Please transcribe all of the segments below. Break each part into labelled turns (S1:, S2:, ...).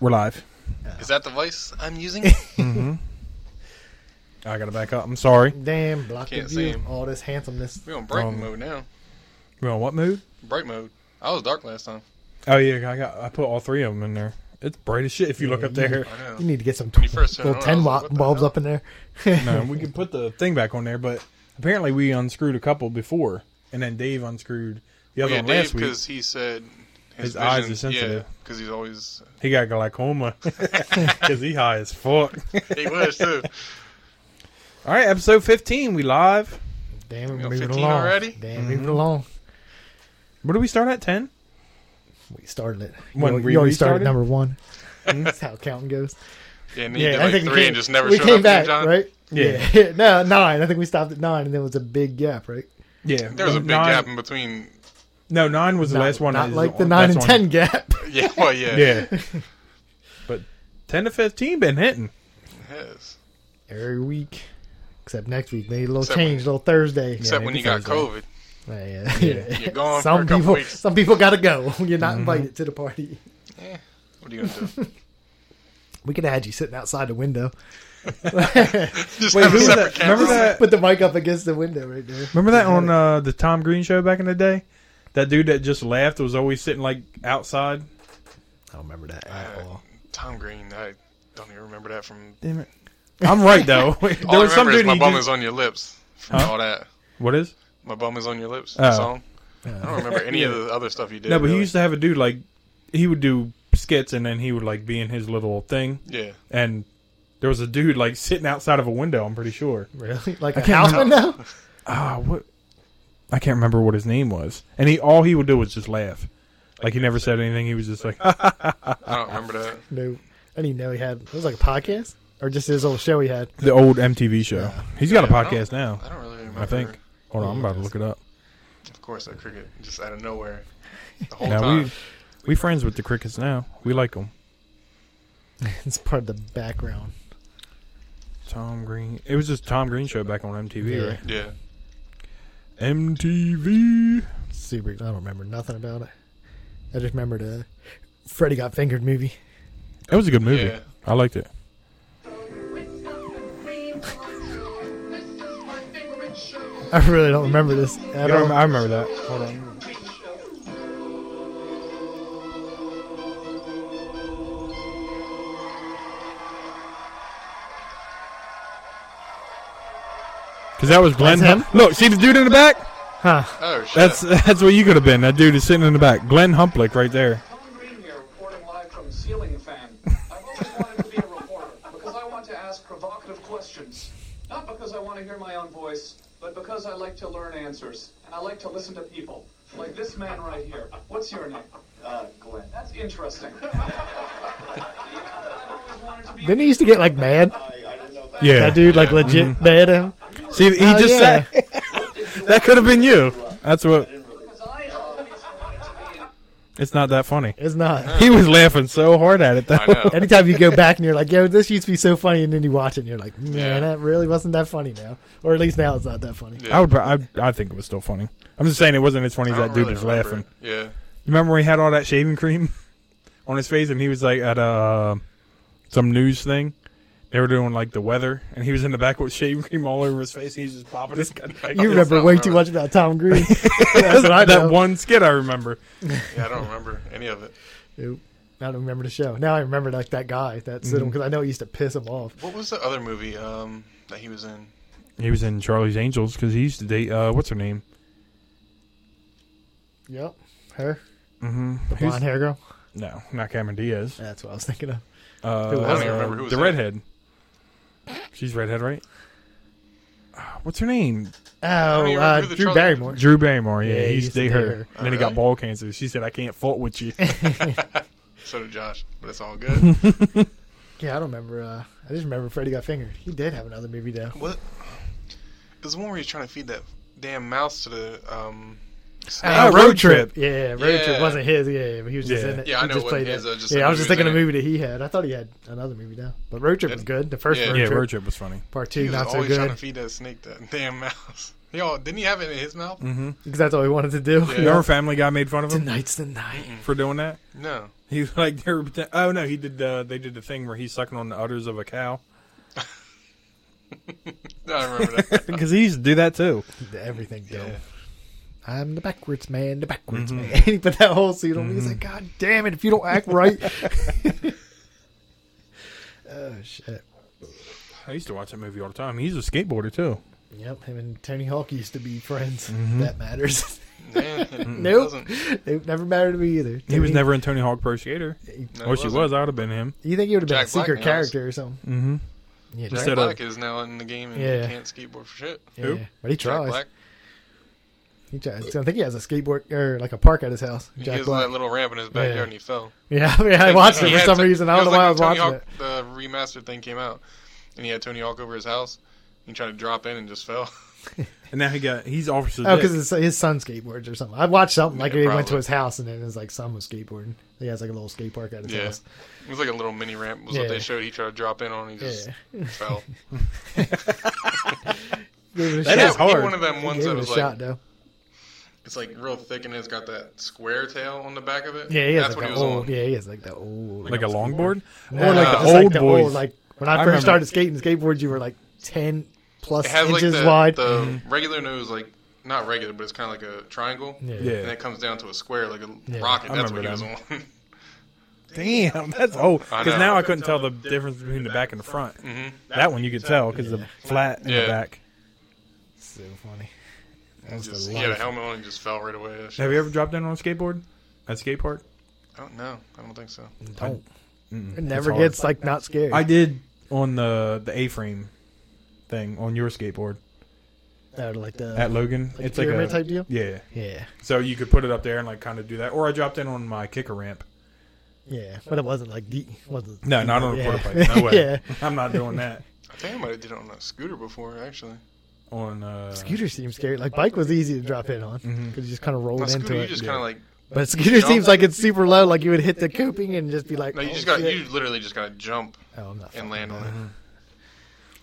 S1: We're live.
S2: Is that the voice I'm using?
S1: I gotta back up. I'm sorry.
S3: Damn, block the
S2: Can't see
S3: view.
S2: him.
S3: All this handsomeness.
S2: We're on bright
S1: Um,
S2: mode now.
S1: We on what mood?
S2: Bright mode. I was dark last time.
S1: Oh yeah, I got. I put all three of them in there. It's bright as shit. If you look up there,
S2: I know.
S3: You need to get some
S2: you first turned
S3: little
S2: it on, I
S3: ten
S2: was like,
S3: watt
S2: what the
S3: bulbs
S2: hell?
S3: up in there.
S1: no, Um, we can put the thing back on there. But apparently, we unscrewed a couple before, and then Dave unscrewed the other
S2: Oh, yeah,
S1: one
S2: Dave,
S1: last week.
S2: because he said his,
S1: His eyes
S2: vision-
S1: are sensitive.
S2: Yeah, because he's always
S1: He got glaucoma because he high as fuck.
S2: he was too.
S1: all right, episode 15. We live.
S3: Damn,
S2: We
S3: we
S2: on
S3: moving
S2: 15
S3: along.
S2: already?
S3: Damn,
S1: Mm-hmm.
S3: moving along.
S1: What do we start at? Ten.
S3: We started it.
S1: When Hmm?
S3: you,
S1: we
S3: you already
S1: restarted?
S3: started number one. That's how counting goes.
S2: Yeah, and he did like three
S3: came-
S2: and just never
S3: we
S2: showed
S3: came
S2: up
S3: back,
S2: any time.
S3: right?
S1: Yeah.
S3: no, nine. I think we stopped at nine, and there was a big gap, right?
S1: Yeah,
S2: There was a big
S1: nine,
S2: gap in between.
S1: No, nine was the
S3: Not-
S1: last one.
S3: Not
S1: that is
S3: like the
S1: on-
S3: nine
S1: that's
S3: and
S1: on-
S3: ten gap.
S2: Yeah, well, yeah.
S1: Yeah, but ten to fifteen been hitting.
S2: Yes.
S3: Every week, except next week, maybe a little
S2: Except
S3: change, a little Thursday.
S2: Except when you got COVID.
S3: Yeah,
S1: Yeah.
S2: You're gone for a
S3: some
S2: couple
S3: people,
S2: weeks.
S3: some people got to go. You're
S1: Mm-hmm.
S3: not invited to the party.
S2: Yeah. What are you going to do?
S3: We could add you sitting outside the window.
S2: just
S1: Wait,
S2: have
S1: who
S2: a
S1: was
S2: separate
S1: that? Remember
S2: camera.
S1: that?
S3: Put the mic up against the window right there.
S1: Remember that on uh, the Tom Green show back in the day? That dude that just laughed was always sitting like outside.
S3: I don't remember that
S2: Uh, Tom Green. I don't even remember that from.
S1: Damn it! I'm right though.
S2: All
S1: there
S2: I
S1: was some
S2: remember is
S1: dude.
S2: my
S1: he
S2: bum
S1: just-
S2: is on your lips from
S1: Huh?
S2: all that.
S1: what is?
S2: My bum is on your lips
S1: Oh.
S2: song. I don't remember any of the other stuff you did.
S1: no, but he
S2: really.
S1: used to have a dude like he would do skits and then he would like be in his little thing.
S2: Yeah.
S1: And there was a dude like sitting outside of a window. I'm pretty sure.
S3: Really? Like a
S1: can't
S3: house
S1: remember.
S3: window?
S1: Ah, what? I can't remember what his name was. And he all he would do was just laugh. Like he never said anything. He was just like,
S2: I don't remember that.
S3: No, I didn't know he had. It was like a podcast or just his old show he had.
S1: the old MTV show. He's got a
S2: Yeah, I
S1: podcast now.
S2: I don't really remember.
S1: I think. Hold on, I'm about to look it up.
S2: Of course, that cricket just out of nowhere. The whole
S1: Now
S2: time.
S1: we we friends with the crickets now. We like them.
S3: It's part of the background.
S1: Tom Green. It was just Tom Green show back on MTV,
S3: Yeah.
S1: right?
S2: Yeah.
S1: MTV.
S3: Super. I don't remember nothing about it. I just remember the Freddy Got Fingered movie.
S1: That was a good movie.
S2: Yeah.
S1: I liked it.
S3: I really don't remember this at all.
S1: I remember that. Hold on. Cause that was Glenn.
S3: That's him?
S1: Hum- Look, see the dude in the back?
S3: Huh.
S2: Oh shit.
S1: That's that's where you could have been. That dude is sitting in the back. Glenn Humplick, right there.
S4: Tom Green here, reporting live from Ceiling Fan. I've always wanted to be a reporter because I want to ask provocative questions. Not because I want to hear my own voice, but because I like to learn answers and I like to listen to people. Like this man right here. What's your name? Uh, Glenn. That's interesting.
S3: Didn't he used to get like mad?
S1: Yeah,
S3: That dude like legit mad at him.
S1: See, he
S3: Oh,
S1: just
S3: yeah.
S1: said that could have been you. That's what.
S4: Because I always wanted to be.
S1: It's not that funny.
S3: It's not.
S1: He was laughing so hard at it though.
S2: I know.
S3: Anytime you go back and you're like, yo, this used to be so funny, and then you watch it and you're like, man,
S2: Yeah.
S3: that really wasn't that funny now. Or at least now it's not that funny.
S2: Yeah.
S1: I would. pro- I, I think it was still funny. I'm just saying it wasn't as funny as
S2: I don't
S1: that dude
S2: really
S1: was
S2: remember.
S1: laughing.
S2: Yeah.
S1: You remember when he had all that shaving cream on his face and he was like at uh some news thing. They were doing like the weather, and he was in the back with shaving cream all over his face. And he's just popping his gun. back.
S3: You remember
S2: not
S3: way too
S2: really.
S3: much about Tom Green. That's what I know.
S1: that one skit I remember.
S2: Yeah. I don't remember any of it.
S3: Nope. I don't remember the show. Now I remember like that guy
S2: Mhm.
S3: that sit because I know he used to piss him off.
S2: What was the other movie um that he was in?
S1: He was in Charlie's Angels because he used to date uh what's her name?
S3: Yep, her
S1: Mm-hmm.
S3: blonde hair girl.
S1: No, not Cameron Diaz.
S3: That's what I was thinking of.
S1: Uh,
S3: Who was I don't even
S2: it? remember who was
S1: the
S2: in it.
S1: redhead. She's redhead, right? Ah, What's her name?
S3: Oh,
S2: don't even
S3: uh,
S2: remember the
S3: Drew
S2: Charlie-
S3: Barrymore.
S1: Drew Barrymore. Yeah,
S3: Yeah,
S1: he used to date her. And then he got
S2: Alright.
S1: ball cancer. She said, "I can't fault with you."
S2: So did Josh, but it's all good.
S3: Yeah, I don't remember. Uh, I just remember Freddie got fingered. He did have another movie though.
S2: what? It was the one where he was trying to feed that damn mouse to the um. snake.
S1: Oh, Road Trip.
S3: Yeah, Road
S2: Yeah.
S3: Trip wasn't his. Yeah, but he was just
S1: Yeah.
S3: in it.
S2: Yeah, I
S3: He
S2: know
S3: just
S2: it
S3: played
S2: wasn't his,
S3: it.
S2: I was just
S3: yeah,
S2: thinking
S3: I was just
S2: he was
S3: thinking of
S2: in
S3: a movie that he had. I thought he had another movie though. But Road Trip was good. The first
S2: Yeah.
S3: Road
S1: yeah,
S3: Trip.
S1: road trip was funny.
S3: Part two,
S2: he was
S3: not so
S2: always trying to
S3: good.
S2: feed that snake that damn mouse. Yo, didn't he have it in his mouth?
S1: Mm-hmm.
S3: Because that's all he wanted to do.
S2: Yeah.
S1: Remember Family Guy made fun of him
S3: Tonight's the night.
S1: for doing that?
S2: No.
S1: He was like, they were, pretend- oh no, he did. Uh, they did the thing where he's sucking on the udders of a cow
S2: No, I remember that.
S1: because he used to do that too.
S3: Everything dope.
S2: Yeah.
S3: I'm the backwards man, the backwards
S1: Mm-hmm.
S3: man. he put that whole scene on me. He's like, God damn it, if you don't act right. oh, shit.
S1: I used to watch that movie all the time. He's a skateboarder too.
S3: Yep, him and Tony Hawk used to be friends.
S1: Mm-hmm.
S3: That matters.
S2: Nah, it
S3: Nope.
S2: doesn't.
S3: it never mattered to me either.
S1: He was
S3: Tony-
S1: never in Tony Hawk Pro Skater.
S2: No,
S1: Or
S2: it
S1: she
S2: wasn't.
S1: was. I would have been him.
S3: You think he would have been
S2: Jack
S3: a
S2: Black
S3: secret
S2: knows.
S3: character or something?
S1: Mm-hmm.
S3: Yeah,
S2: Jack
S1: Instead of-
S2: Black is now in the game and
S3: Yeah.
S2: can't skateboard for shit.
S3: yeah,
S1: who?
S3: yeah. but he
S2: Jack
S3: tries.
S2: Black.
S3: He tries. So I think he has a skateboard or like a park at his house.
S2: He
S3: Jack
S2: has
S3: Black.
S2: that little ramp in his backyard
S3: Yeah.
S2: and he fell.
S3: yeah, yeah, I watched it
S2: He
S3: for
S2: had
S3: some
S2: to-
S3: reason. I
S2: it
S3: don't know why I was
S2: like when
S3: watching
S2: Tony
S3: it.
S2: Hawk, The remastered thing came out, and he had Tony Hawk over his house. He tried to drop in and just fell.
S1: And now he got. He's Officer
S3: Oh,
S1: Dick.
S3: because his, his son skateboards or something. I watched something like
S2: Yeah,
S3: they went to
S2: probably.
S3: his house and then his like son was skateboarding. He has like a little skate park at his
S2: Yeah.
S3: house.
S2: It was like a little mini ramp. Was what they
S3: Yeah.
S2: showed. He tried to drop in on. and He just fell.
S3: Gave it a
S1: That
S3: shot.
S1: is hard.
S2: One of them
S3: He
S2: ones
S3: gave
S2: that
S3: it a
S2: was like
S3: shot though.
S2: it's like real thick and it's got that square tail on the back of it.
S3: Yeah, he has
S2: that's
S3: like
S2: what
S3: the
S2: he was
S3: old.
S2: on.
S3: Yeah, he has like the old.
S1: like a longboard,
S3: No,
S1: or like
S2: no,
S1: the
S3: just
S1: old
S3: the
S1: boys.
S3: like when
S1: I
S3: I
S1: remember.
S3: first started skating skateboards, you were like ten plus
S2: It has like
S3: inches
S2: the,
S3: wide.
S2: the regular nose, like not regular, but it's kind of like a triangle.
S3: yeah.
S1: yeah.
S2: And it comes down to a square, like a
S3: Yeah,
S2: rocket.
S1: I
S2: That's what he was
S1: remember
S2: on.
S1: Damn, that's old.
S2: I
S1: Because
S2: know.
S1: now I couldn't tell the difference between the back and the front.
S2: Mhm.
S1: That one you could tell because the flat and the
S2: Yeah.
S1: back.
S3: So funny. That was
S2: Just-
S3: the
S2: he had a
S3: life.
S2: helmet on and just fell right away. That shit-
S1: Have you ever dropped down on a skateboard at a skate park?
S2: I don't know. I don't think so.
S3: Don't.
S1: Mm-mm,
S3: It
S1: it's
S3: never
S1: hard.
S3: gets like not scary.
S1: I did on the the A frame thing on your skateboard
S3: Uh, like the
S1: at Logan.
S3: like
S1: it's like a
S3: pyramid type deal?
S1: Yeah.
S3: yeah,
S1: So you could put it up there and like kind of do that. Or I dropped in on my kicker ramp.
S3: yeah, but it wasn't like deep. Wasn't
S1: No, not on a
S3: Yeah.
S1: quarter pipe. No way.
S3: Yeah.
S1: I'm not doing that.
S2: I think I might have did it on a scooter before, actually.
S1: On uh,
S3: Scooter seems scary. Like bike was easy to drop in on because
S1: Mm-hmm.
S3: you just kind of rolled
S2: On a
S3: into
S2: scooter, you
S3: it.
S2: just kind of like
S3: but scooter
S2: jump.
S3: seems like it's super low. Like you would hit the coping and just be like,
S2: no, you
S3: oh,
S2: just got
S3: shit.
S2: you literally just got to jump
S3: oh, I'm not
S2: and
S3: fucking
S2: land on
S3: with
S2: it.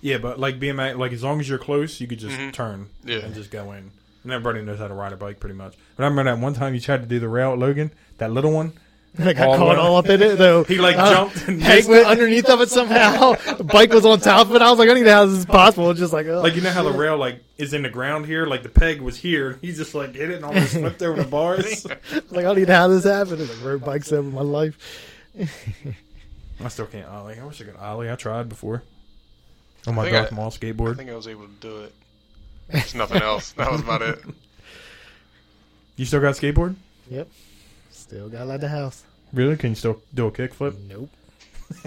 S1: Yeah, but like BMX, like as long as you're close, you could just
S2: Mhm.
S1: turn
S2: Yeah.
S1: and just go in. And everybody knows how to ride a bike pretty much. But I remember that one time you tried to do the rail at Logan, that little one.
S3: that. I got
S1: All
S3: caught
S1: the-
S3: all up in it though.
S1: He like
S3: Uh,
S1: jumped and
S3: Hank
S1: missed
S3: went
S1: it.
S3: underneath of it somehow. the bike was on top of it. I was like, I need to how this is possible. It's just like, oh,
S1: Like you know how the rail like is in the ground here, like the peg was here. He just like hit it and almost slipped over the bars.
S3: like I need to how this happened. It's like road bikes over my life.
S1: I still can't ollie. I wish I could ollie. I tried before on my
S2: think I-
S1: Darth Maul
S2: I
S1: skateboard.
S2: think I was able to do it. There's nothing else. That was about it.
S1: you still got a skateboard?
S3: Yep. Still got out the house.
S1: Really? Can you still do a kickflip?
S3: Nope.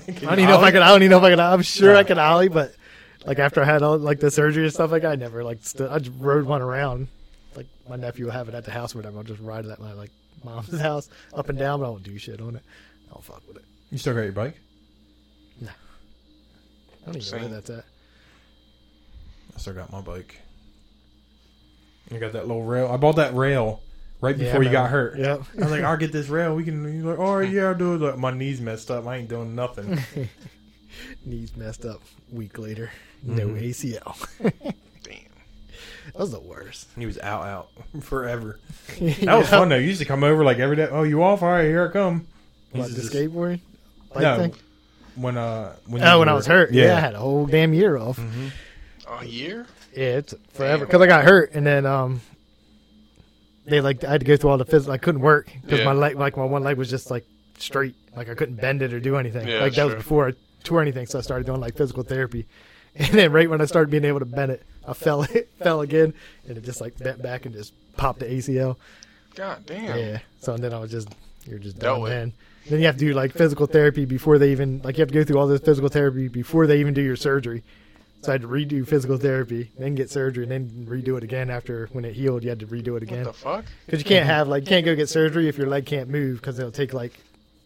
S1: Can you
S3: I don't even know if
S1: ollie?
S3: I could. I don't even know if I could. I'm sure
S1: No.
S3: I could ollie, but like after I had all like the surgery and stuff, like I never like st- I just rode one around. Like my nephew will have it at the house or whatever. I'll just ride it at my like mom's house up and down, but I won't do shit on it. I don't fuck with it.
S1: You still got your bike?
S3: I don't even know
S2: Same.
S3: where that's at.
S1: I still got my bike. I got that little rail. I bought that rail right
S3: Yeah,
S1: before you
S3: man.
S1: got hurt.
S3: Yep.
S1: I was like, I'll get this rail. We can. He's like, all right, yeah, I'll do it. Like, my knees messed up. I ain't doing nothing.
S3: Knees messed up. Week later, no
S1: Mhm.
S3: ACL.
S2: Damn.
S3: that was the worst.
S1: he was out, out forever. That was fun though. You used to come over like every day. Oh, you off? All right, here I come.
S3: What,
S1: He's
S3: the
S1: just-
S3: skateboard? Bike
S1: No,
S3: thing?
S1: when uh, when
S3: Oh,
S1: you
S3: when I
S1: were-
S3: was hurt. Yeah. I had a whole damn year off.
S2: A year?
S3: Yeah, it's forever because I got hurt and then um, they like I had to go through all the physical. I couldn't work because
S2: Yeah.
S3: my leg, like my one leg, was just like straight. Like I couldn't bend it or do anything.
S2: Yeah,
S3: like that was
S2: sure.
S3: before I tore anything, so I started doing like physical therapy. And then right when I started being able to bend it, I fell it fell again, and it just like bent back and just popped the ACL.
S2: God damn.
S3: Yeah. So then I was just you're just
S2: Dealt
S3: done
S2: with.
S3: then. Then you have to do like physical therapy before they even like you have to go through all this physical therapy before they even do your surgery. So I had to redo physical therapy, then get surgery, and then redo it again after when it healed. You had to redo it
S2: What
S3: again
S2: the fuck?
S3: because you can't have like you can't go get surgery if your leg can't move because it'll take like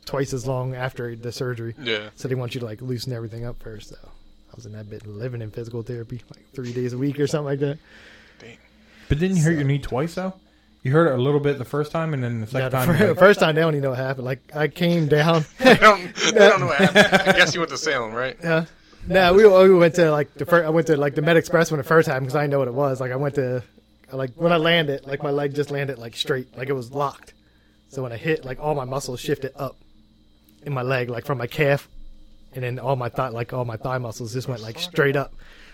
S3: twice as long after the surgery.
S2: Yeah.
S3: So they want you to like loosen everything up first. So I was in that bit living in physical therapy like three days a week or something like that.
S1: But didn't you hurt your knee twice though? You hurt it a little bit the first time, and then the second
S3: yeah,
S1: time.
S3: the
S1: you,
S3: fir-
S1: like-
S3: first time they don't even know what happened. Like I came down.
S2: I don't, I don't know what happened. I guess you went to Salem, right?
S3: Yeah. No, we, we went to like the first. I went to like the Med Express when it first happened because I didn't know what it was. Like I went to I, like when I landed, like my leg just landed like straight, like it was locked. So when I hit, like all my muscles shifted up in my leg, like from my calf, and then all my thigh, like all my thigh muscles just went like straight up.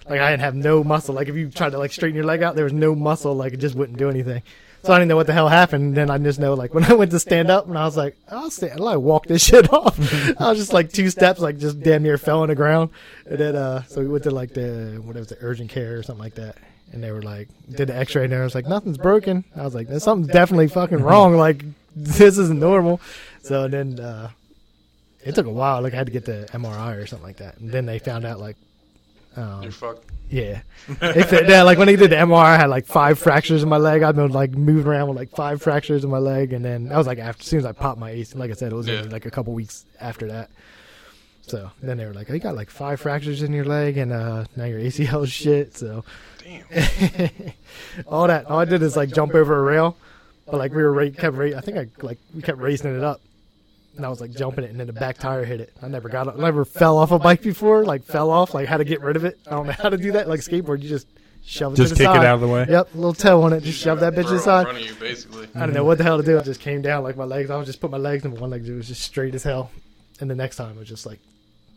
S3: Like I didn't have no muscle. Like if you tried to like straighten your leg out, there was no muscle. Like it just wouldn't do anything. So I didn't know what the hell happened. Then I just know like when I went to stand up, and I was like, I'll stand. I'll like, walk this shit off. I was just like two steps, like just damn near fell on the ground. And then uh, so we went to like the whatever the urgent care or something like that. And they were like, did the X-ray, and I was like, nothing's broken. I was like, there's something definitely fucking wrong. Like this isn't normal. So then uh, it took a while. Like I had to get the MRI or something like that, and then they found out like,
S2: You're
S3: um,
S2: fucked.
S3: yeah, if they, yeah, like when they did the MRI, I had like five fractures in my leg. I've been like moving around with like five fractures in my leg, and then that was like after as soon as I popped my AC. Like I said, it was
S2: Yeah.
S3: only like a couple weeks after that. So then they were like, "Oh, you got like five fractures in your leg, and uh, now your ACL is shit." So
S2: Damn.
S3: all that all I did is like jump over a rail, but like we were ra- kept ra- I think I like we kept raising it up, and I was like jumping it, and then the back tire hit it. I never got I never fell off a bike before, like fell off, like how to get rid of it. I don't know how to do that. Like skateboard, you just shove it
S1: Just
S3: to the
S1: kick it
S3: side.
S1: out of the way.
S3: Yep, little toe on it, just shove that bitch
S2: Throw it in
S3: aside.
S2: front of you, basically.
S3: I don't know what the hell to do. I just came down like my legs. I would just put my legs and one leg it was just straight as hell, and the next time it was just like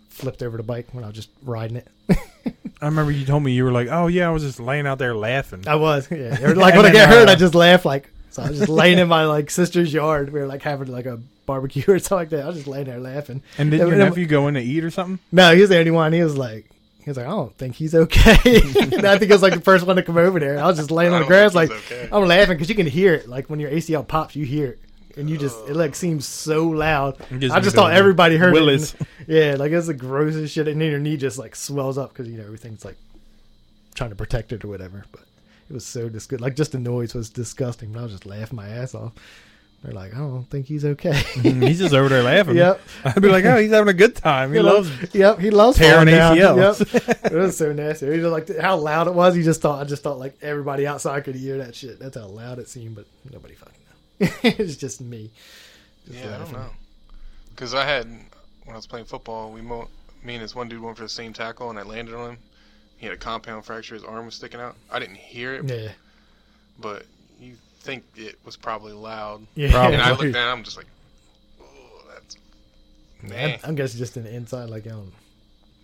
S3: flipped over the bike when I was just riding it.
S1: I remember you told me you were like, "Oh yeah, I was just laying out there laughing."
S3: I was. Yeah. Or, Like
S1: And
S3: when I
S1: then,
S3: get hurt,
S1: uh,
S3: I just laugh. Like so, I was just laying in my like sister's yard. We were like having like a barbecue or something like that. I was just laying there laughing.
S1: And didn't your
S3: And-
S1: nephew go in to eat or something?
S3: No, he was the only one. He was like, he was like, I don't think he's okay. and I think I was like the first one to come over there. I was just laying
S2: I
S3: on the
S2: don't
S3: grass,
S2: think
S3: like
S2: he's okay.
S3: I'm laughing because you can hear it. Like when your ACL pops, you hear it. And you just it
S2: Oh.
S3: like seems so loud.
S1: It gives
S3: I
S1: me
S3: just
S1: the
S3: thought everybody heard
S1: willies.
S3: it. And- yeah, like it's the grossest shit. And then your knee just like swells up because you know everything's like trying to protect it or whatever. But it was so disgusting. Like just the noise was disgusting. But I was just laughing my ass off. They're like, I don't think he's okay.
S1: Mm, he's just over there laughing.
S3: Yep.
S1: I'd be like, "Oh, he's having a good time. He loves."
S3: Yep, he loves
S1: tearing
S3: falling down.
S1: ACLs.
S3: Yep. it was so nasty. It was like how loud it was. You just thought I just thought like everybody outside could hear that shit. That's how loud it seemed, but nobody fucking knew. it's just me. Just
S2: Yeah, I don't
S3: laughing.
S2: know. Because I had when I was playing football, we mo- me and this one dude went for the same tackle, and I landed on him. He had a compound fracture; his arm was sticking out. I didn't hear it,
S3: Yeah,
S2: but you think it was probably loud.
S3: yeah.
S1: Probably.
S2: And I looked down, I'm just like, oh, that's man.
S3: I'm, I'm guessing just in the inside, like I don't,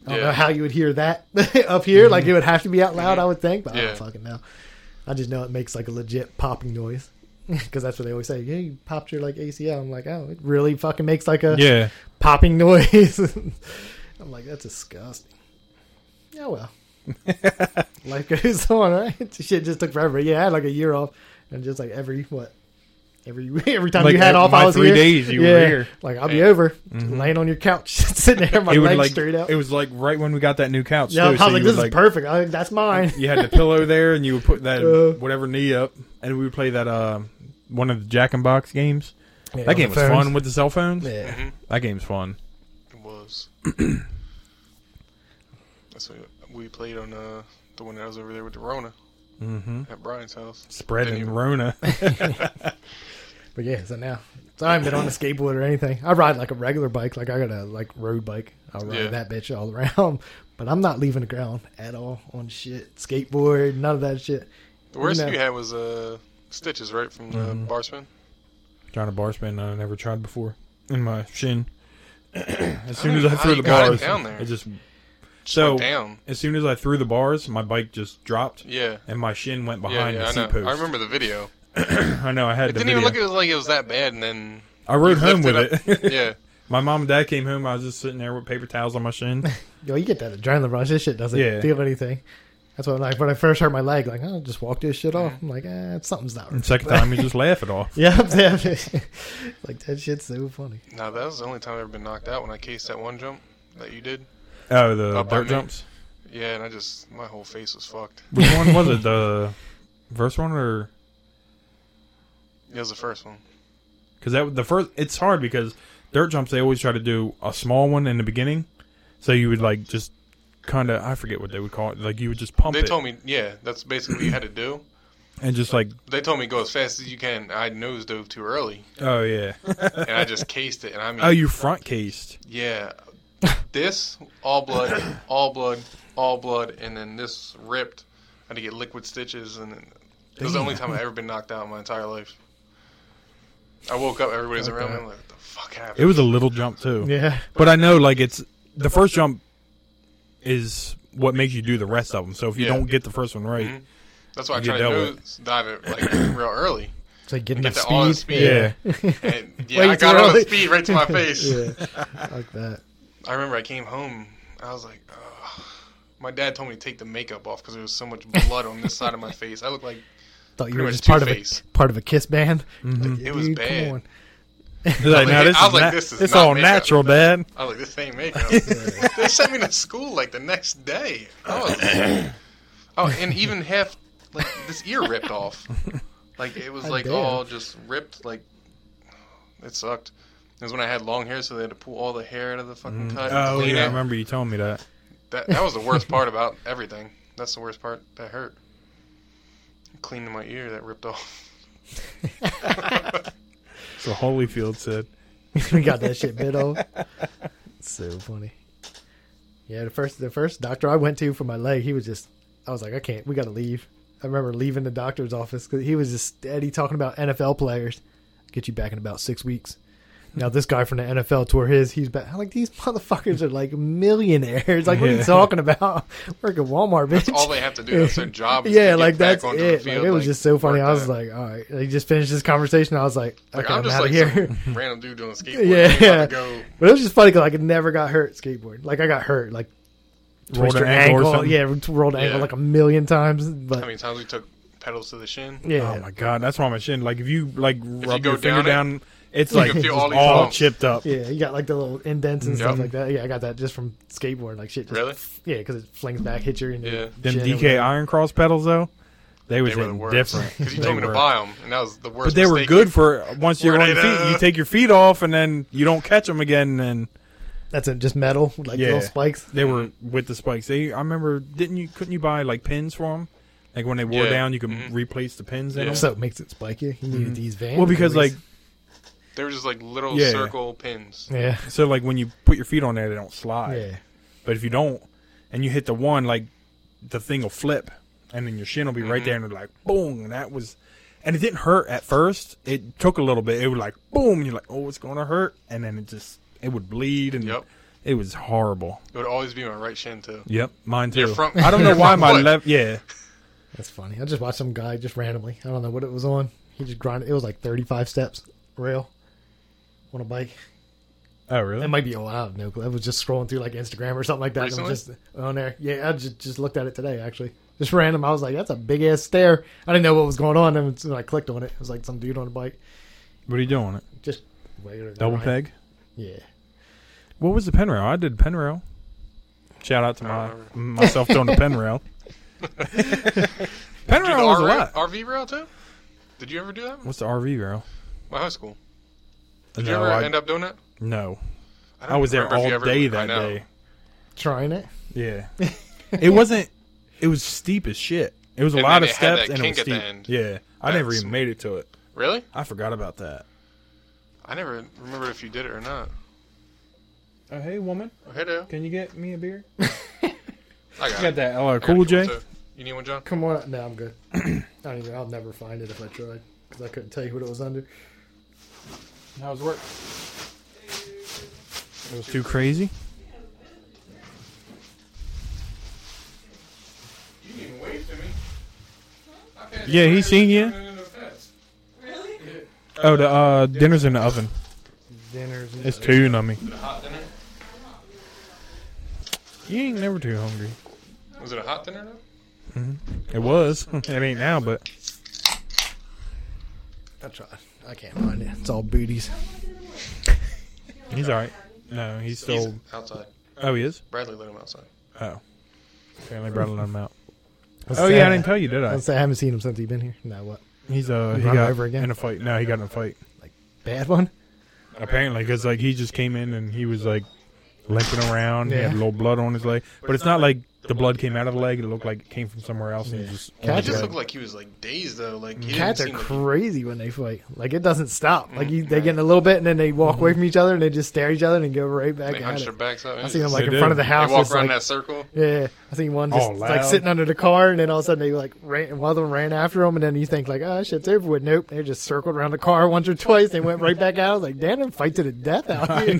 S3: I don't
S2: Yeah.
S3: know how you would hear that up here.
S1: Mm-hmm.
S3: Like it would have to be out loud, I would think, but I
S2: Yeah.
S3: don't fucking know. I just know it makes like a legit popping noise. Because that's what they always say. Yeah, you popped your like ACL. I'm like, oh, it really fucking makes like a
S1: Yeah.
S3: popping noise. I'm like, that's disgusting. Yeah, well, life goes on, right? Shit just took forever. Yeah, I had like a year off, and just like every what, every every time
S1: Like,
S3: you had
S1: uh,
S3: off,
S1: my
S3: I was
S1: three
S3: here.
S1: days you were
S3: Yeah,
S1: here. Mm-hmm.
S3: Like I'll be over, laying on your couch, sitting there, my
S1: It would,
S3: legs
S1: like-
S3: straight out.
S1: It was like right when we got that new couch.
S3: yeah, I
S1: too,
S3: was
S1: so you
S3: like,
S1: would,
S3: this is perfect. I, that's mine.
S1: You had the pillow there, and you would put that
S3: Uh.
S1: whatever knee up, and we would play that uh, one of the Jack and Box games.
S3: Yeah,
S1: that game
S3: on
S1: was
S3: the phones.
S1: fun with the cell phones.
S3: Yeah,
S1: That game's fun.
S2: It was. That's what we played on uh, the one that was over there with the Rona
S1: Mm-hmm.
S2: at Brian's house.
S1: Spreading
S2: Didn't even-
S1: Rona.
S3: but yeah, so now. So I haven't been on a skateboard or anything. I ride like a regular bike, like I got a like road bike. I ride
S2: Yeah.
S3: that bitch all around, but I'm not leaving the ground at all on shit, skateboard, none of that shit.
S2: The worst
S3: know.
S2: you had was uh, stitches, right, from the
S3: Mm-hmm.
S2: bar spin.
S1: Trying a bar spin I never tried before in my shin. as soon as I
S2: How
S1: threw
S2: you
S1: the
S2: got it
S1: bars,
S2: down there?
S1: it just
S2: Just
S1: So-
S2: went down.
S1: as soon as I threw the bars, my bike just dropped
S2: Yeah.
S1: and my shin went
S2: Yeah,
S1: behind
S2: yeah,
S1: the
S2: I
S1: seat
S2: know.
S1: post.
S2: I remember the video.
S1: I know I had
S2: It
S1: the
S2: didn't
S1: video.
S2: even look it was like it was that bad, and then
S1: I rode
S2: you
S1: home with
S2: lifted
S1: it.
S2: up- yeah.
S1: my mom and dad came home. I was just sitting there with paper towels on my shin.
S3: Yo, you get that adrenaline rush. This shit doesn't
S1: Yeah.
S3: feel anything. That's what like when I first hurt my leg, like I'll just walk this shit off. I'm like, eh, something's not
S1: And
S3: right.
S1: second time, you just laugh it off.
S3: yeah, yeah. like that shit's so funny.
S2: No, that was the only time I've ever been knocked out when I cased that one jump that you did.
S1: Oh, the
S2: Up by
S1: dirt
S2: me.
S1: jumps.
S2: Yeah, and I just my whole face was fucked.
S1: Which one was it? The first one or
S2: It was the first one.
S1: because that was the first? It's hard because dirt jumps they always try to do a small one in the beginning, so you would like just kind of I forget what they would call it. Like you would just pump
S2: They
S1: it
S2: told me, yeah, that's basically what you had to do.
S1: and just like
S2: They told me go as fast as you can. I nose dove too early,
S1: oh yeah,
S2: and I just cased it. And I mean,
S1: oh you front cased.
S2: yeah, this all blood, all blood, all blood, and then this ripped. I had to get liquid stitches, and then It was the only time I've ever been knocked out in my entire life. I woke up, everybody's around me. I'm like, what the fuck happened?
S1: It was a little jump too.
S3: Yeah.
S1: But I know like it's the first jump is what makes you do the rest of them. So if you
S2: Yeah. Mm-hmm.
S1: don't get the first one right,
S2: That's why I
S1: you
S2: try to
S1: dealt
S2: nose dive it like real early.
S3: It's like getting
S2: Get
S3: the
S2: to all the
S3: speed.
S2: speed.
S1: yeah,
S2: And
S3: Way
S2: yeah, I
S3: too
S2: got on
S3: early.
S2: the speed right to my face.
S3: yeah. Like that.
S2: I remember I came home. I was like, oh. my dad told me to take the makeup off because there was so much blood on this side of my face. I looked like
S3: Thought you
S2: Pretty
S3: were
S2: much
S3: just part of a
S2: Two-Face. Mm-hmm.
S3: part of a kiss band.
S2: It was
S3: Dude, come
S2: bad.
S3: on.
S1: They're like,
S2: like,
S1: "Now
S2: I
S1: this
S2: was
S1: is
S2: like,
S1: na-
S2: this is
S1: it's
S2: not
S1: all
S2: makeup."
S1: natural, Dad.
S2: I was like, this ain't makeup. they sent me to school like the next day. I was, oh, and even half like this ear ripped off. Like it was like
S3: damn.
S2: all just ripped. Like it sucked. It was when I had long hair, so they had to pull all the hair out of the fucking cut. and
S1: Oh
S2: clean
S1: yeah, I
S2: it.
S1: remember you telling me that.
S2: That that was the worst part about everything. That's the worst part. That hurt. Cleaning my ear that ripped off.
S1: So Holyfield said,
S3: we got that shit bit off. so funny. Yeah, the first the first doctor I went to for my leg, he was just I was like, I can't. We got to leave. I remember leaving the doctor's office because he was just steady talking about NFL players. Get you back in about six weeks. Now this guy from the NFL tore his. He's back. I'm like these motherfuckers are like millionaires. Like what are
S1: Yeah.
S3: you talking about? Work at Walmart, bitch.
S2: All they have to do that's their job. Is to
S3: yeah,
S2: get
S3: like
S2: back
S3: that's
S2: onto
S3: it.
S2: The field,
S3: like, it was just so funny.
S2: work
S3: I was
S2: that.
S3: like, all right. He just finished this conversation. I was like, okay,
S2: Like,
S3: I'm,
S2: I'm just
S3: out
S2: like
S3: of here.
S2: some random dude doing skateboard.
S3: Yeah.
S2: Yeah, yeah. Go,
S3: But it was just funny because like I never got hurt skateboard. Like I got hurt, like
S1: "Rolled
S3: twisted
S1: an ankle, or something."
S3: yeah, rolled ankle
S2: Yeah.
S3: like a million times. But
S2: how many times we took pedals to the shin?
S3: yeah,
S1: Oh my god, that's why my shin. Like if you like rub
S2: go
S1: your finger
S2: down
S1: down, it's like
S2: can feel all
S1: all,
S2: these bumps.
S1: chipped up.
S3: yeah, you got like the little indents and
S2: Yep.
S3: stuff like that. Yeah, I got that just from skateboard. Like shit, just,
S2: Really?
S3: Yeah, because it flings back, hits you in the
S2: Yeah.
S1: Them
S3: chin or
S1: DK
S3: whatever.
S1: Iron Cross pedals though, they was
S2: They were the
S1: hitting
S2: worst.
S1: different.
S2: Because you
S1: They
S2: told me to
S1: were-
S2: buy them, and that was the worst.
S1: But they were
S2: mistake. uh,
S1: good for once you're on your
S2: Florida.
S1: feet. You take your feet off, and then you don't catch them again. And
S3: That's it, just metal, like
S1: Yeah.
S3: little spikes.
S1: they were with the spikes. They, I remember, didn't you? Couldn't you buy like pins for them? Like when they wore
S2: Yeah.
S1: down, you could
S2: Mhm.
S1: replace the pins in
S2: Yeah.
S1: them.
S3: So it makes it spiky. You needed these vans.
S1: Mm-hmm. well, because like
S3: release-
S2: They were just like little
S1: Yeah.
S2: circle pins.
S3: yeah,
S1: so, like when you put your feet on there, they don't slide.
S3: yeah,
S1: But if you don't, and you hit the one, like the thing will flip, and then your shin will be
S2: Mm-hmm.
S1: right there, and it'll like boom. And that was, and it didn't hurt at first. It took a little bit. It was like boom. and You're like, oh, it's gonna hurt, and then it just it would bleed, and
S2: Yep.
S1: it was horrible.
S2: It would always be my right shin too.
S1: Yep, mine too.
S2: Your front-
S1: I don't know
S2: your
S1: why
S2: front
S1: my
S2: foot.
S1: left. Yeah,
S3: that's funny. I just watched some guy just randomly. I don't know what it was on. He just grinded. It was like thirty-five steps rail on a bike.
S1: Oh, really?
S3: That might be a while. No, clue. I was just scrolling through like Instagram or something like that. and I'm just
S2: Recently?
S3: on there. Yeah, I just, just looked at it today actually. Just random. I was like, that's a big ass stair. I didn't know what was going on, and so I clicked on it. It was like some dude on a bike,
S1: what are you doing? It
S3: just regular
S1: double
S3: grind.
S1: peg.
S3: Yeah,
S1: What was the pen rail? I did pen rail. Shout out to
S2: I
S1: my
S2: don't
S1: myself doing the pen rail. pen
S2: Did Uh, you do
S1: rail was a
S2: the RV
S1: lot.
S2: RV rail too? Did you ever do that?
S1: What's the RV rail?
S2: My high school. Did
S1: no,
S2: you ever
S1: I,
S2: end up doing that?
S1: no.
S2: I,
S1: I was there
S2: remember if
S1: all
S2: you ever-
S1: day
S2: I
S1: that
S2: know.
S1: day.
S3: trying it.
S1: Yeah, it wasn't. It was steep as shit. It was a
S2: And
S1: lot
S2: then
S1: of
S2: it had
S1: steps
S2: that
S1: and it was
S2: kink at the
S1: steep.
S2: end.
S1: Yeah, I never
S2: That's-
S1: even made it to it.
S2: Really?
S1: I forgot about that.
S2: I never remember if you did it or not.
S1: Oh hey, woman,
S2: Oh, hey, there.
S1: can you get me a beer?
S2: I got,
S1: Got
S2: it.
S1: that LR
S2: I got
S1: Cool
S2: you one,
S1: J.
S2: too. You need one, John?
S3: Come on, no, I'm good. I don't even. I'll never find it if I tried because I couldn't tell you what it was under.
S1: How's work? It was too crazy.
S2: You didn't even wave to me.
S1: Yeah, he seen you. Oh, the uh, dinner's in the oven.
S3: Dinners. And
S1: It's too nummy.
S2: A hot dinner?
S1: You ain't never too hungry.
S2: Was it a hot dinner? Though?
S1: It was. It ain't now, but
S3: I tried. I can't find it. It's all booties.
S1: he's all right. No, he's
S2: He's
S1: still.
S2: outside.
S1: Oh, he is.
S2: Bradley let him outside.
S1: Oh, apparently Bradley let him out.
S3: Let's
S1: Oh
S3: say-
S1: yeah, I didn't tell you, did I?
S3: Let's say I haven't seen him since he's been here. No, what?
S1: He's uh, he
S3: run
S1: got
S3: over again?
S1: in a fight. No, he got in a fight.
S3: Bad one.
S1: Apparently, because like he just came in and he was like limping around. He had a
S3: Yeah.
S1: little blood on his leg, but it's not like the blood came out of the leg. It looked like it came from somewhere else. And
S3: Yeah.
S1: just
S2: He
S3: Cats
S2: just
S3: are-
S2: looked like he was like dazed though. Like he
S3: Cats are
S2: didn't seem like
S3: crazy when they fight. Like it doesn't stop. Like you, they
S2: Mm-hmm.
S3: get in a little bit and then they walk away from each other and they just stare at each other and go right
S2: he-
S3: back
S2: Mm-hmm. they
S3: at
S2: hunched their
S3: it.
S2: backs up.
S3: I seen them like
S1: They
S3: in
S1: do.
S3: front of the
S2: they
S3: house.
S2: walk
S3: just,
S2: around
S3: like-
S2: that circle.
S3: Yeah, I seen one just
S1: All
S3: like
S1: loud.
S3: sitting under the car, and then all of a sudden they like ran. One of them ran after him, and then you think like, "Oh shit's over with." Nope, they just circled around the car once or twice. They went right back out. I was like, "Damn, them fight to the death out here!"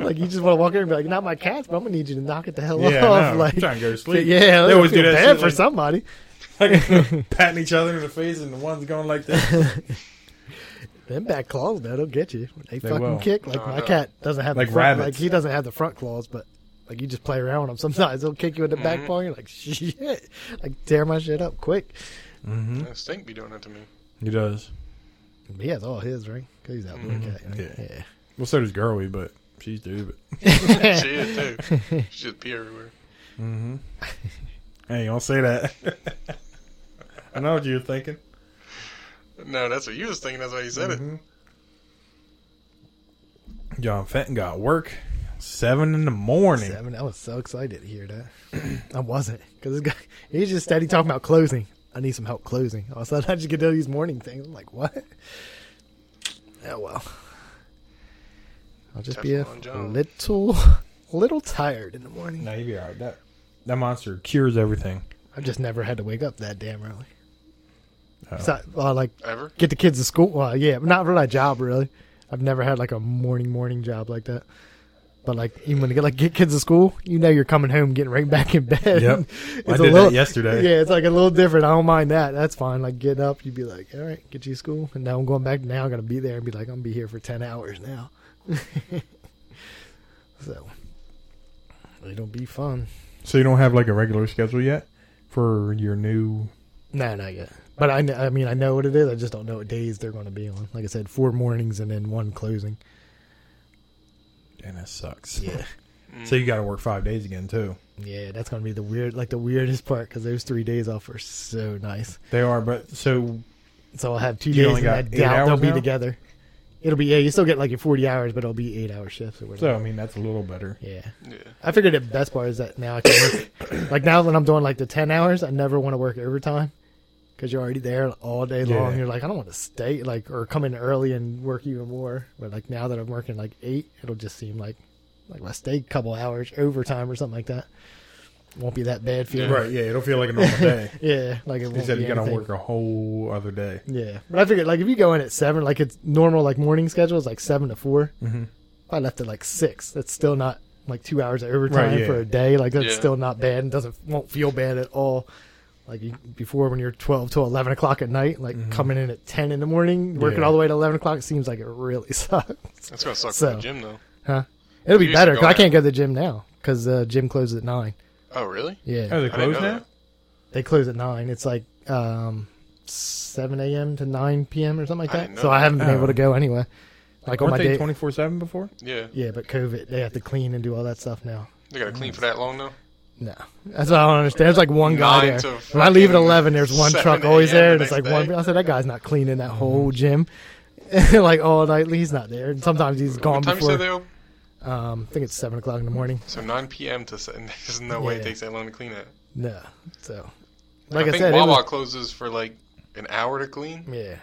S3: like you just want to walk in and be like, "Not my cats, but I'm gonna need you to knock it the hell
S1: Yeah, I
S3: off."
S1: know.
S3: Like,
S1: I'm trying to go to sleep.
S3: Yeah,
S1: They
S3: they
S1: always
S3: always
S1: do
S3: feel
S1: that
S3: bad
S1: shit,
S3: for
S1: like-
S3: somebody.
S1: like patting each other in the face, and the one's going like that,
S3: Them back claws, though, they'll get you. They,
S1: They
S3: fucking
S1: will.
S3: kick. Like
S2: No,
S3: my
S2: no.
S3: cat doesn't have
S1: Like
S3: the front, Like
S1: rabbits.
S3: he doesn't have the front claws, but like you just play around with them. Sometimes they'll kick you in the back paw. and You're like, "Shit!" Like tear my shit up quick. Hmm?
S2: Yeah, Stink be doing that to me.
S1: he does.
S3: He has all his, right? 'Cause he's that little cat. Right?
S1: Yeah.
S3: Yeah.
S1: Well, so does Girly, but she's dude. But
S2: she is too. She just pee everywhere.
S1: hey, don't say that. I know what you were thinking.
S2: No, that's what you was thinking. That's why you said
S3: Mm-hmm.
S2: it.
S1: John Fenton got work seven in the morning.
S3: Seven. I was so excited to hear that. I wasn't because this guy he's just steady talking about closing. I need some help closing. All of a sudden, I just get to these morning things. I'm like, what? Oh well. I'll just be a
S2: Teflon John.
S3: little, little tired in the morning.
S1: No, you be alright. That that monster cures everything.
S3: I've just never had to wake up that damn early.
S1: Oh.
S3: So, uh, like
S2: Ever?
S3: get the kids to school. Well, yeah, but not really a job really. I've never had like a morning morning job like that. But like even when you get like get kids to school, you know you're coming home getting right back in bed.
S1: Yep.
S3: it's
S1: I did that yesterday.
S3: Yeah, it's like a little different. I don't mind that. That's fine. Like get up, you'd be like, all right, get you to school, and now I'm going back. Now I'm gonna be there and be like, I'm gonna be here for ten hours now. so it'll be fun.
S1: So you don't have like a regular schedule yet for your new.
S3: No, not yet. But I, kn- I mean, I know what it is. I just don't know what days they're going to be on. Like I said, four mornings and then one closing.
S1: And that sucks.
S3: Yeah.
S1: So you got to work five days again too.
S3: Yeah, that's gonna be the weird, like the weirdest part because those three days off are so nice.
S1: They are, but so
S3: So I'll have two
S1: You
S3: days,
S1: only
S3: and
S1: got
S3: I
S1: eight
S3: doubt they'll
S1: hours
S3: be
S1: now?
S3: together. It'll be yeah, you still get like your forty hours, but it'll be eight hour shifts or whatever.
S1: so I mean that's a little better.
S3: yeah,
S2: Yeah.
S3: I figured the best part is that now I can work. like now when I'm doing like the ten hours, I never want to work overtime because you're already there all day
S1: Yeah.
S3: long. You're like, I don't want to stay like or come in early and work even more. But like now that I'm working like eight, it'll just seem like like let's stay a couple hours overtime or something like that. Won't be that bad feeling.
S1: Right? Yeah, it'll feel like a normal day.
S3: Yeah, like it won't
S1: He said
S3: be
S1: you got to
S3: anything.
S1: work a whole other day.
S3: Yeah, but I figured like if you go in at seven, like it's normal like morning schedule is like seven to 4
S1: Mhm.
S3: If I left at like six, that's still not like two hours of overtime
S1: Right, yeah.
S3: for a day. Like that's
S2: Yeah.
S3: still not bad and doesn't won't feel bad at all. Like you, before when you're twelve to eleven o'clock at night, like coming in at ten in the morning, working
S1: Mm-hmm. Yeah.
S3: all the way to eleven o'clock, it seems like it really sucks.
S2: That's gonna suck
S3: So-
S2: for the gym though.
S3: Huh? It'll
S2: You
S3: be
S2: used to
S3: better
S2: go
S3: 'cause I
S2: out.
S3: can't go to the gym now because the gym closes at nine.
S2: Oh really?
S3: Yeah,
S1: Oh, they
S2: I didn't
S1: closed
S2: know
S1: now.
S2: that.
S3: they close at nine. It's like um, seven a.m. to nine p.m. or something like
S2: I
S3: that.
S2: didn't know
S3: so I
S2: that.
S3: haven't been
S1: Oh.
S3: able to go anyway. Like on
S1: Weren't
S3: my
S1: they
S3: day,
S1: twenty four seven before?
S2: Yeah.
S3: yeah, but COVID, they have to clean and do all that stuff now.
S2: They gotta clean for that long now.
S3: No, that's what I don't understand. There's like one guy
S2: Nine
S3: there.
S2: to
S3: When I leave at
S2: fucking
S3: eleven, there's one
S2: 7
S3: truck always
S2: a.m.
S3: there,
S2: the
S3: and it's like
S2: next
S3: one.
S2: day. Mm-hmm.
S3: I said that guy's not cleaning that whole gym, like all night. He's not there, and sometimes he's gone
S2: What time you
S3: before.
S2: say they open?
S3: Um, I think it's seven o'clock in the morning.
S2: So 9 p.m. to seven. There's no way
S3: Yeah.
S2: it takes that long to clean it.
S3: No, so like I,
S2: I think
S3: said, it
S2: Wawa
S3: was,
S2: closes for like an hour to clean.
S3: yeah.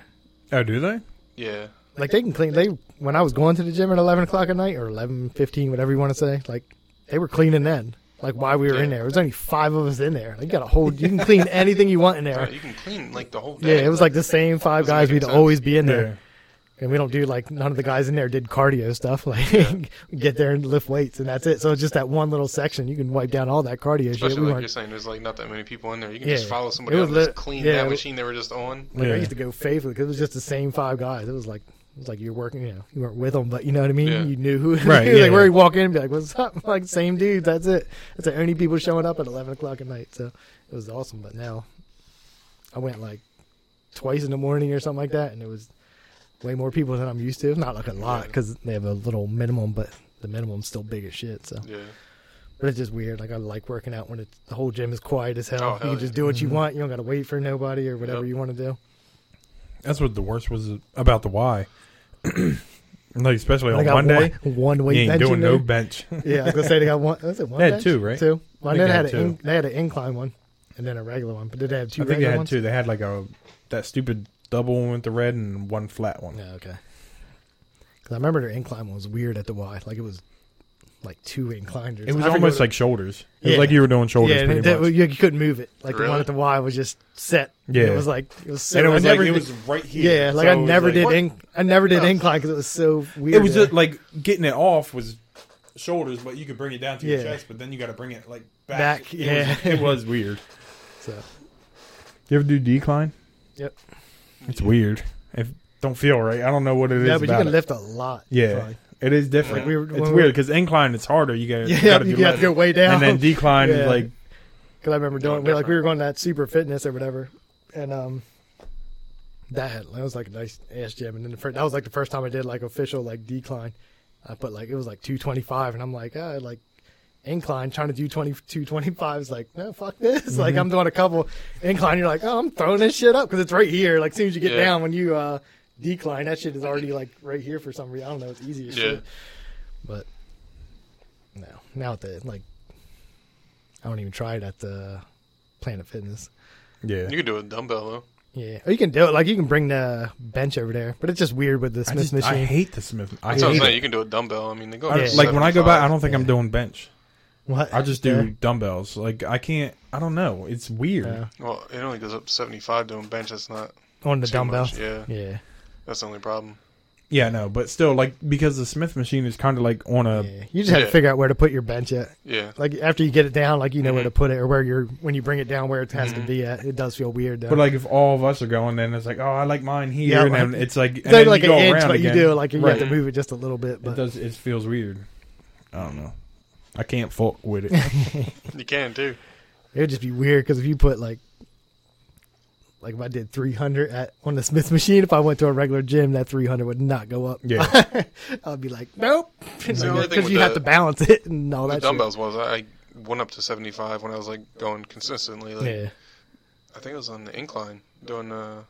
S1: Oh, do they?
S2: Yeah.
S3: like they can clean they when i was going to the gym at 11 o'clock at night or eleven fifteen, whatever you want to say like they were cleaning then like why we were in there there was only five of us in there like you got a whole you can clean anything you want in
S2: Right,
S3: there
S2: You can clean like the whole
S3: yeah
S2: day.
S3: it was like the same five
S2: Doesn't
S3: guys
S2: make
S3: we'd
S2: any sense.
S3: always be in there
S1: Yeah.
S3: and we don't do like none of the guys in there did cardio stuff like get there and lift weights and that's it so it's just that one little section you can wipe down all that cardio shit
S2: Especially
S3: we
S2: like you're
S3: weren't
S2: saying, there's like not that many people in there. You can
S3: Yeah.
S2: just follow somebody
S3: It
S2: up and
S3: was
S2: just
S3: lit-
S2: clean
S3: yeah, it
S2: that
S3: was-
S2: machine they were just on.
S3: like
S1: Yeah.
S3: i used to go faithfully because it was just the same five guys it was like it was like you're working, you know, you weren't with them, but you know what I mean.
S2: Yeah.
S3: You knew who,
S1: Right,
S3: like
S1: yeah.
S3: where you walk in and be like, "What's up?" Like same dude. That's it. That's the only people showing up at eleven o'clock at night. So it was awesome. But now, I went like twice in the morning or something like that, and it was way more people than I'm used to. Not like a lot because they have a little minimum, but the minimum's still big as shit. So,
S2: Yeah.
S3: but it's just weird. Like I like working out when it's, the whole gym is quiet as hell.
S2: Oh,
S3: you
S2: hell
S3: can
S2: yeah.
S3: just do what you want. You don't got to wait for nobody or whatever
S2: Yep.
S3: you want to do.
S1: That's what the worst was about the why. like especially
S3: They
S1: on
S3: got
S1: Monday,
S3: one, one
S1: you
S3: weight
S1: ain't
S3: bench.
S1: doing
S3: in there.
S1: no bench.
S3: yeah, I was gonna say they got one. Was it one?
S1: They had
S3: bench?
S1: two, right?
S3: Two. Well,
S1: think
S3: they
S1: they
S3: had
S1: had
S3: an in,
S1: two.
S3: they had an incline one, and then a regular one. But did they have two?
S1: I think they
S3: regular
S1: had
S3: ones?
S1: two. They had like a that stupid double one with the red and one flat one.
S3: Yeah, okay. Because I remember their incline was weird at the Y. Like it was like two inclined. or
S1: It was
S3: something. I forget
S1: almost
S3: what
S1: like shoulders. It
S3: Yeah.
S1: was like you were doing shoulders
S3: yeah, and
S1: pretty
S3: it,
S1: much.
S3: you couldn't move it. Like the one
S2: Really?
S3: at the Y was just set.
S1: Yeah.
S3: it was like it was. So,
S1: and it was
S3: I
S1: like
S3: never
S1: it
S3: did-
S1: was right here.
S3: Yeah, like
S1: So
S3: I
S1: it was
S3: never
S1: like-
S3: did.
S2: What?
S3: In, I never did
S2: Yeah.
S3: incline because it was so weird.
S1: It was
S3: to-
S1: just like getting it off was shoulders, but you could bring it down to
S3: Yeah.
S1: your chest, but then you got to bring it like
S3: Back,
S1: back. It was-
S3: yeah.
S1: it was weird.
S3: so.
S1: You ever do decline?
S3: Yep.
S1: It's weird. If don't feel right, I don't know what it is.
S3: Yeah, but you
S1: about
S3: can
S1: it.
S3: lift a lot.
S1: Yeah,
S3: probably.
S1: it is different.
S3: Like we were- when
S1: it's weird
S3: we were-
S1: because incline it's harder. You got
S3: Yeah,
S1: you gotta
S3: you
S1: do
S3: have to go
S1: left.
S3: way down.
S1: and then decline
S3: Yeah.
S1: is like
S3: Because I remember
S2: No,
S3: doing we like we
S2: different.
S3: were going to that super fitness or whatever, and um, that had, that was like a nice ass gym. And then the first, that was like the first time I did like official like decline. I put like it was like two twenty five, and I'm like ah, like incline trying to do 20, 225 is like no fuck this
S2: Mm-hmm.
S3: like i'm doing a couple incline you're like oh i'm throwing this shit up because it's right here like as soon as you get
S2: Yeah.
S3: down when you uh decline that shit is already like right here for some reason i don't know it's easy as
S2: Yeah.
S3: shit but no now at the like i don't even try it at the planet fitness
S1: yeah.
S2: You can do a dumbbell though.
S3: yeah or you can do it like you can bring the bench over there but it's just weird with the
S1: I,
S3: smith
S1: just,
S3: machine
S1: I hate the Smith. I
S2: That's what I'm
S1: hate
S2: saying.
S1: it.
S2: You can do a dumbbell. I mean, they go
S1: I
S2: up to
S1: just- like when I go back, I
S2: 75.
S1: don't think I'm doing bench.
S3: what
S1: I just do
S3: Yeah.
S1: dumbbells. Like I can't. I don't know. It's weird.
S3: Yeah.
S2: Well, it only goes up to 75 doing bench. That's not
S3: on the
S2: too
S3: dumbbell
S2: much. Yeah,
S3: yeah
S2: that's the only problem.
S1: Yeah, no, but still, like because the Smith machine is kind of like on a
S3: yeah you just have to
S2: Yeah.
S3: figure out where to put your bench at
S2: Yeah,
S3: like after you get it down, like you know
S1: Mm-hmm.
S3: where to put it or where you're when you bring it down where it has to be at. It does feel weird though.
S1: But like if all of us are going, then it's like, oh, I like mine here,
S3: Yeah,
S1: and
S3: like-
S1: then it's like, and
S3: it's like,
S1: then
S3: like
S1: you
S3: an
S1: go
S3: inch,
S1: around
S3: but
S1: again.
S3: you do like you
S1: Right.
S3: have to move it just a little bit.
S1: It
S3: But
S1: does. It feels weird. I don't know. I can't fuck with it.
S2: you can too.
S3: it would just be weird because if you put like like if I did 300 at on the Smith machine, if I went to a regular gym, that 300 would not go up.
S1: yeah,
S3: I'd be like, nope,
S2: the only thing
S3: because
S2: with
S3: you have
S2: the-
S3: to balance it and all
S2: The
S3: that.
S2: dumbbells was I went up to 75 when I was like going consistently. Like
S3: Shit. Yeah.
S2: I think it was on the incline doing uh,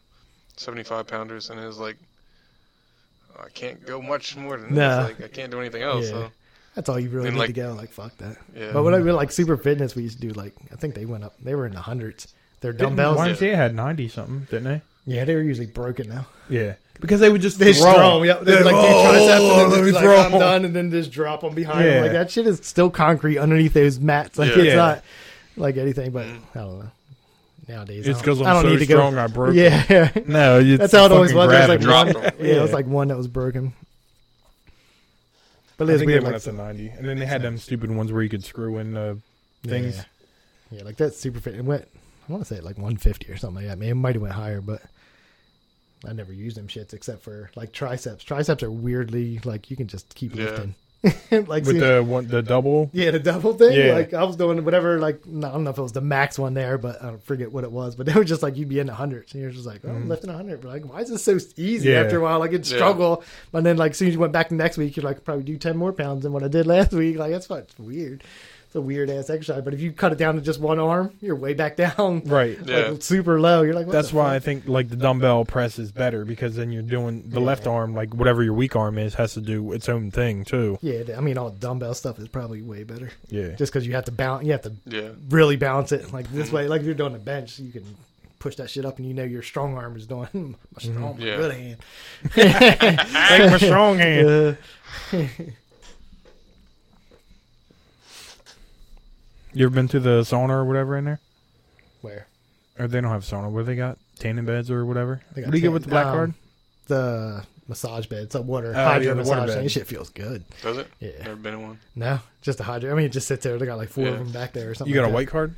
S2: 75 pounders, and it was like I can't go much more than
S3: Nah.
S2: this. Like I can't do anything else.
S3: Yeah.
S2: So
S3: That's all you really
S2: And,
S3: need to
S2: like-
S3: get. I'm Like fuck that.
S2: Yeah.
S3: But when I really like super fitness, we used to do like I think they went up. They were in the hundreds. Their dumbbells.
S1: YMCA had ninety something, didn't
S3: Yeah, they were usually broken now.
S1: they? Yeah, because they would just
S3: They
S1: throw.
S3: just throw 'em, Yep. They like they tricep
S1: "Oh,
S3: and
S1: let
S3: then
S1: me
S3: just be
S1: throw
S3: like, I'm
S1: 'em."
S3: done, and then just drop them behind. 'em.
S1: Yeah.
S3: Like that shit is still concrete underneath those mats. Like
S2: Yeah.
S3: it's
S1: Yeah.
S3: not like anything. But I don't know. Nowadays,
S1: It's
S3: I don't-
S1: 'cause I'm
S3: I don't
S1: so
S3: need to
S1: strong,
S3: Go,
S1: I broke
S3: Yeah,
S1: No, it's
S3: that's how it always was. There's like
S1: fucking
S3: one.
S1: gravity.
S2: Dropped
S3: Yeah,
S2: 'em.
S3: it was
S1: Yeah.
S3: like one that was broken. But
S1: I
S3: it's
S1: think they
S3: weird.
S1: went
S3: Like,
S1: up to ninety, and then they had them stupid ones where you could screw in uh, things.
S3: Yeah. yeah, like that's super fit. It went. I want to say like 150 or something like that. Maybe it might have went higher, but. I never used them shits except for like triceps. Triceps are weirdly like you can just keep
S2: Yeah.
S3: lifting. like
S1: With
S3: see-
S1: the one, the double,
S3: Yeah, the double thing.
S1: Yeah.
S3: Like I was doing whatever. Like no, I don't know if it was the max one there, but I don't forget what it was. But they were just like you'd be in the hundreds, and you're just like, oh, I'm lifting a hundred. But like, why is this so
S1: Mm-hmm.
S3: easy?
S1: Yeah.
S3: After a while, like it'd
S2: Yeah.
S3: struggle. But then like as soon as you went back the next week, you're like probably do ten more pounds than what I did last week. Like that's fucking weird. It's a weird ass exercise. But if you cut it down to just one arm, you're way back down.
S1: right?
S2: Yeah.
S3: Like super low. You're like what
S1: That's
S3: the
S1: why I
S3: fuck?
S1: think like the dumbbell press is better because then you're doing the left arm like whatever your weak arm is has to do its own thing too.
S3: Yeah, I mean all dumbbell stuff is probably way better.
S1: Yeah.
S3: Just because you have to balance, you have to
S2: yeah,
S3: really balance it like this
S1: Mhm.
S3: way. Like if you're doing a bench, you can push that shit up, and you know your strong arm is doing
S1: Mhm.
S3: my strong, my
S2: Yeah.
S3: good hand.
S1: Take my strong hand.
S3: Uh,
S1: You ever been to the sauna or whatever in there?
S3: where
S1: Or they don't have sauna. What do they got? Tanning beds or whatever.
S3: They
S1: What
S3: got
S1: do you get
S3: tan-
S1: with the black
S3: um,
S1: card?
S3: the massage bed, it's a water
S1: Oh, yeah,
S3: hydro
S1: the water
S3: massage
S1: bed.
S3: thing. That shit fees good.
S2: does it?
S3: Yeah.
S2: never been in one.
S3: No, just a hydro. I mean, it just sits there. They got like four
S2: Yeah.
S3: of them back there or something.
S1: You got
S3: like
S1: a
S3: that.
S1: white card?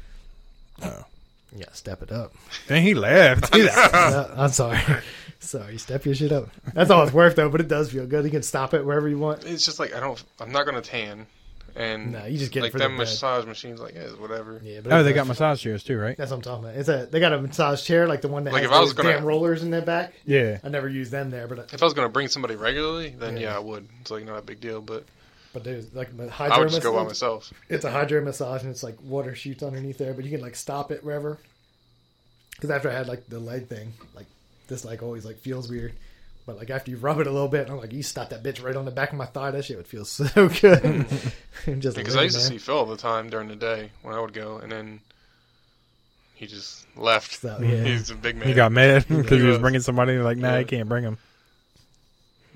S3: Yeah, step it up.
S1: Then he left. Ah.
S3: No, I'm sorry. Sorry, step your shit up. That's all it's worth though, but it does feel good. You can stop it wherever you want.
S2: It's just like I don't. I'm not gonna tan, and
S3: No, you just get it
S2: like
S3: for
S2: that
S3: the bed.
S2: massage machine's like yeah, it's whatever.
S3: Yeah, but
S1: oh,
S3: it
S1: they
S3: does-
S1: got massage chairs too, right?
S3: That's what I'm talking about. It's a they got a massage chair like the one that
S2: Like,
S3: has
S2: if I
S3: those
S2: was gonna-
S3: damn rollers in their back.
S1: Yeah.
S3: I never used them there, but
S2: If I was gonna bring somebody regularly, then
S3: Yeah.
S2: yeah, I would. It's like not a big deal, but
S3: But there's like a
S2: I
S3: hydro
S2: would just go by
S3: massage.
S2: myself.
S3: It's a hydro massage, and it's like water shoots underneath there, but you can like stop it wherever. Because after I had like the leg thing, like this like always like feels weird. But like after you rub it a little bit, I'm like, you stop that bitch right on the back of my thigh. That shit would feel so good. I'm just
S2: Because I
S3: laying
S2: used to see
S3: there.
S2: Phil all the time during the day when I would go, and then he just left.
S3: So, yeah.
S2: He's a big man.
S1: He got mad because he was
S2: Yeah.
S1: bringing somebody. Like, nah,
S2: Yeah.
S1: I can't bring him.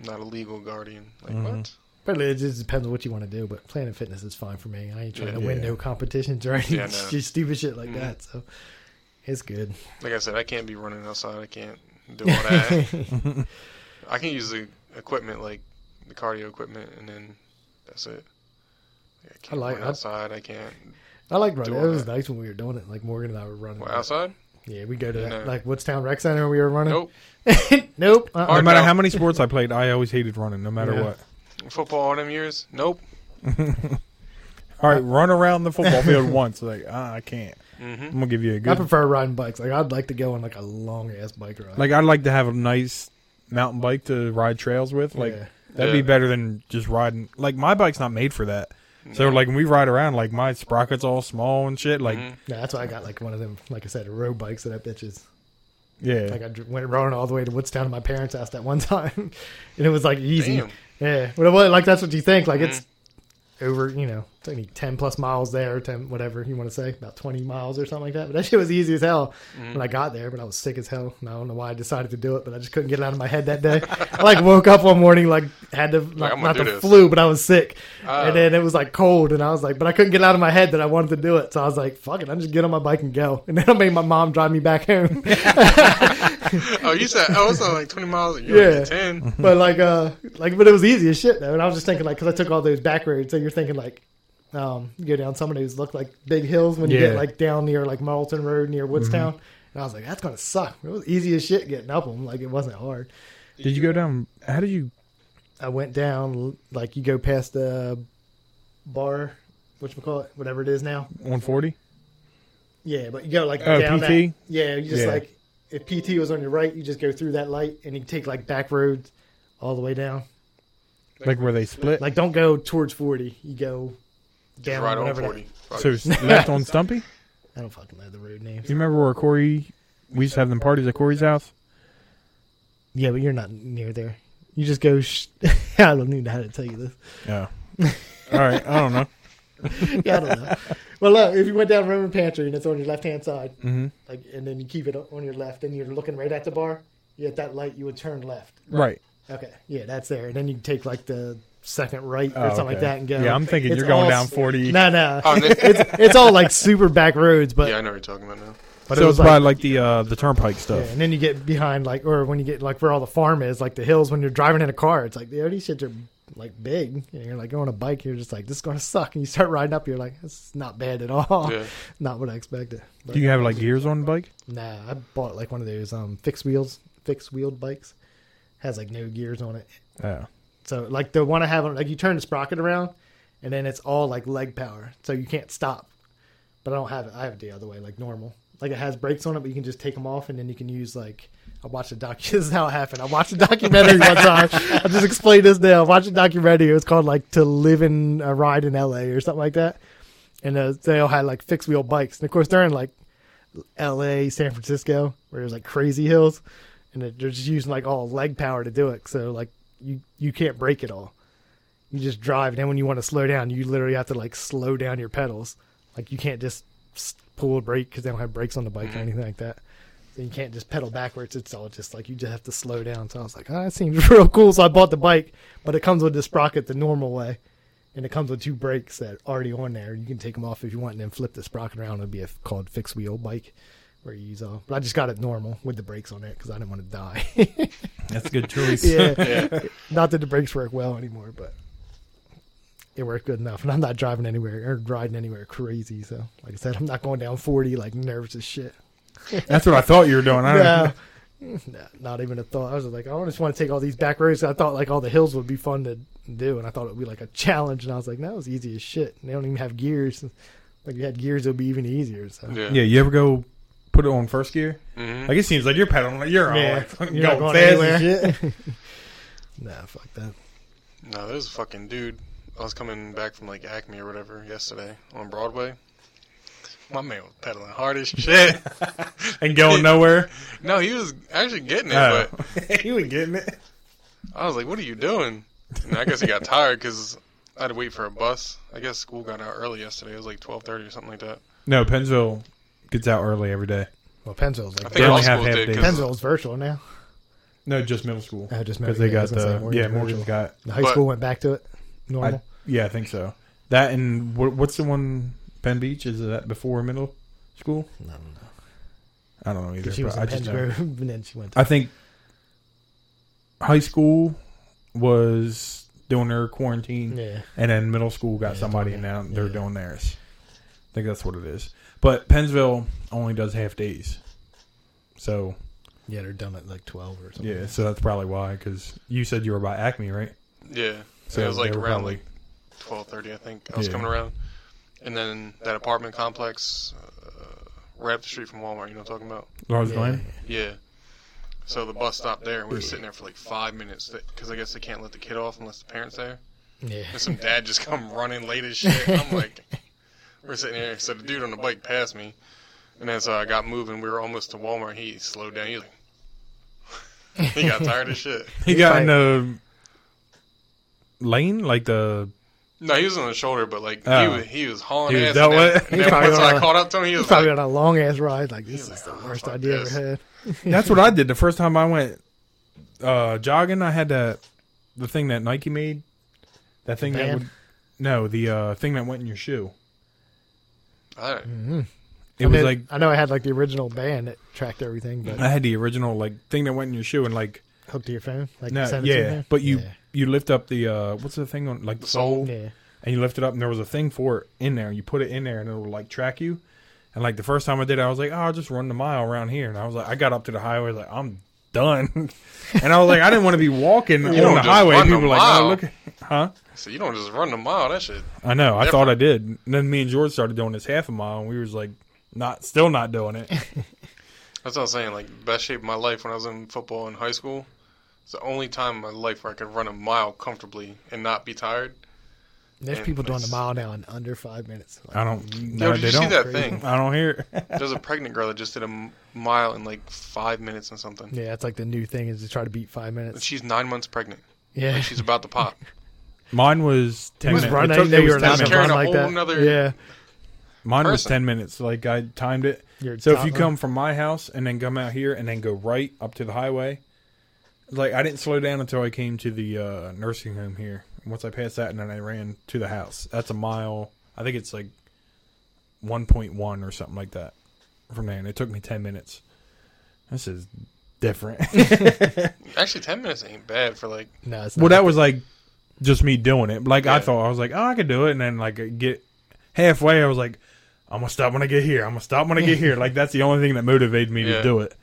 S2: Not a legal guardian. Like
S3: Mm-hmm.
S2: what?
S3: But it just depends on what you want to do. But Planet Fitness is fine for me. I ain't trying to
S2: Yeah.
S3: win no competitions or any
S2: Yeah, no.
S3: stupid shit like
S2: Mhm.
S3: that. So it's good.
S2: Like I said, I can't be running outside. I can't do all that. I can use the equipment, like the cardio equipment, and then that's it. Like, I can't
S3: like-
S2: run
S3: I-
S2: outside. I can't.
S3: I like running.
S2: all
S3: It was
S2: that.
S3: nice when we were doing it. Like Morgan and I were running.
S2: Well, outside?
S3: Yeah, we go to
S2: Yeah, no.
S3: that, like Woodstown Rec Center. and We were running.
S2: Nope.
S3: nope. Uh-uh.
S1: No
S2: Hard
S1: matter
S2: no.
S1: how many sports I played, I always hated running, no matter
S3: Yeah.
S1: what.
S2: Football all them years? Nope.
S1: All right, run around the football field once. Like, ah, I can't. I'm
S2: Mm-hmm.
S1: gonna give you a
S3: I
S1: good.
S3: prefer riding bikes. Like I'd like to go on like a long ass bike ride.
S1: Like, I'd like to have a nice mountain bike to ride trails with. Like,
S3: Yeah.
S1: that'd be
S2: Yeah.
S1: better than just riding. Like, my bike's not made for that. So, like, when we ride around, like my sprocket's all small and shit. Like,
S2: Mhm.
S3: Yeah, that's why I got like one of them. Like I said, a road bike. So that bitch is
S1: yeah,
S3: like uh, I dr- went running all the way to Woodstown to my parents' house that one time, and it was like easy.
S2: Damn. Mm-hmm.
S3: Yeah, but it was like that's what you think. Like it's over, you know, it's only ten plus miles there, ten whatever you want to say, about twenty miles or something like that. But that shit was easy as hell
S2: Mm-hmm.
S3: when I got there. But I was sick as hell, and I don't know why I decided to do it, but I just couldn't get it out of my head that day. I like woke up one morning like had to
S2: Like,
S3: not,
S2: I'm gonna
S3: not
S2: do
S3: the
S2: this.
S3: flu, but I was sick,
S2: Ah.
S3: and then it was like cold, and I was like, but I couldn't get it out of my head that I wanted to do it, so I was like, fuck it, I just get on my bike and go, and then I made my mom drive me back home.
S2: Oh, you said oh, it's not like twenty miles. You yeah,
S3: Yeah.
S2: ten.
S3: but like uh like but it was easy as shit though and i was just thinking like because i took all those back roads so you're thinking like um you go down some of those look like big hills when you
S1: Yeah. Mm-hmm.
S3: get like down near like Marlton road near woodstown and i was like that's gonna suck it was easy as shit getting up them like it wasn't hard
S1: Did you go down? How did you?
S3: i went down like you go past the bar which we call it whatever it is now
S1: 140.
S3: yeah but you go like
S1: Oh,
S3: down
S1: PT?
S3: that yeah you just
S1: Yeah.
S3: like if pt was on your right you just go through that light and you take like back roads all the way down
S1: Like where they split?
S3: like don't go towards 40 you go down
S2: Right on
S3: whatever that-
S2: forty. Fuck.
S1: so it's left on Stumpy.
S3: I don't fucking know the road names.
S1: You remember where Corey? We used to have them parties at Corey's house.
S3: Yeah, but you're not near there. You just go. Sh- I don't even know how to tell you this.
S1: Yeah. All right. I don't know.
S3: Yeah, I don't know. well, look, if you went down Roman Pantry and it's on your left hand side,
S1: Mm-hmm.
S3: like, and then you keep it on your left, and you're looking right at the bar. You at that light, you would turn left.
S1: Right.
S3: Okay, yeah, that's there. And then you take like the second right or
S1: Oh,
S3: something like
S1: okay.
S3: that, and go.
S1: Yeah, I'm thinking
S3: It's
S1: you're going
S3: all-
S1: down 40.
S3: No, no,
S2: Oh, and then-
S3: it's all like super back roads, but
S2: yeah, I know what you're talking about now.
S3: but
S1: so
S3: it
S1: it's
S3: was
S1: probably
S3: like.
S1: like, the uh, the turnpike
S3: Yeah,
S1: stuff.
S3: and then you get behind like, or when you get like where all the farm is, like the hills. When you're driving in a car, it's like, yeah, these shits are like big. And you're like going on a bike, you're just like, this is gonna suck. And you start riding up, you're like, this is not bad at all.
S2: Yeah.
S3: Not what I expected. But
S1: Do you have like gears on the bike?
S3: nah, I bought like one of those um fixed wheels, fixed wheeled bikes. Has like no gears on it.
S1: Yeah.
S3: So like the one I have, on, like you turn the sprocket around, and then it's all like leg power, so you can't stop. But I don't have it. I have it the other way, like normal. Like it has brakes on it, but you can just take them off, and then you can use like I watched a doc. This is how it happened. I watched a documentary one time. I'll just explain this now. I watched a documentary. It was called like "To Live in a Ride in L.A." or something like that. And uh, they all had like fixed wheel bikes, and of course they're in like L.A., San Francisco, where there's like crazy hills, and they're they're just using like all leg power to do it. So like you you can't brake it all. You just drive, and then when you want to slow down, you literally have to like slow down your pedals. Like you can't just s- pull a brake because they don't have brakes on the bike or anything like that. So you can't just pedal backwards. It's all just like you just have to slow down. So I was like, oh, that seems real cool. So I bought the bike, but it comes with the sprocket the normal way, and it comes with two brakes that are already on there. You can take them off if you want, and then flip the sprocket around. It'd be a f- called fixed wheel bike. Where you use all, but I just got it normal with the brakes on it because I didn't want to die.
S1: That's a good choice.
S3: yeah.
S2: Yeah.
S3: Not that the brakes work well anymore, but it worked good enough. And I'm not driving anywhere or riding anywhere crazy. So, like I said, I'm not going down 40 like nervous as shit.
S1: That's what I thought you were doing. I don't
S3: No, no, not even a thought. I was like, I just want to take all these back roads. I thought like all the hills would be fun to do, and I thought it would be like a challenge. And I was like, no, it's easy as shit. And they don't even have gears. Like if you had gears, it would be even easier. So.
S2: Yeah.
S1: Yeah. You ever go put it on first gear?
S2: Mm-hmm.
S1: Like it seems like you're pedaling. Like you're
S3: Yeah,
S1: on. Like,
S3: you're
S1: going
S3: not going
S1: fast
S3: anywhere.
S1: as shit.
S3: Nah, fuck that.
S2: No, there's a fucking dude. I was coming back from like Acme or whatever yesterday on Broadway. My man was pedaling hard as shit.
S1: and going nowhere.
S2: no, he was actually getting it,
S1: Oh.
S2: but
S1: you ain't getting it.
S2: I was like, "What are you doing?" And I guess he got tired because I had to wait for a bus. I guess school got out early yesterday. It was like twelve thirty or something like that.
S1: No, Pennsville gets out early every day.
S3: Well, Pennsville's
S2: I
S3: like
S2: think
S1: only
S2: all
S1: have
S2: schools
S1: half
S2: did
S1: days.
S2: because
S3: Pennsville's virtual now.
S1: No, just middle school.
S3: Oh, just middle-
S1: because they
S3: yeah, I was
S1: got
S3: gonna say,
S1: the
S3: Morgan's
S1: yeah Morgan's
S3: virtual.
S1: got.
S3: The high
S2: But-
S3: school went back to it. Normal.
S1: I, yeah, I think so. That and what, what's the one Penn Beach? Is that before middle school?
S3: no, no,
S1: I don't know either.
S3: no. She was
S1: but
S3: in
S1: I just know.
S3: Pennsgrove, and then she went. To,
S1: I think high school was doing their quarantine,
S3: yeah,
S1: and then middle school got
S3: Yeah,
S1: somebody,
S3: doing
S1: and
S3: it.
S1: now they're
S3: Yeah.
S1: doing theirs. I think that's what it is. But Pennsville only does half days, so
S3: yeah, they're done at like twelve or something.
S1: yeah, so that's probably why. Because you said you were by Acme, right?
S2: yeah,
S1: So
S2: it was like
S1: they were
S2: around
S1: probably-
S2: like twelve thirty, I think. I was
S1: Yeah.
S2: coming around, and then that apartment complex uh, right up the street from Walmart. You know what I'm talking about?
S1: Lars
S3: Yeah.
S1: Glen.
S2: Yeah. So the bus stopped there, and we were sitting there for like five minutes because I guess they can't let the kid off unless the parents there.
S3: yeah.
S2: And some dad just come running late as shit. I'm like, we're sitting here. So the dude on the bike passed me, and as I got moving, we were almost to Walmart. He slowed down. He like, he got tired of shit.
S1: He got in the lane, like the
S2: No, he was on the shoulder, but like he
S1: Oh.
S2: was he was hauling
S1: He was
S2: ass.
S1: that
S2: and then,
S1: way?
S2: and
S3: He's
S2: then
S3: probably
S2: once
S3: on
S2: I
S3: a-
S2: caught up to him, he
S3: He's
S2: was
S3: probably
S2: like,
S3: on a long ass ride. Like this
S2: He's
S3: is the
S2: like, "Oh,
S3: worst
S2: fuck
S3: idea I
S2: this."
S3: ever had.
S1: That's what I did the first time I went uh, jogging. I had that the thing that Nike made. That thing that
S3: band?
S1: would no the uh, thing that went in your shoe.
S2: All right.
S1: It
S3: I
S1: was
S3: mean,
S1: like
S3: I know I had like the original band that tracked everything, but
S1: I had the original like thing that went in your shoe and like
S3: hooked to your phone. Like you
S1: no
S3: send it to
S1: yeah,
S3: me?
S1: but you
S3: yeah.
S1: you lift up the uh, what's the thing on like the
S2: sole?
S1: sole
S3: yeah.
S1: and you lift it up and there was a thing for it in there. You put it in there and it will like track you. And like the first time I did, it, I was like, oh, I'll just run the mile around here. And I was like, I got up to the highway, like I'm done. and I was like, I didn't want to be walking on
S2: don't
S1: the
S2: just
S1: highway.
S2: run a
S1: People were like, oh,
S2: mile."
S1: look, huh?
S2: So you don't just run the mile. That shit.
S1: I know. I
S2: Different.
S1: thought I did. And then me and George started doing this half a mile, and we was like, not still not doing it.
S2: That's what I'm saying. Like the best shape of my life when I was in football in high school. It's the only time in my life where I could run a mile comfortably and not be tired.
S3: There's
S2: Yeah,
S3: people doing a
S2: nice.
S3: mile now in under five minutes. Like,
S1: I don't.
S2: Yo,
S1: No,
S2: did
S1: they
S2: you see
S1: don't.
S2: that thing?
S1: I don't hear. it.
S2: There's a pregnant girl that just did a m- mile in like five minutes and something.
S3: yeah, that's like the new thing is to try to beat five minutes.
S2: She's nine months pregnant.
S3: Yeah,
S2: She's about to pop.
S1: Mine was ten.
S3: He was
S1: minutes.
S3: running.
S1: It
S3: I
S1: took-
S3: didn't know
S1: it was
S3: you were
S1: 10
S3: allowed to
S1: minutes.
S2: Carrying
S3: run
S2: a
S3: like
S2: whole
S3: that.
S2: nother-
S3: yeah,
S1: Mine was
S2: person.
S1: ten minutes. Like I timed it.
S3: You're
S1: So if
S3: top
S1: you
S3: of-
S1: come from my house and then come out here and then go right up to the highway, like I didn't slow down until I came to the uh, nursing home here. And once I passed that, and then I ran to the house. That's a mile. I think it's like one point one or something like that from there, and it took me ten minutes. This is different.
S2: Actually, ten minutes ain't bad for like.
S3: no, it's not.
S1: well, that was like just me doing it. Like I
S2: Yeah.
S1: thought I was like, oh, I could do it, and then like I get halfway, I was like, I'm gonna stop when I get here. I'm gonna stop when I get here. Like that's the only thing that motivated me
S2: Yeah.
S1: to do it.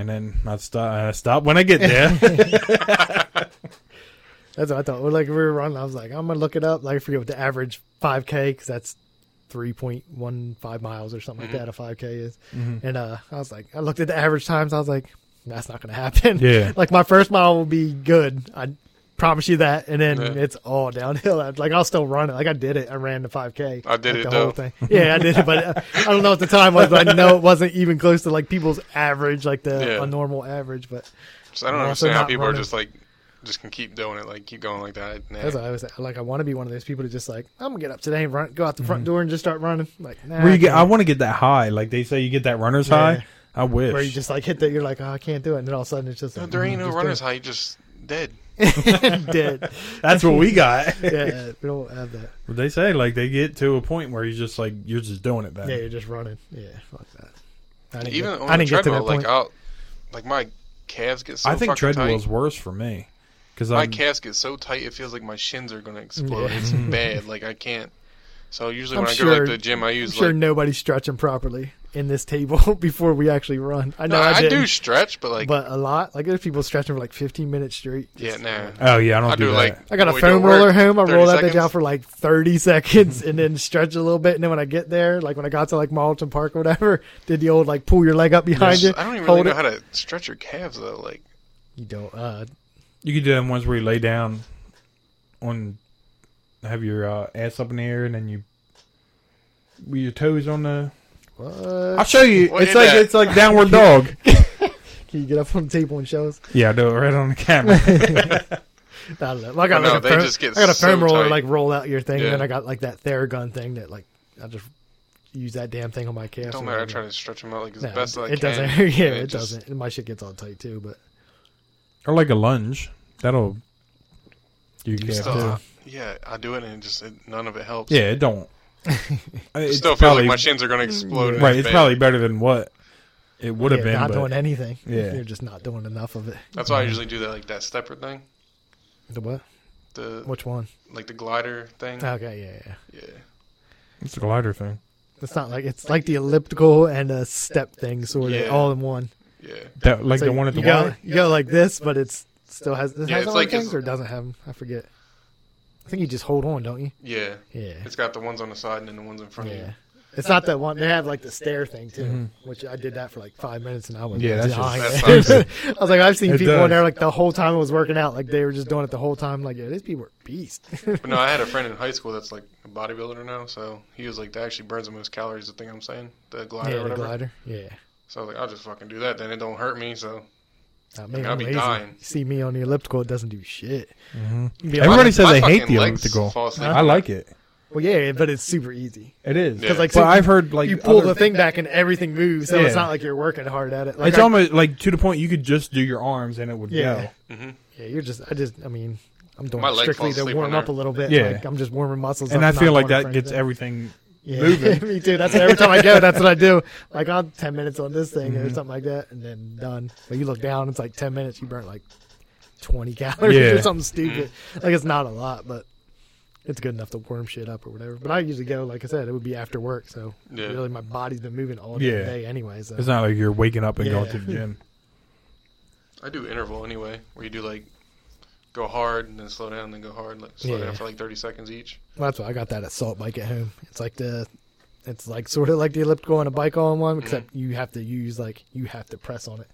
S1: And then I stop. I stop when I get there.
S3: that's what I thought. Well, like we were running, I was like, I'm gonna look it up. Like I forget what the average 5K because that's 3.15 miles or something
S2: Mm-hmm.
S3: like that. A 5K is, and uh, I was like, I looked at the average times. I was like, that's not gonna happen.
S1: Yeah.
S3: like my first mile will be good. I promise you that, and then
S2: Yeah.
S3: it's all downhill. I- Like I'll still run it. Like I did it. I ran the 5K.
S2: I did
S3: like,
S2: it,
S3: the whole
S2: though.
S3: thing. Yeah, I did it, but uh, I don't know what the time was. But I know it wasn't even close to like people's average, like the
S2: Yeah.
S3: a normal average, but.
S2: So I don't
S3: I'm also
S2: understand how
S3: not
S2: people
S3: running.
S2: are just like, just can keep doing it, like keep going like that. Nah.
S3: That's what I was like. I want to be one of those people to just like I'm gonna get up today, and run, go out the front door, and just start running. Like nah,
S1: Mm-hmm. Where you get, I
S3: can't.
S1: want to get that high. Like they say, you get that runner's
S3: Yeah.
S1: high. I wish.
S3: where you just like hit that. You're like, oh, I can't do it, and then all of a sudden it's just
S2: No,
S3: like,
S2: there ain't
S3: mm,
S2: no
S3: just
S2: runners high. You just dead.
S3: do it. dead.
S1: That's what we got.
S3: Yeah, we don't have that.
S1: What they say, like they get to a point where you just like you're just doing it. Then
S3: Yeah, you're just running. Yeah, fuck that. I didn't
S2: Even
S3: get,
S2: on
S3: I
S2: the
S3: didn't get to
S2: treadmill, like
S3: that point.
S2: out, like my calves get so.
S1: I think
S2: fucking
S1: treadmill's
S2: tight.
S1: worse for me because
S2: My
S1: I
S2: calves get so tight, it feels like my shins are gonna explode.
S3: Yeah.
S2: It's bad. Like I can't. So usually
S3: I'm
S2: when I go to
S3: sure-
S2: like, the gym, I
S3: I'm
S2: use
S3: sure
S2: like.
S3: nobody's stretching properly in this table before we actually run. I know
S2: No,
S3: I,
S2: I, do
S3: didn't,
S2: stretch, but like,
S3: but a lot. Like there's people stretching for like 15 minutes straight.
S2: yeah,
S3: Just-
S2: nah.
S1: oh yeah, I don't
S2: I
S1: do,
S2: do
S1: that.
S2: like.
S3: I got a
S2: when we do
S3: foam
S2: work,
S3: roller home. I
S2: 30
S3: roll that bitch
S2: seconds.
S3: out for like 30 seconds and then stretch a little bit. And then when I get there, like when I got to like Marlton Park or whatever, did the old like pull your leg up behind you?
S2: I don't even really
S3: hold
S2: know
S3: it.
S2: how to stretch your calves though. Like,
S3: You don't. Uh,
S1: You could do them ones where you lay down on, have your uh, ass up in the air, and then you with your toes on the.
S3: what?
S1: I'll show you.
S2: What
S1: it's
S2: is
S1: like
S2: that?
S1: it's like downward dog.
S3: Can you get up on the table and show us?
S1: Yeah, do it right on the camera.
S3: I don't know. I got
S2: No,
S3: like
S2: they
S3: a foam,
S2: just get
S3: I got a
S2: so
S3: foam roller
S2: tight.
S3: like roll out your thing,
S2: Yeah.
S3: and then I got like that Theragun thing that like I just use that damn thing on my calf.
S2: Don't matter. I try to stretch them out like as best as I
S3: it
S2: can.
S3: doesn't.
S2: and
S3: yeah, it,
S2: just-
S3: doesn't. And my shit gets all tight too. But
S1: or like a lunge. That'll. You,
S3: You
S1: yeah,
S3: still-
S1: too.
S2: Uh, yeah, I do it and it just it, none of it helps.
S1: yeah, it don't.
S2: It
S1: It's
S2: still feels
S1: probably-
S2: like my shins are going to explode. in
S1: Right,
S2: the
S1: it's
S2: bed.
S1: probably better than what it would have
S3: yeah,
S1: been.
S3: not
S1: but-
S3: doing anything.
S1: Yeah.
S3: you're just not doing enough of it.
S2: That's why I usually do that like that stepper thing,
S3: The what? Uh,
S2: the
S3: Which one?
S2: like the glider thing.
S3: Okay, yeah, yeah.
S2: yeah,
S1: it's a glider thing.
S3: It's not like it's like the elliptical and a step thing sort of
S2: Yeah.
S3: all in one.
S2: yeah.
S1: That like
S3: So
S1: the one at the
S3: you go,
S1: water.
S3: You go like this, but it's still has it
S2: Yeah,
S3: has
S2: it's
S3: all
S2: like
S3: the things
S2: it's-
S3: or doesn't have. 'em? I forget. I think you just hold on, don't you?
S2: Yeah.
S3: Yeah.
S2: It's got the ones on the side and then the ones in front of
S3: Yeah.
S2: you.
S3: It's not that one. They have like the stair thing too, which I did that for like five minutes and I was
S1: Mm-hmm. Yeah, that's just-
S3: dying.
S2: that sucks.
S3: I was like, I've seen
S1: It
S3: people
S1: does.
S3: in there like the whole time it was working out, like they were just doing it the whole time. Like, yeah, these people are beast.
S2: But no, I had a friend in high school that's like a bodybuilder now, so he was like, that actually burns the most calories, the thing I'm saying, the glider or
S3: yeah, the
S2: whatever.
S3: glider. Yeah.
S2: So I was like, I'll just fucking do that then. It don't hurt me, so.
S3: I
S2: mean, I'll be dying.
S3: See me on the elliptical, it doesn't do shit. Mm-hmm.
S1: Everybody
S2: My-
S1: says
S2: my
S1: they hate
S2: fucking
S1: the
S2: legs
S1: elliptical.
S2: fall asleep.
S1: I like it.
S3: well, yeah, but it's super easy.
S1: It is.
S2: Yeah. 'Cause,
S3: like,
S1: but
S3: so
S1: I've heard like
S3: you pull
S1: other-
S3: the thing back and everything moves, so
S1: Yeah.
S3: it's not like you're working hard at it. Like
S1: it's
S3: I-
S1: almost like to the point you could just do your arms and it would
S3: Yeah.
S1: go.
S3: yeah, you're just. I just. I mean, I'm doing
S2: My
S3: it
S2: leg
S3: strictly
S2: falls
S3: to
S2: asleep
S3: warm
S2: on
S3: up a
S2: there.
S3: little bit.
S1: Yeah.
S3: like, I'm just warming muscles.
S1: And
S3: up,
S1: I
S3: not
S1: feel like
S3: going
S1: that
S3: for
S1: gets
S3: anything.
S1: everything.
S3: Yeah,
S1: moving.
S3: me too. That's every time I go. That's what I do. Like I'll ten minutes on this thing
S1: Mm-hmm.
S3: or something like that, and then done. But you look down, it's like ten minutes. You burnt like twenty calories
S1: Yeah.
S3: or something stupid.
S2: Mm-hmm.
S3: Like it's not a lot, but it's good enough to warm shit up or whatever. But I usually go, like I said, it would be after work, so
S2: Yeah.
S3: really my body's been moving all damn
S1: Yeah.
S3: day anyway. So
S1: It's not like you're waking up and going
S3: Yeah.
S1: to the gym.
S2: I do interval anyway, where you do like go hard and then slow down, then go hard, like slow
S3: Yeah.
S2: down for like 30 seconds each.
S3: Well, that's why I got that assault bike at home. It's like the, it's like sort of like the elliptical and a bike all in one, except you have to use like you have to press on it,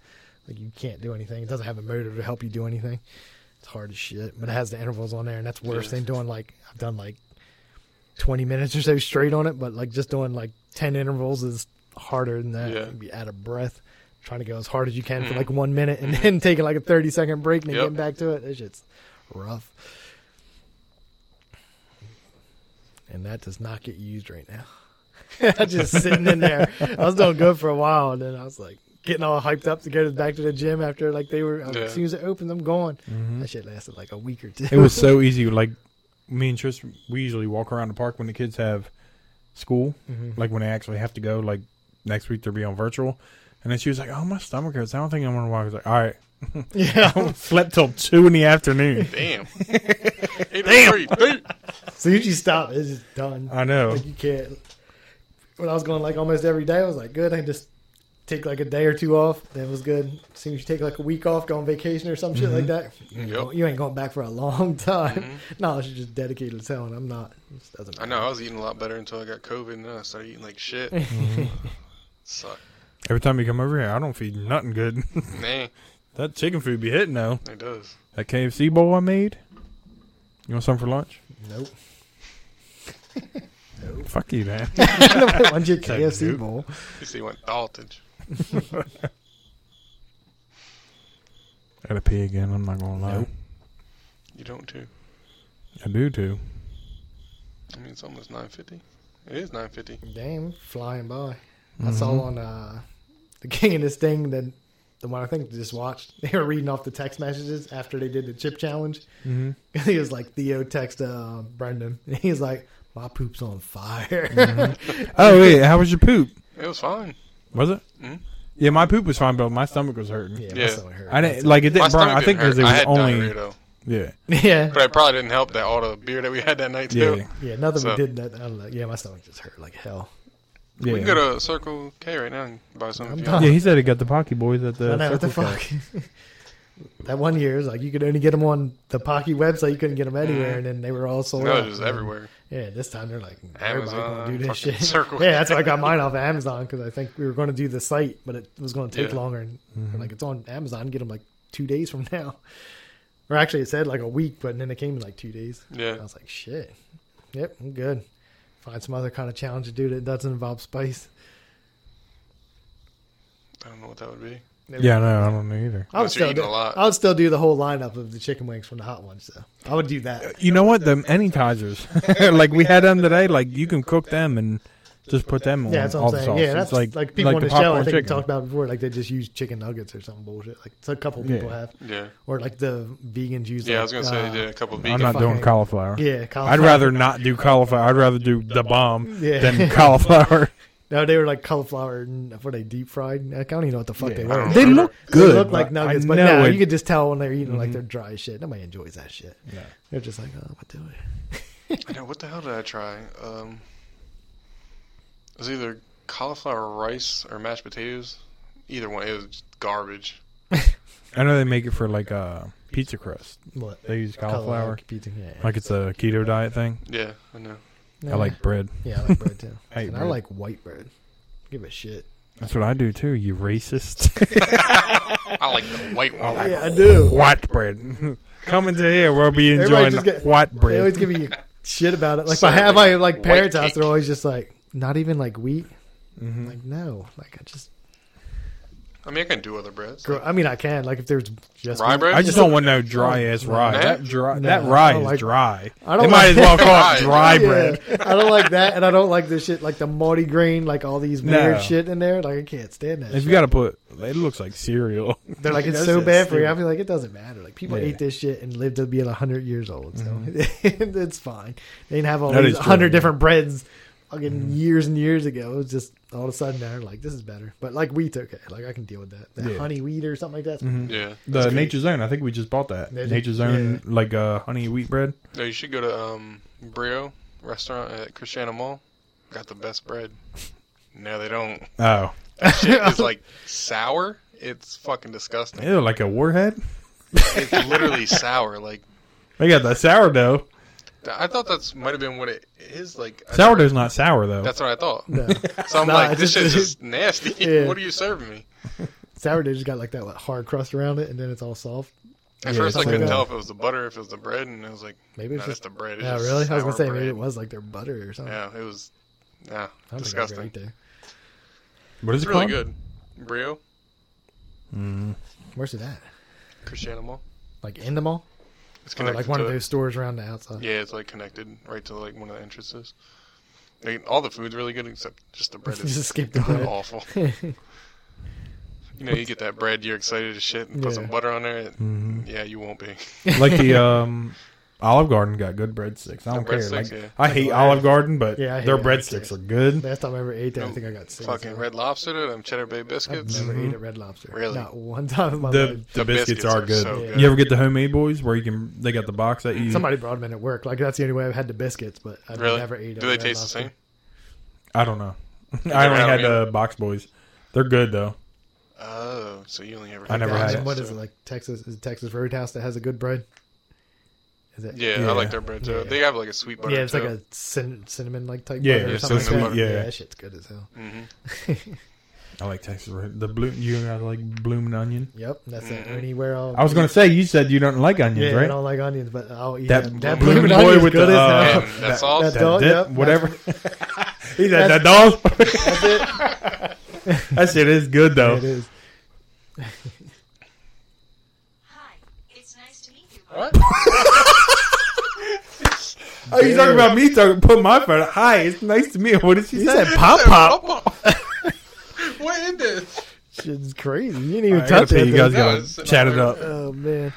S3: like you can't do anything. It doesn't have a motor to help you do anything. It's hard as shit, but it has the intervals on there, and that's worse
S2: Yeah.
S3: than doing like I've done like twenty minutes or so straight on it, but like just doing like ten intervals is harder than that.
S2: Yeah. Mm-hmm.
S3: You'd be out of breath. Trying to go as hard as you can for like one minute, and then taking like a thirty second break, and then
S2: Yep.
S3: getting back to it. That shit's rough. and that does not get used right now. I just sitting in there. I was doing good for a while, and then I was like getting all hyped up to go to, back to the gym after like they were
S2: Yeah.
S3: as soon as it opened, I'm going. That shit lasted like a week or two.
S1: Mm-hmm. It was so easy. Like me and Tris, we usually walk around the park when the kids have school, like when they actually have to go. Like next week they'll be on virtual, and then she was like, "Oh, my stomach hurts. I don't think I'm gonna walk." I was like, "All right."
S3: yeah.
S1: Slept till two in the afternoon.
S2: Damn. Damn.
S3: As soon as you stop, it's just done.
S1: I know.
S3: Like you can't. When I was going like almost every day, I was like, good. I just take like a day or two off. That was good. As soon as you take like a week off, go on vacation or some shit like that, you
S1: Mm-hmm.
S3: ain't
S2: Yep.
S3: go- you ain't going back for a long time. No, I should just dedicated to hell, and I'm not. It just doesn't.
S2: I know. I was eating a lot better until I got COVID, and then I started eating like shit.
S1: Mm-hmm.
S2: Suck.
S1: Every time you come over here, I don't feed you nothing good.
S2: Nah,
S1: that chicken food be hitting though.
S2: it does.
S1: That KFC bowl I made. You want some for lunch?
S3: Nope.
S1: Fuck you, man.
S3: Nobody wants your
S1: Like,
S3: KFC
S1: nope.
S3: bowl.
S2: You see, went Daltage.
S1: I gotta pee again. I'm not gonna lie.
S3: Nope.
S2: You don't too.
S1: I do too.
S2: I mean, it's almost 9:50. It is 9:50.
S3: Damn, flying by. I saw on uh, the King of this thing that the one I think just watched. They were reading off the text messages after they did the chip challenge. Mm-hmm. He was like Theo text uh, Brendan. And he was like, "My poop's on fire."
S1: Oh wait, how was your poop?
S2: It was fine.
S1: Was it?
S2: Mhm.
S1: Yeah, my poop was fine, but my stomach was hurting.
S3: yeah,
S2: Yeah.
S3: that's what I heard.
S1: I didn't like it. Didn't
S2: My
S1: burn.
S2: stomach
S1: I think because
S2: didn't hurt.
S1: it was
S2: I had diarrhea
S1: only
S2: though,
S1: yeah,
S3: Yeah,
S2: but it probably didn't help that all the beer that we had that night too.
S1: yeah,
S3: yeah. Nothing
S2: So-
S3: we did that. I don't know. Yeah, my stomach just hurt like hell.
S1: yeah.
S2: We can go to Circle K right now and buy some.
S3: I'm
S2: if you
S3: done.
S2: want.
S1: yeah, he said he got the Pocky Boys at the.
S3: I know what the
S1: Circle K.
S3: fuck. that one year, it was like you could only get them on the Pocky website. You couldn't get them anywhere, and then they were all sold
S2: Mm-hmm. No,
S3: out.
S2: it was everywhere.
S3: Yeah, this time they're like everybody
S2: Amazon,
S3: gonna do this
S2: fucking
S3: shit.
S2: Circle
S3: Yeah, that's why I got mine off of Amazon because I think we were going to do the site, but it was going to take
S2: Yeah.
S3: longer. And
S1: Mm-hmm.
S3: like it's on Amazon, get them like two days from now, or actually it said like a week, but then it came in like two days.
S2: Yeah.
S3: I was like, shit. Yep, I'm good. Find some other kind of challenge to do that doesn't involve spice.
S2: I don't know what that would be.
S1: Yeah, no, I don't know either.
S3: I
S2: Unless
S3: would
S2: you're
S3: still do,
S2: eating a lot.
S3: I would still do the whole lineup of the chicken wings from the hot ones though. I would do that.
S1: You know what? The anitizers, like we had them today. Like you can cook them and just put them on.
S3: Yeah, that's what
S1: all
S3: I'm
S1: the
S3: saying.
S1: sauce.
S3: Yeah,
S1: It's
S3: that's like,
S1: like
S3: people
S1: like
S3: on
S1: the
S3: the, show. I
S1: popcorn
S3: think we
S1: chicken.
S3: talked about it before. Like they just use chicken nuggets or some bullshit. Like so a couple people
S1: Yeah.
S3: have,
S2: Yeah.
S3: or like the vegans use.
S2: Yeah, I was
S3: like,
S2: gonna say
S3: uh,
S2: they did a couple of
S1: I'm
S2: vegan.
S1: not doing
S3: fucking-
S1: cauliflower.
S3: Yeah, cauliflower.
S1: I'd rather not do cauliflower. I'd rather do the bomb
S3: Yeah.
S1: than cauliflower.
S3: No, they were like cauliflower. and- Were they deep fried? I don't even know what the fuck they were.
S1: They look good.
S3: They look like
S1: but I
S3: nuggets, but
S1: know
S3: now
S1: it-
S3: you could just tell when they're eating like they're dry as shit. Nobody enjoys that shit.
S1: No.
S3: They're just like, oh, what do
S2: I know, what the hell did I try? Um, it was either cauliflower rice or mashed potatoes. Either one, it was just garbage.
S1: I know they make it for like uh, pizza crust.
S3: we? What?
S1: They use cauliflower.
S3: pizza. Yeah, yeah.
S1: Like it's a keto diet thing.
S2: Yeah, I know.
S1: I like bread.
S3: Yeah, I like bread too.
S1: I hate
S3: and I
S1: bread.
S3: like white bread. Give a shit.
S1: That's what I do too. You racist.
S2: I like the white one.
S3: Yeah, I do.
S1: white bread. Coming to here, we'll be
S3: Everybody
S1: enjoying
S3: just get-
S1: white
S3: They always
S1: bread.
S3: give me shit about it. Like if
S2: So,
S3: I have my
S2: white
S3: like parents' house,
S2: cake.
S3: they're always just like, not even like wheat. Like no, like I just.
S2: I mean, I can do other breads.
S3: Grow, I mean, I can. Like if there's just
S2: Rye
S3: wheat-
S2: bread?
S1: I just don't want no dry ass rye.
S2: Nah.
S1: That dry,
S3: Nah,
S1: that
S3: I
S1: rye
S3: don't
S1: is
S3: like-
S1: dry.
S3: I don't
S1: they might as
S3: like-
S1: well call it
S2: Rye.
S1: dry
S3: Yeah.
S1: bread.
S3: I don't like that, and I don't like the shit like the multi grain, like all these
S1: No.
S3: weird shit in there. Like I can't stand that.
S1: If you
S3: shit.
S1: got to put, it looks like cereal.
S3: They're like it's
S1: That's
S3: so
S1: it,
S3: bad for you. I
S1: stupid.
S3: feel like it doesn't matter. Like people
S1: Yeah.
S3: ate this shit and lived to be at hundred years old, so it's fine. They didn't have all
S1: Mm-hmm. That
S3: these
S1: is true, Mm-hmm.
S3: hundred
S1: yeah.
S3: different breads fucking years and years ago. It was just all of a sudden they're like, this is better. But like wheat's okay. Like I can deal with that. That
S1: Yeah. Mm-hmm.
S3: honey wheat or something like that.
S2: Yeah.
S1: The Nature's Own. I think we just bought that.
S3: They did-
S1: Nature's Own, like uh, honey wheat bread.
S2: No, you should go to um, Brio restaurant at Christiana Mall. Got the best bread. No, they don't.
S1: Oh,
S2: That shit is like sour. It's fucking disgusting.
S1: ew, like a warhead.
S2: It's literally sour. Like
S1: They got the sourdough.
S2: I thought that's might have been what it is. Like I-
S1: Sourdough's not sour though.
S2: That's what I thought.
S3: No.
S2: So I'm
S3: Nah,
S2: like,
S3: it's
S2: this shit's
S3: just-
S2: just nasty.
S3: Yeah.
S2: What are you serving me?
S3: Sourdough just got like that like, hard crust around it, and then it's all soft.
S2: At
S1: Yeah,
S2: first, I
S1: something
S2: couldn't
S1: like
S2: tell
S1: that.
S2: if it was the butter, if it was the bread, and I was like,
S3: uh, Maybe it's
S2: nah,
S3: just
S2: that's the bread. It's
S3: Yeah,
S2: just
S3: really? I was
S2: sour
S3: gonna say maybe
S2: bread.
S3: it was like their butter or something.
S2: Yeah, it was. Yeah,
S3: I don't think I'd
S2: disgusting.
S3: eat there.
S1: what is
S2: It's
S1: it
S2: really
S1: called?
S2: good. Brio,
S3: Where's it at?
S2: Christiana Mall.
S3: Like in the mall?
S2: It's
S3: Or
S2: connected
S3: like one
S2: to
S3: of
S2: it.
S3: those stores around the outside.
S2: Yeah, it's like connected right to like one of the entrances. Like, all the food's really good except just the bread is
S3: Just skip the bread.
S2: awful. You know, you get that bread, you're excited as shit, and put some
S3: Yeah. Mm-hmm.
S2: butter on there. it- Yeah, you won't be.
S1: like the um, Olive Garden got good breadsticks. I don't care.
S2: breadsticks,
S1: like
S2: yeah.
S1: I hate Olive Garden, but
S3: Yeah, I hate
S1: their
S3: it.
S1: breadsticks are good.
S3: Last time I ever ate that, I think I got sick.
S2: Fucking Red Lobster, them Cheddar Bay
S3: I've
S2: biscuits.
S3: never ate at Red Lobster.
S2: Really?
S3: Not one time in my
S1: The,
S3: life.
S1: the, biscuits,
S2: biscuits
S1: are,
S2: are
S1: good.
S2: so
S3: Yeah. good.
S1: You ever get the homemade boys where you can? They got the box that you.
S3: Somebody brought them in at work. Like that's the only way I've had the biscuits, but I've
S2: Really?
S3: never ate.
S2: Do
S3: at
S2: they
S3: Red
S2: taste the
S3: Lobster.
S2: same?
S1: I don't know. I only
S2: had
S1: had
S2: them
S1: the box boys. They're good though.
S2: Oh, so you only ever.
S1: I never
S3: Yeah,
S1: had
S3: and
S1: it.
S3: What is it like? Texas is it Texas Roadhouse that has a good bread. Is it?
S2: Yeah,
S1: Yeah.
S2: I like their bread too.
S3: Yeah.
S2: They have like a sweet butter.
S3: Yeah, it's
S2: too.
S3: like a cin- cinnamon like type.
S1: Yeah,
S3: butter
S1: yeah,
S3: or something
S2: cinnamon
S3: like that.
S1: butter, yeah.
S3: that shit's good as hell.
S1: I like Texas red. The blue. You guys like blooming onion?
S3: Yep, that's
S2: Mm-hmm.
S3: it. Anywhere I'll
S1: I was gonna say you said you don't like
S3: yeah,
S1: onions,
S3: I
S1: right?
S3: don't like onions, but I'll eat
S1: That
S3: that. That
S1: blue
S3: blue
S1: boy
S3: boy
S1: with
S3: with good
S1: the,
S3: as
S1: uh,
S3: hell.
S2: And that sauce.
S3: that dog-
S1: Dip,
S3: yep, that's-
S1: whatever. He said that
S3: That's-
S1: dog.
S3: That's it.
S1: that shit is good
S3: Yeah, it
S1: though.
S3: is.
S5: Hi, it's nice to meet you.
S2: What?
S1: Are Oh, you talking about me? Talking, put my phone. Hi, it's nice to meet. you." What did she
S3: He
S1: say?
S3: said pop pop.
S2: what is this?
S3: Shit's crazy. You didn't even
S1: I gotta
S3: touch
S1: tell
S3: it.
S1: you guys
S2: though.
S1: gotta
S2: No, it's an
S1: chat it up.
S2: awkward-
S3: Oh man.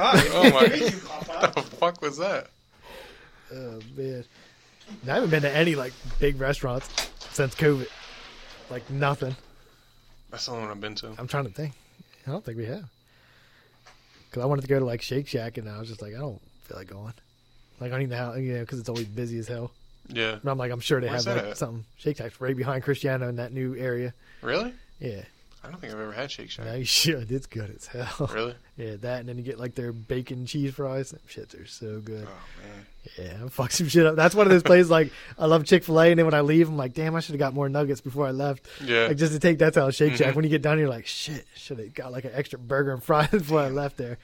S2: Oh my! what the fuck was that?
S3: Oh man, I haven't been to any like big restaurants since COVID. Like nothing.
S2: That's the only one I've been to.
S3: I'm trying to think. I don't think we have. Because I wanted to go to like Shake Shack, and I was just like, I don't feel like going. Like I don't even know how, you know, because it's always busy as hell.
S2: Yeah.
S3: And I'm like, I'm sure they
S2: Where's
S3: have
S2: that
S3: like
S2: at?
S3: something. Shake Shack's right behind Cristiano in that new area.
S2: Really?
S3: Yeah,
S2: I don't think I've ever had Shake Shack.
S3: now you should. It's good as hell.
S2: Really?
S3: Yeah, that, and then you get like their bacon cheese fries. Them shits are so good.
S2: Oh man.
S3: Yeah, I fuck some shit up. That's one of those places like I love Chick Fil A, and then when I leave, I'm like, damn, I should have got more nuggets before I left.
S2: Yeah. Mm-hmm.
S3: like just to take that out of Shake Shack. When you get done, you're like, shit, should have got like an extra burger and fries before I left there.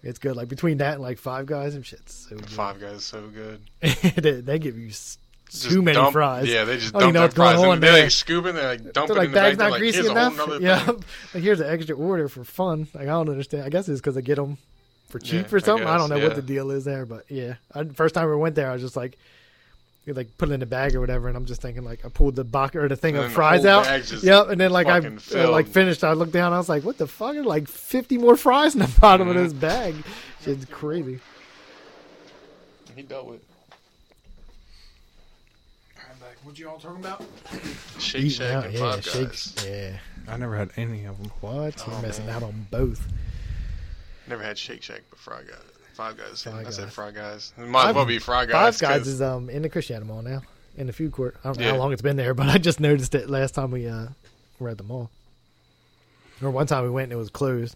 S3: It's good. Like between that and like Five Guys and shit, so good.
S2: Five Guys is so good.
S3: they, they give you s-
S2: Just
S3: too many
S2: dump-
S3: fries.
S2: Yeah, they just
S3: I don't even
S2: dump
S3: know
S2: their
S3: what's going
S2: fries.
S3: on
S2: And they
S3: there.
S2: like scoop it and they like dump
S3: They're
S2: it
S3: like
S2: in the bag.
S3: bag's
S2: They're
S3: not
S2: like,
S3: greasy
S2: here's a whole
S3: enough.
S2: nother
S3: Yeah,
S2: thing.
S3: like here's an extra order for fun. Like I don't understand. I guess it's because I get them for cheap
S2: Yeah,
S3: or
S2: I
S3: something. I, don't know
S2: guess,
S3: what
S2: yeah.
S3: the deal is there, but yeah. I, first time we went there, I was just like, you, like put it in the bag or whatever, and I'm just thinking like I pulled the box or the thing
S2: And
S3: of
S2: then the
S3: fries
S2: whole
S3: out.
S2: bag just
S3: Yep, and then like I
S2: fucking
S3: uh,
S2: filled.
S3: like finished. I looked down. I was like, what the fuck? There's like 50 more fries in the bottom
S2: Mm-hmm.
S3: of this bag. It's crazy.
S2: He dealt with
S1: I'm like, what you all talking about?
S2: it. Shake Shack
S3: Yeah,
S2: and
S3: yeah,
S2: Five
S3: shakes.
S2: Guys. Oh,
S3: Yeah.
S1: I never had any of them.
S3: What? You're missing out on both.
S2: Never had Shake Shack, but Fry Guys. Five Guys.
S3: Fry
S2: I said
S3: Guys.
S2: Fry Guys. It might as well be Fry Guys.
S3: Five Guys
S2: 'cause-
S3: is um in the Christiana Mall now in the food court. I don't know
S2: Yeah.
S3: how long it's been there, but I just noticed it last time we uh were at the mall. Or one time we went and it was closed,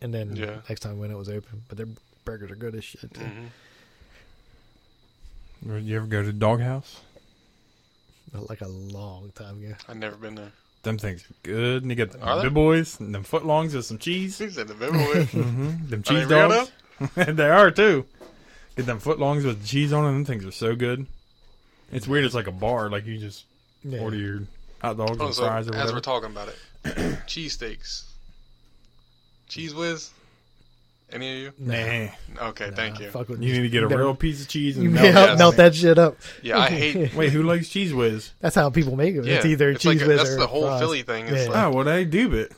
S3: and then
S2: Yeah. Mm-hmm.
S3: next time we went it was open. But their burgers are good as shit. too.
S1: You ever go to Doghouse?
S3: Like a long time ago.
S2: I've never been there.
S1: Them things are good, and you got
S2: Are
S1: the
S2: they?
S1: big boys and them footlongs with some cheese.
S2: He said the Bibble
S1: Mm-hmm. Them
S2: Are they
S1: cheese
S2: real
S1: dogs. they are too. Get them footlongs with cheese on them. Them things are so good. It's weird. It's like a bar. Like you just
S3: Yeah.
S1: order your hot dogs
S2: Oh,
S1: and
S2: so
S1: fries or
S2: as
S1: whatever.
S2: we're talking about it, cheesesteaks, cheese whiz. Any of you?
S1: nah,
S2: Okay, thank you.
S3: Fuck with
S1: you need to get a
S3: better-
S1: real piece of cheese
S3: You
S1: and
S3: melt,
S1: melt. it.
S2: Yes.
S3: melt that shit up.
S2: Yeah, I hate.
S1: Wait, who likes cheese whiz?
S3: That's how people make it.
S2: Yeah,
S3: it's either
S2: it's like
S3: cheese
S2: a-
S3: whiz
S2: that's
S3: or
S2: the whole
S3: fries. Oh.
S2: Philly thing. It's
S1: Oh, well, they do it.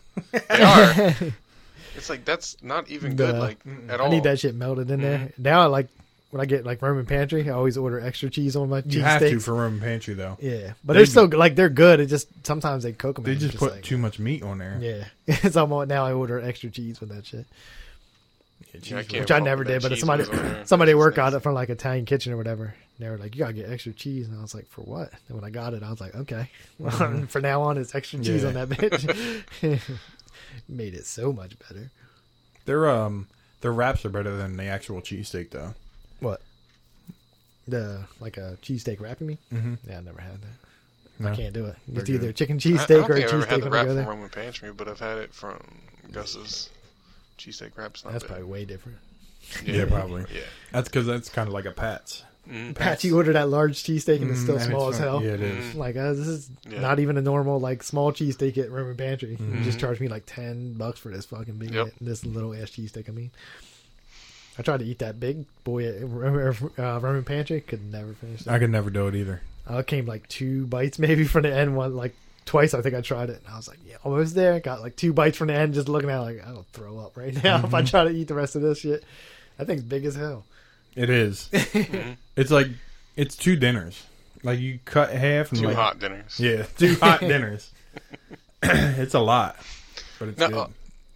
S2: They are. It's like that's not even good,
S3: Nah.
S2: like at all. Mm-hmm.
S3: I need that shit melted in there. Now I like when I get like Roman pantry. I always order extra cheese on my
S1: You
S3: cheese
S1: have to
S3: steaks.
S1: for Roman pantry though.
S3: Yeah,
S1: They
S3: but they're
S1: do.
S3: still like they're good. It just sometimes they cook them.
S1: They just, put
S3: like,
S1: too much meat on there.
S3: Yeah, so I'm on, now I order extra cheese with that shit,
S1: cheese
S2: Yeah, I
S1: whiz.
S2: can't
S3: which I
S2: fuck
S3: never
S2: with
S3: did.
S2: that
S3: But
S2: cheese
S3: somebody
S2: whiz on there.
S3: somebody
S2: That's
S3: work
S2: nasty.
S3: out it from like Italian kitchen or whatever. And they were like, "You gotta get extra cheese," and I was like, "For what?" And when I got it, I was like, "Okay." Well, for now on, it's extra cheese
S1: Mm-hmm. Yeah.
S3: on that bitch. Made it so much better.
S1: Their um their wraps are better than the actual cheesesteak though.
S3: What? The like a cheesesteak wrapping me? Mm-hmm. Yeah, I never had that.
S1: No.
S3: I can't do it.
S1: They're
S3: It's
S1: good.
S3: either chicken
S2: I- I don't
S3: cheesesteak or
S2: think I've ever
S3: a
S2: had
S3: cheesesteak
S2: the
S3: when I
S2: wrap
S3: go
S2: from
S3: there.
S2: Roman Pantry, but I've had it from Gus's cheesesteak wraps. Not
S3: That's
S2: bad.
S3: probably way different.
S1: Yeah, probably.
S2: Yeah.
S1: That's because that's kind of like a Pat's.
S3: Pat, you order that large cheesesteak and it's still
S1: Mm, and
S3: small
S1: it's
S3: as
S1: not-
S3: hell.
S1: Yeah, it is.
S3: Like uh, this is
S2: Yeah.
S3: not even a normal like small cheesesteak at Roman Pantry.
S1: Mm-hmm.
S3: You just charged me like ten bucks for this fucking big,
S2: Yep.
S3: this little ass cheesesteak. I mean, I tried to eat that big boy at Roman, uh, Roman Pantry, could never finish
S1: I
S3: that.
S1: could never do it either.
S3: I came like two bites maybe from the end one, like twice. I think I tried it and I was like, yeah, almost there. Got like two bites from the end, just looking at it like I'll throw up right now if I
S1: Mm-hmm.
S3: try to eat the rest of this shit. That thing's big as hell.
S1: It is. it's like it's two dinners. Like you cut half and
S2: Two
S1: like,
S2: hot dinners.
S1: Yeah, two hot dinners. it's a lot, but it's
S2: No,
S1: good.
S2: uh,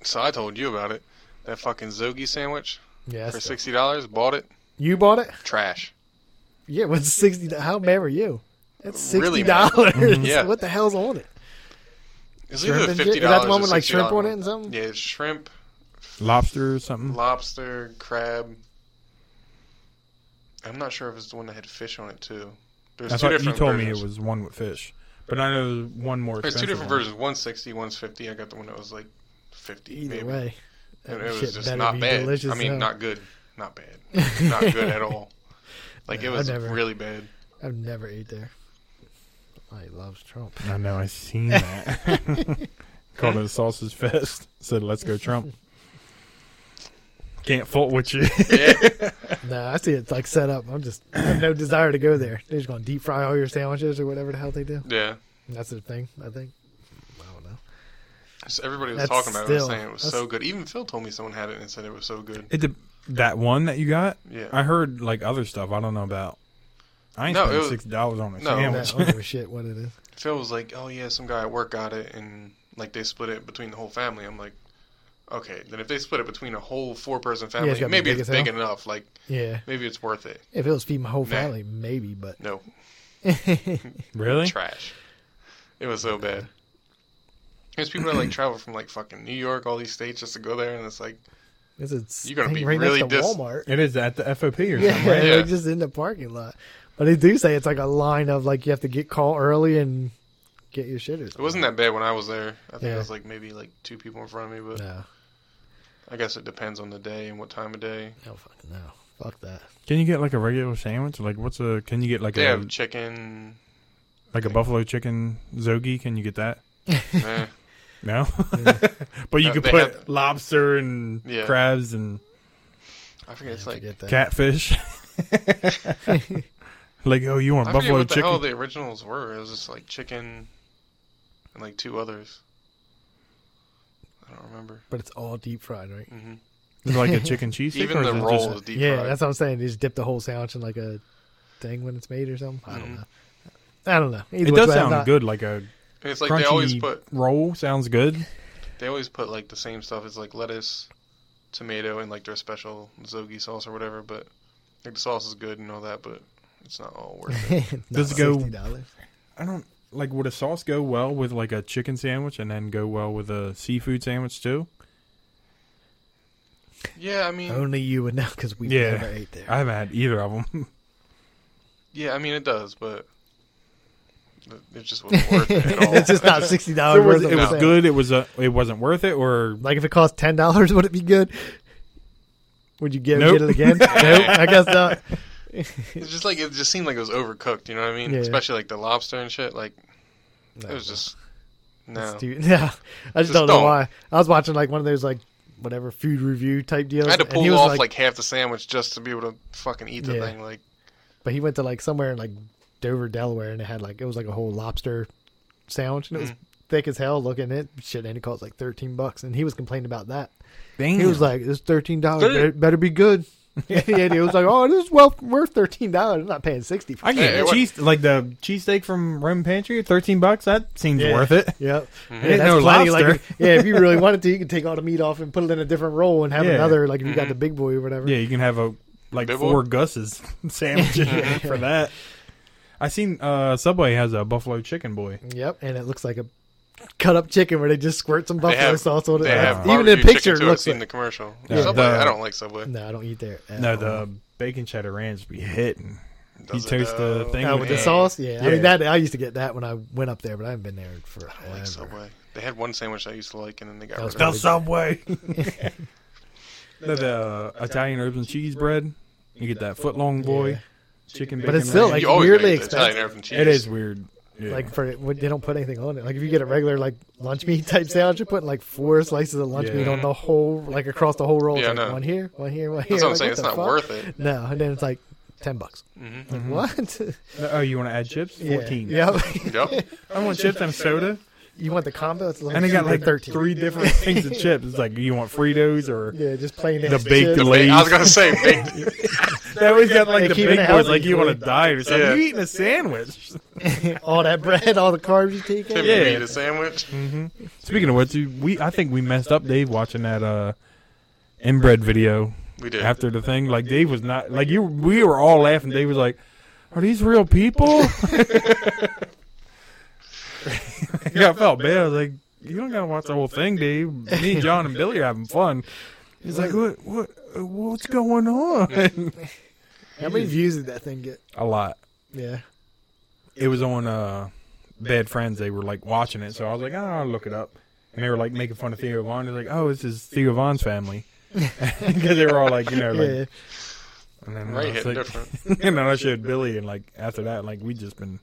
S2: so I told you about it. That fucking Zogi sandwich
S3: Yeah,
S2: for
S3: that's-
S2: sixty dollars. Bought it.
S3: you bought it.
S2: Trash.
S3: Yeah, what's sixty? How mad were you? That's
S2: Really
S3: sixty
S2: mad.
S3: dollars.
S2: Yeah.
S3: What the hell's on it?
S2: It's
S3: Shrimp
S2: either
S3: and shit?
S2: fifty
S3: Is that
S2: dollars.
S3: the one with, like, shrimp on it and something?
S2: Yeah, it's shrimp,
S1: Lobster or something.
S2: lobster, crab. I'm not sure if it's the one that had fish on it too. There's
S1: I
S2: two
S1: thought you
S2: different
S1: told
S2: versions.
S1: me it was one with fish, but I know there was one more.
S2: There's two
S1: expensive
S2: different
S1: one.
S2: versions. One's 60, one's 50. I got the one that was like 50.
S3: Either
S2: maybe.
S3: way,
S2: And
S3: that
S2: it
S3: shit
S2: was just
S3: better
S2: not
S3: be
S2: bad.
S3: delicious
S2: I mean,
S3: hell.
S2: not good. Not bad. not good at all. Like, it
S3: Yeah, I
S2: was
S3: never-
S2: really bad.
S3: I've never ate there. I love Trump.
S1: I know. I seen that. Called it a sausage fest. Said, "Let's go, Trump." Can't fault with you.
S3: nah, I see it's like set up. I'm just I have no desire to go there. They're just gonna deep fry all your sandwiches or whatever the hell they do.
S2: Yeah.
S3: That's the thing. I think. I don't know.
S2: Just everybody was
S3: That's
S2: talking about it. was
S3: still-
S2: saying it was
S3: that's-
S2: so good. Even Phil told me someone had it and said it was so good.
S1: It de- that one that you got.
S2: Yeah.
S1: I heard like other stuff. I don't know about. I ain't
S2: No,
S1: spending
S2: it was-
S1: sixty dollars on a
S2: No.
S3: Nah,
S1: sandwich.
S3: I don't give a shit what it is.
S2: Phil was like, oh, yeah, some guy at work got it and, like, they split it between the whole family. I'm like, okay, then if they split it between a whole four person family,
S3: gotta be
S2: maybe
S3: big
S2: it's
S3: as hell.
S2: big enough. Like,
S3: Yeah.
S2: maybe it's worth it.
S3: If it was feeding my whole family, maybe, but
S2: No.
S1: Really?
S2: trash. It was so bad. There's people that like travel from like fucking New York, all these states just to go there, and it's like
S3: this is
S2: You're gonna be
S3: right
S2: really
S3: next to
S2: dis-
S3: Walmart.
S1: It is at the FOP or something.
S3: Yeah,
S1: Right?
S2: Yeah.
S3: they're just in the parking lot. But they do say it's like a line of like you have to get call early and get your shit. Or
S2: it wasn't that bad when I was there. I think
S3: Yeah.
S2: it was like maybe like two people in front of me, but
S3: No,
S2: I guess it depends on the day and what time of day.
S3: no fucking no. Fuck that.
S1: Can you get like a regular sandwich? Like what's a? Can you get like
S2: They
S1: a
S2: have chicken.
S1: like a buffalo chicken zogi? Can you get that?
S2: eh.
S1: No, but you
S2: No,
S1: could
S2: they
S1: put
S2: have-
S1: lobster and
S2: Yeah.
S1: crabs and
S2: I forget. It's like
S3: Forget that.
S1: catfish. like oh, you want
S2: I forget
S1: buffalo
S2: what the hell
S1: chicken?
S2: the originals were. It was just like chicken and like two others. I don't remember.
S3: But it's all deep fried, right?
S2: hmm
S1: Is it like a chicken cheese? stick,
S2: Even
S1: or is
S2: the
S1: it just
S2: roll
S1: a-
S2: is deep
S3: yeah,
S2: fried.
S3: that's what I'm saying. They just dip the whole sandwich in like a thing when it's made or something. I don't know. I don't know. Either
S1: Mm-hmm. It
S3: which
S1: does
S3: way, I'm
S1: sound
S3: not-
S1: good. Like a
S2: It's like
S1: crunchy
S2: they always put
S1: roll sounds good.
S2: they always put like the same stuff. It's like lettuce, tomato, and like their special zogi sauce or whatever. But like the sauce is good and all that, but it's not all worth it.
S3: No,
S1: Does it go-
S3: $60.
S1: I don't like. Would a sauce go well with like a chicken sandwich, and then go well with a seafood sandwich too?
S2: yeah, I mean,
S3: Only you would know because we
S1: Yeah.
S3: never ate there.
S1: I haven't had either of them.
S2: yeah, I mean it does, but it just wasn't worth it at all.
S3: it's just
S2: I
S3: not sixty dollars
S1: it was,
S3: worth. of
S1: it was
S3: sandwich.
S1: good. It was a. It wasn't worth it. Or
S3: Like if it cost ten dollars, would it be good? Would you get,
S1: Nope.
S3: get it again? nope. I guess not.
S2: It's just like it just seemed like it was overcooked. You know what I mean?
S3: Yeah.
S2: Especially like the lobster and shit. Like it
S3: No.
S2: was just no.
S3: It's too- yeah, I
S2: Just
S3: just, don't know
S2: don't.
S3: why. I was watching like one of those like whatever food review type deals.
S2: I had to
S3: and he
S2: pull
S3: was
S2: off like, half the sandwich just to be able to fucking eat the
S3: Yeah.
S2: thing. Like
S3: but he went to like somewhere in like Dover, Delaware, and it had like it was like a whole lobster sandwich, and it was
S2: Mm.
S3: thick as hell. Looking at it, shit, and it cost like thirteen bucks, and he was complaining about that.
S2: Mm.
S3: He was like, "It's thirteen dollars.
S2: Dude.
S3: Better, better be good." yeah, he was like, "Oh, this is well worth thirteen dollars. I'm not paying sixty for
S1: I
S2: Yeah,
S1: get
S2: it
S1: it.
S2: wa-
S1: cheese like the cheesesteak from Roman Pantry, thirteen bucks. That seems worth it.
S3: Yep.
S2: Mm-hmm.
S1: Ain't no
S3: Like,
S1: lobster.
S3: yeah, if you really wanted to, you could take all the meat off and put it in a different roll and have
S1: Yeah.
S3: another, like if
S2: Mm-hmm.
S3: you got the big boy or whatever.
S1: Yeah, you can have a like
S2: Big
S1: four
S2: one?
S1: Gus's sandwiches for that. I seen uh, Subway has a buffalo chicken boy.
S3: Yep. And it looks like a cut up chicken where they just squirt some
S2: they
S3: buffalo
S2: have
S3: sauce on it.
S2: they
S3: That's-
S2: have
S3: Even in the
S2: barbecue
S3: picture, it
S2: chicken, too. I've
S3: looks
S2: seen
S3: like.
S2: the commercial.
S1: Yeah,
S2: Subway,
S1: the-
S2: I don't like Subway.
S3: no, I don't eat there. at
S1: No,
S3: all. Uh,
S1: the bacon cheddar ranch be hitting.
S2: Does it,
S1: toast the
S2: though?
S1: thing
S3: Oh, with the
S1: Yeah.
S3: sauce, yeah. I
S1: Yeah.
S3: mean that I used to get that when I went up there, but I haven't been there for
S2: I like Subway. They had one sandwich I used to like, and then they got
S3: That was
S2: rid of it.
S1: Subway. no, the uh, Italian herbs and cheese bread. You get that foot long boy,
S3: Yeah.
S1: chicken bacon.
S3: But it's still
S1: ranch.
S3: like
S2: you always
S3: weirdly
S2: gotta get the Italian
S3: expensive.
S2: herb and cheese.
S1: it is weird. Yeah.
S3: Like for when they don't put anything on it. Like if you get a regular like lunch meat type sandwich, you're putting like four slices of lunch
S1: Yeah.
S3: meat on the whole like across the whole roll. It's
S2: Yeah, I
S3: like,
S2: know.
S3: one here, one here, one here.
S2: That's what I'm
S3: Like,
S2: saying.
S3: what
S2: It's
S3: the
S2: not
S3: fuck?
S2: worth it. Mm-hmm.
S3: No, and then it's like ten bucks. Like, what?
S1: oh, you want to add chips?
S3: Yeah.
S1: Fourteen.
S3: Yep.
S2: Yep.
S1: I want chips and soda.
S3: you want the combo? It's like
S1: And they got
S3: super
S1: like
S3: 13.
S1: three different things of chips. It's like you want Fritos or
S3: Yeah, just plain
S1: The baked
S2: The
S1: Lay's.
S2: ba- I was gonna say baked.
S1: They always got like
S3: They
S1: the
S3: keep
S1: big
S3: it
S1: boys,
S3: healthy
S1: like you
S3: for
S1: want to
S3: you.
S1: diet or something.
S2: Yeah.
S1: You eating a sandwich?
S3: all that bread, all the carbs you take in.
S1: Yeah.
S2: Yeah. Made a sandwich.
S1: Speaking of which, we I think we messed up Dave watching that uh inbred video
S2: We did.
S1: after the thing. Like Dave was not like you. We were all laughing. Dave was like, "Are these real people?" yeah, I felt bad. I was like, "You don't gotta watch the whole thing, Dave. Me, John, and Billy are having fun." He's like, "What? What? What's going on?"
S3: How many views did that thing get?
S1: a lot.
S3: Yeah.
S1: it was on uh bad friends they were like watching it so i was like oh, i'll look it up and they were like making fun of theo vaughn they're like oh this is theo vaughn's family because they were all like you know like
S3: yeah.
S1: and then
S2: Right,
S1: I was
S2: hitting
S1: like,
S2: different.
S1: and then i showed billy and like after that like we just been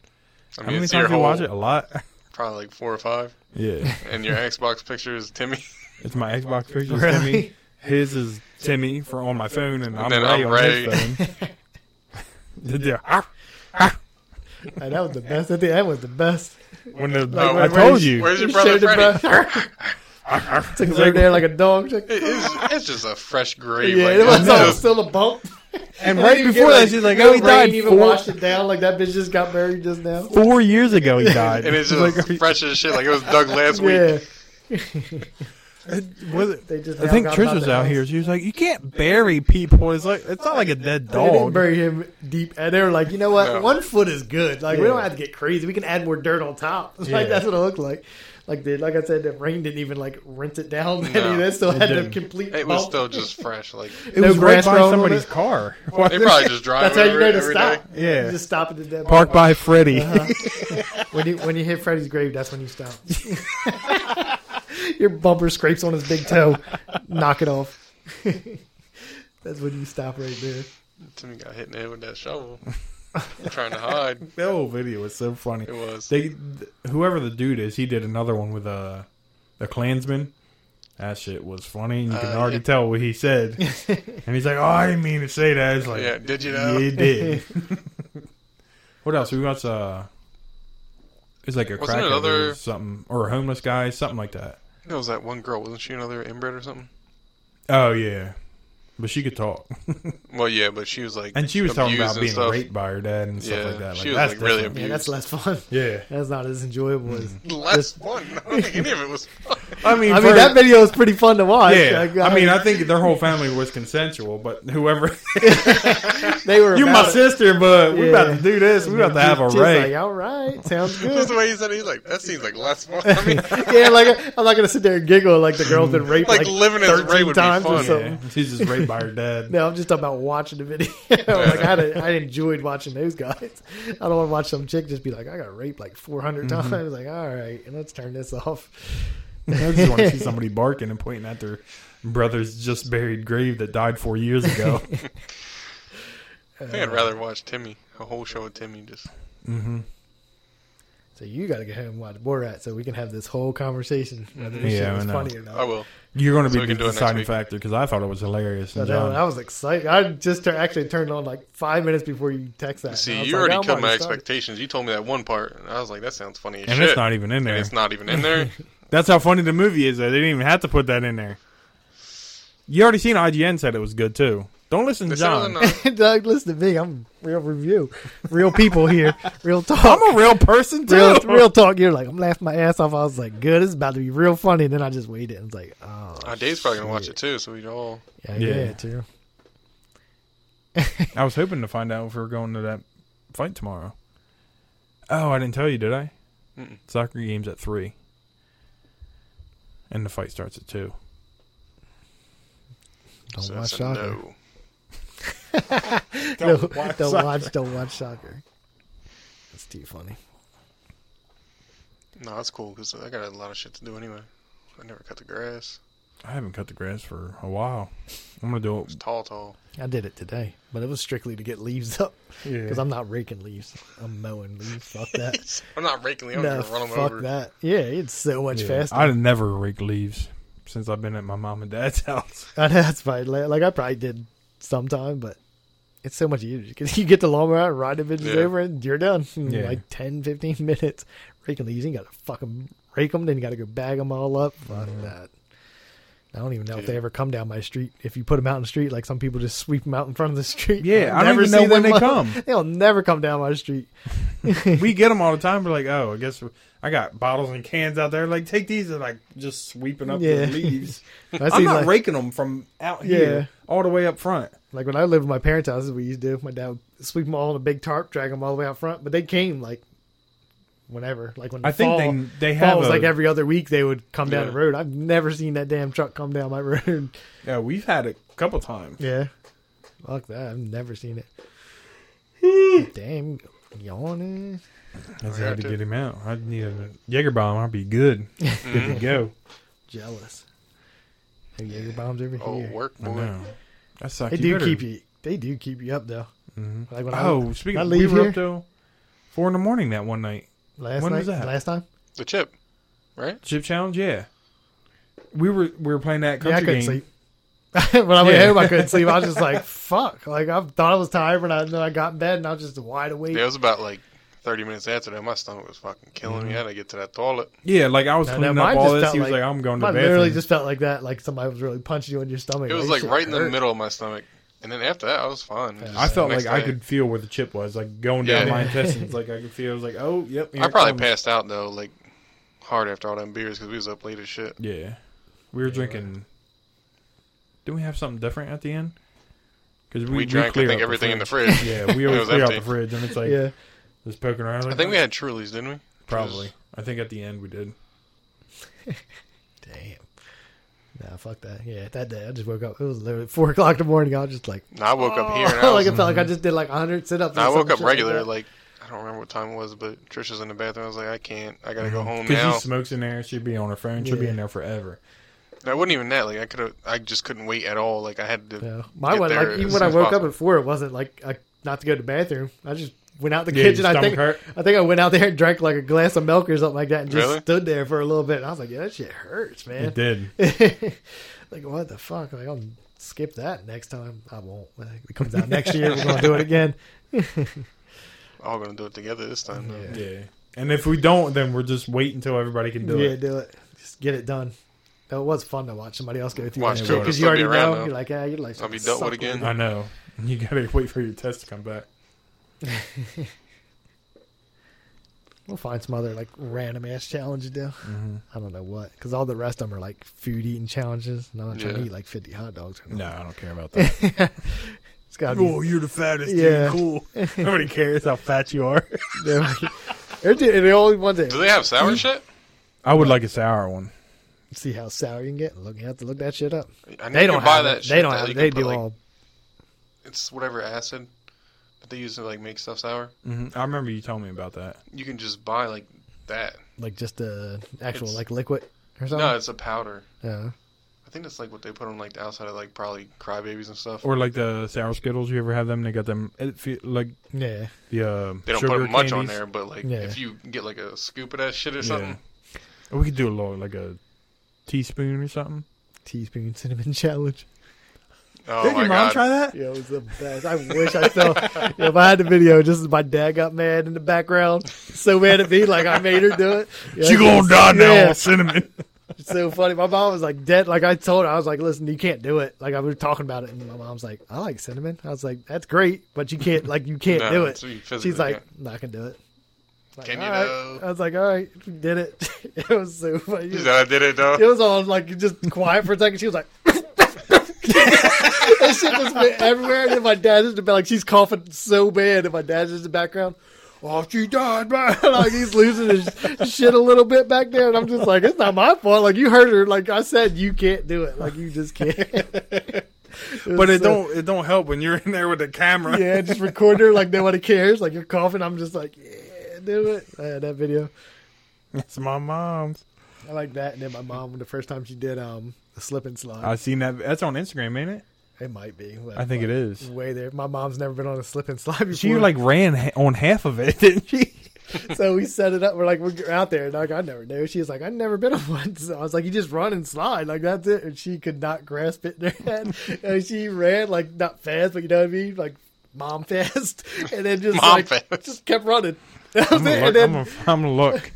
S2: I
S1: how
S2: mean,
S1: many
S2: it's your
S1: times you
S2: whole,
S1: watch it a lot
S2: probably like four or five.
S1: yeah
S2: And your Xbox picture is Timmy.
S1: it's my xbox picture is
S3: Really?
S1: timmy his is timmy for on my phone and, i'm
S2: then
S1: ray
S2: I'm
S1: on his phone Did they- ah,
S3: And that was the best. I think that was the best.
S1: when the,
S2: Oh,
S1: I
S2: where's-
S1: told you,
S2: Where's your brother
S3: Showed the
S2: Freddy?
S3: breath.
S1: it's
S3: Took us over there like a dog. Like,
S2: It is, it's just a fresh grave.
S3: yeah,
S2: like,
S3: it was
S2: it's
S3: all
S2: just-
S3: still a bump.
S1: and right
S3: You get,
S1: before that, she's like, "Oh, he
S3: rain
S1: died
S3: Even
S1: four,
S3: washed it down like that bitch just got buried just now.
S1: four years ago. He died."
S2: and it's
S1: She's
S2: just
S1: like,
S2: fresh as shit. Like it was dug last
S3: Yeah,
S2: week.
S1: Was it-
S3: they just.
S1: I
S3: now
S1: think
S3: got
S1: Trish
S3: him
S1: was
S3: the
S1: out
S3: house.
S1: here. She was like, "You can't bury people. It's like it's not like a dead
S3: They didn't
S1: dog."
S3: bury him deep, and they were like, you know what?
S2: No.
S3: One foot is good. Like we
S1: Yeah.
S3: don't have to get crazy. We can add more dirt on top. Like
S1: Yeah.
S3: that's what it looked like. Like the, like I said, the rain didn't even like rinse it down. Any of that still had the
S1: didn't.
S3: complete.
S2: It was
S3: bump.
S2: still just fresh. Like
S1: It was
S3: no
S1: right
S3: grass
S1: by
S3: growing on
S1: somebody's
S3: it.
S1: car.
S2: they probably just drive
S3: That's how
S2: over
S3: you know
S2: it
S3: to
S2: every day.
S3: stop.
S1: Yeah.
S3: You just stop at the dead.
S1: Parked by Freddy.
S3: Uh-huh. When you when you hit Freddy's grave, that's when you stop. Your bumper scrapes on his big toe. Knock it off. that's when you stop right there.
S2: Timmy got hit in the head with that shovel. trying to hide.
S1: That whole video was so funny.
S2: It was.
S1: They, whoever the dude is, he did another one with a, a Klansman. That shit was funny. And you can
S2: Uh,
S1: already tell what he said. and he's like, "Oh, I didn't mean to say that." It's like,
S2: yeah, did you know?
S1: You did. what else? We watched. Uh, it's like a
S2: Wasn't
S1: crackhead
S2: it other-
S1: or something, or a homeless guy, something like that.
S2: It was that one girl, wasn't she another inbred or something?
S1: Oh yeah, but she could talk,
S2: Well, yeah, but she was like,
S1: and she was talking
S2: abused
S1: about
S2: and
S1: being
S2: stuff.
S1: raped by her dad and stuff
S2: Yeah,
S1: like that. Like,
S2: she was,
S1: that's
S2: like, really
S1: different.
S3: Yeah, that's less fun.
S1: Yeah,
S3: That's not as enjoyable as.
S2: Less fun. I don't think any of it was fun.
S1: I mean,
S3: I
S1: for-
S3: mean, that video was pretty fun to watch.
S1: Yeah,
S3: Like,
S1: I mean, I think their whole family was consensual, but whoever
S3: they were.
S1: you
S3: about
S1: my
S3: it.
S1: sister, but we about to
S3: Yeah.
S1: do this. We about to have a
S3: Just
S1: raid.
S3: Like, all right, sounds
S2: Just
S3: good.
S2: the way he said it, he's like, that seems like less fun. I mean,
S3: yeah, like I'm not gonna sit there and giggle like the girl's been raped
S2: Like
S3: like,
S2: living as
S3: 13
S2: Ray would be
S3: times
S2: fun.
S3: or something.
S1: yeah, she's just raped by her dad.
S3: No, I'm just talking about watching the video. like I, had- I enjoyed watching those guys. I don't want to watch some chick just be like, I got raped like 400 times. Like, all right, let's turn this off.
S1: Mm-hmm. I just want to see somebody barking and pointing at their brother's just buried grave that died four years ago.
S2: I think I'd rather watch Timmy, a whole show of Timmy. Just
S3: So you got to get home and watch Borat so we can have this whole conversation whether this
S1: Yeah,
S3: shit
S1: I
S3: was
S1: know.
S3: funny or not.
S2: I will.
S1: You're going to
S2: So
S1: be
S2: we
S1: the
S2: can do it next
S1: deciding
S2: week.
S1: factor because I thought it was hilarious.
S3: So
S1: And
S3: that one-
S1: John,
S3: I was excited. I just tur- actually turned on like five minutes before you text that. And
S2: See,
S3: I was
S2: you
S3: like, "Oh
S2: already
S3: I'm
S2: killed my
S3: started.
S2: expectations. You told me that one part, and I was like, that sounds funny as
S1: and
S2: shit.
S1: it's not even in
S2: And
S1: there.
S2: it's not even in there.
S1: That's how funny the movie is. Though. They didn't even have to put that in there. You already seen IGN said it was good too. Don't listen to
S2: They said it was
S1: John.
S2: not.
S3: Doug, listen to me. I'm real review, real people here, real talk.
S1: I'm a real person too.
S3: real, real talk. You're like, I'm laughing my ass off. I was like, good. It's about to be real funny. And then I just waited. And was like, oh,
S2: Uh, Dave's probably gonna watch it too, so we all.
S3: yeah,
S1: Yeah.
S3: yeah, yeah too.
S1: I was hoping to find out if we were going to that fight tomorrow. Oh, I didn't tell you, did I?
S2: Mm-mm.
S1: Soccer game's at three, and the fight starts at two.
S3: Don't
S2: so I
S3: watch
S2: said
S3: soccer.
S2: no.
S3: No. Don't, watch, don't watch. soccer. That's too funny.
S2: No, that's cool because I got a lot of shit to do anyway. I never cut the grass.
S1: I haven't cut the grass for a while. I'm gonna do
S2: It's
S1: it.
S2: tall, tall.
S3: I did it today, but it was strictly to get leaves up
S1: Yeah.
S3: because I'm not raking leaves. I'm mowing leaves. Fuck that.
S2: I'm not raking the. I'm
S3: no,
S2: gonna run them
S3: fuck
S2: over.
S3: that. Yeah, it's so much faster.
S1: I've never raked leaves since I've been at my mom and dad's house.
S3: I know that's probably la- like I probably did sometime, but it's so much easier because you get the lawnmower out, ride the bitches
S2: Yeah.
S3: over, and you're done in
S1: Yeah.
S3: like 10, 15 minutes. Raking leaves, you got to fucking rake them, then you got to go bag them all up. Fuck that. I don't even know if they
S2: Yeah.
S3: ever come down my street. If you put them out in the street, like some people just sweep them out in front of the street.
S1: Yeah,
S3: I'll
S1: I don't
S3: never
S1: even know
S3: see
S1: when
S3: them.
S1: they come.
S3: They'll never come down my street.
S1: we get them all the time. We're like, oh, I guess we- I got bottles and cans out there. Like, take these and like just sweeping up
S3: Yeah.
S1: the leaves.
S3: I
S1: I'm
S3: see,
S1: not
S3: like,
S1: raking them from out
S3: Yeah.
S1: here all the way up front.
S3: Like when I lived with my parents' houses, we used to my dad would sweep them all in a big tarp, drag them all the way out front. But they came like whenever, like when
S1: I
S3: the
S1: think
S3: fall,
S1: they- they
S3: fall
S1: have
S3: was
S1: a-
S3: like every other week they would come down
S2: Yeah.
S3: the road. I've never seen that damn truck come down my road.
S1: Yeah, we've had it a couple times.
S3: yeah, fuck that. I've never seen it. damn, yawning.
S1: I had to get him out. I need a Jaeger bomb. I'd be good.
S2: Mm-hmm.
S1: Good to go.
S3: Jealous. Have Jaeger bombs over
S2: Oh,
S3: here.
S2: work
S1: I
S2: boy.
S1: know. That sucks.
S3: They do
S1: better-
S3: keep you. They do keep you up though. Mm-hmm. Like when
S1: Oh,
S3: I,
S1: speaking
S3: when
S1: of,
S3: I
S1: we
S3: leave
S1: were
S3: here
S1: up till four in the morning that one night.
S3: last
S1: when
S3: night,
S1: was that?
S3: last time.
S2: The chip, right?
S1: Chip challenge, yeah. We were we were playing that
S3: Yeah, I
S1: country
S3: couldn't
S1: game.
S3: sleep. when I went
S1: Yeah.
S3: home, I couldn't sleep. I was just like, "Fuck!" Like I thought I was tired, but I, then I got in bed and I was just wide awake.
S2: Yeah, it was about like 30 minutes after that. My stomach was fucking killing me. I had to get to that toilet.
S1: Yeah, like I was
S3: No, no,
S1: cleaning
S3: mine
S1: up
S3: just
S1: all this.
S3: felt
S1: He was
S3: like-
S1: like, "I'm going to the
S3: I
S1: bathroom."
S3: literally just felt like that, like somebody was really punching you in your stomach.
S2: It was
S3: That
S2: like
S3: shit
S2: right in the
S3: hurt.
S2: middle of my stomach. And then after that, I was fine. Just
S1: I felt
S2: the
S1: like
S2: next
S1: I
S2: day.
S1: could feel where the chip was, like going down
S2: Yeah.
S1: my intestines. Like I could feel. I was like, "Oh, yep." here
S2: I
S1: it
S2: probably
S1: comes."
S2: passed out though, like hard after all them beers because we was up late as shit.
S1: Yeah, we were drinking. Didn't we have something different at the end? Because
S2: We, drank, I
S1: cleared
S2: think,
S1: out
S2: everything in the
S1: fridge.
S2: fridge.
S1: Yeah, we
S2: It
S1: always
S2: was
S1: clear out the
S2: empty.
S1: fridge, and it's like
S3: Yeah,
S1: just poking around.
S2: I think we had Trulies, didn't we?
S1: probably. I think at the end we did.
S3: damn. Nah, fuck that. Yeah, that day I just woke up. It was literally four o'clock in the morning. I was just like,
S2: No, I woke up here. And I,
S3: oh, like
S2: was,
S3: it felt like I just did like hundred sit-ups.
S2: no, I
S3: or
S2: woke
S3: some
S2: up
S3: shit like
S2: regular.
S3: that.
S2: like I don't remember what time it was, but Trisha's in
S3: Mm-hmm.
S2: the bathroom. I was like, I can't. I gotta go home
S1: Because
S2: now.
S1: she smokes in there, she'd be on her phone. She'd be
S3: Yeah.
S1: in there forever.
S2: I wasn't even that. Like I could have. I just couldn't wait at all. Like I had to.
S3: Yeah. My
S2: get
S3: one,
S2: there
S3: like even
S2: as
S3: when
S2: soon
S3: I
S2: as
S3: woke up
S2: possible.
S3: at four, it wasn't like I, not to go to the bathroom. I just went out the
S1: Yeah, your
S3: kitchen. I think
S1: stomach hurt?
S3: I think I went out there and drank like a glass of milk or something like that, and just
S2: Really?
S3: stood there for a little bit. And I was like, yeah, that shit hurts, man.
S1: It did.
S3: like what the fuck? Like I'll skip that next time. I won't. Like, it comes out next year. We're gonna do it again.
S2: all gonna do it together this time. though.
S3: Yeah.
S1: Yeah. And if we don't, then we're just waiting until everybody can do
S3: yeah,
S1: it.
S3: do it. Just get it done. Though it was fun to watch somebody else go through
S2: Watch
S3: that
S1: two of
S3: because
S2: us
S3: you
S2: will be
S3: already
S2: around,
S3: know.
S2: though.
S3: You're like, ah, you're like,
S2: I'll be dealt with again.
S1: I know. You gotta wait for your test to come back.
S3: We'll find some other like random ass challenge to do.
S2: Mm-hmm.
S3: I don't know what, because all the rest of them are like food eating challenges, and I'm not trying to
S2: Yeah.
S3: eat like 50 hot dogs. Or
S1: No, I don't care about that.
S3: it's got to
S1: oh,
S3: be.
S1: you're the fattest.
S3: Yeah.
S1: Yeah. Cool. Nobody cares how fat you are.
S3: they're like- they're the they're the only ones
S2: Do
S3: that
S2: they have
S3: Mm.
S2: sour shit?
S1: I would like a sour one.
S3: see how sour you can get. Look, you have to look that shit up.
S2: I know
S3: They
S2: you
S3: don't
S2: can buy
S3: have
S2: that.
S3: it.
S2: Shit
S3: They don't
S2: that
S3: have.
S2: you
S3: it.
S2: can
S3: They
S2: put,
S3: do
S2: like,
S3: all.
S2: It's whatever acid that they use to like make stuff sour.
S1: hmm I remember you telling me about that.
S2: You can just buy like that.
S3: like just the actual
S2: It's-
S3: like liquid or something.
S2: No, it's a powder.
S3: yeah.
S2: I think that's like what they put on like the outside of like probably crybabies and stuff.
S1: Or like the sour Skittles. You ever have them? They got them it fe- like
S3: yeah,
S1: the uh,
S2: they don't
S1: sugar
S2: put much on
S1: candies.
S2: there, but like
S3: Yeah.
S2: if you get like a scoop of that shit or
S1: Yeah.
S2: something,
S1: We could do a little like a teaspoon or something.
S3: teaspoon cinnamon challenge.
S2: oh
S1: Did
S2: my
S1: your mom
S2: god,
S1: try that?
S3: Yeah, it was the best. I wish I still. if I had the video, just as my dad got mad in the background, so mad at me, like I made her do it. Yeah,
S1: She gonna die now
S3: Yeah.
S1: on cinnamon.
S3: It's so funny. My mom was like dead. Like I told her, I was like, listen, you can't do it. Like I was talking about it, and my mom's like, I like cinnamon. I was like, that's great, but you can't. Like you can't
S2: No,
S3: do
S2: it's
S3: it.
S2: what you physically
S3: She's like,
S2: can't.
S3: "No, I can do it. Like,
S2: Can you
S3: "All right."
S2: though?"
S3: I was like, all right, we did it. it was so funny.
S2: She said I did it though.
S3: It was all like just quiet for a second. She was like. that shit just went everywhere, and then my dad just been like, she's coughing so bad, and my dad's just in the background.
S1: oh, she died, man.
S3: like he's losing his shit a little bit back there, and I'm just like, it's not my fault. Like you heard her. Like I said, you can't do it. Like you just can't.
S1: But it don't it don't help when you're in there with the camera.
S3: Yeah, just record her. Like nobody cares. Like you're coughing. I'm just like, yeah, do it. Uh, that video.
S1: It's my mom's.
S3: I like that. And then my mom, the first time she did um the slip and slide,
S1: I seen that. That's on Instagram, ain't it?
S3: it might be.
S1: I think it is.
S3: Way there. My mom's never been on a slip and slide before.
S1: She like ran ha- on half of it, didn't she?
S3: so we set it up. We're like, we're out there. And like, I never knew. She was like, I've never been on one. So I was like, you just run and slide. Like, that's it. And she could not grasp it in her head. And she ran, like, not fast, but you know what I mean? Like, mom fast. And then just,
S2: Mom
S3: like,
S2: fast.
S3: just kept running. That was
S1: I'm gonna
S3: it.
S1: look.
S3: And
S1: I'm
S3: then
S1: gonna, I'm gonna look.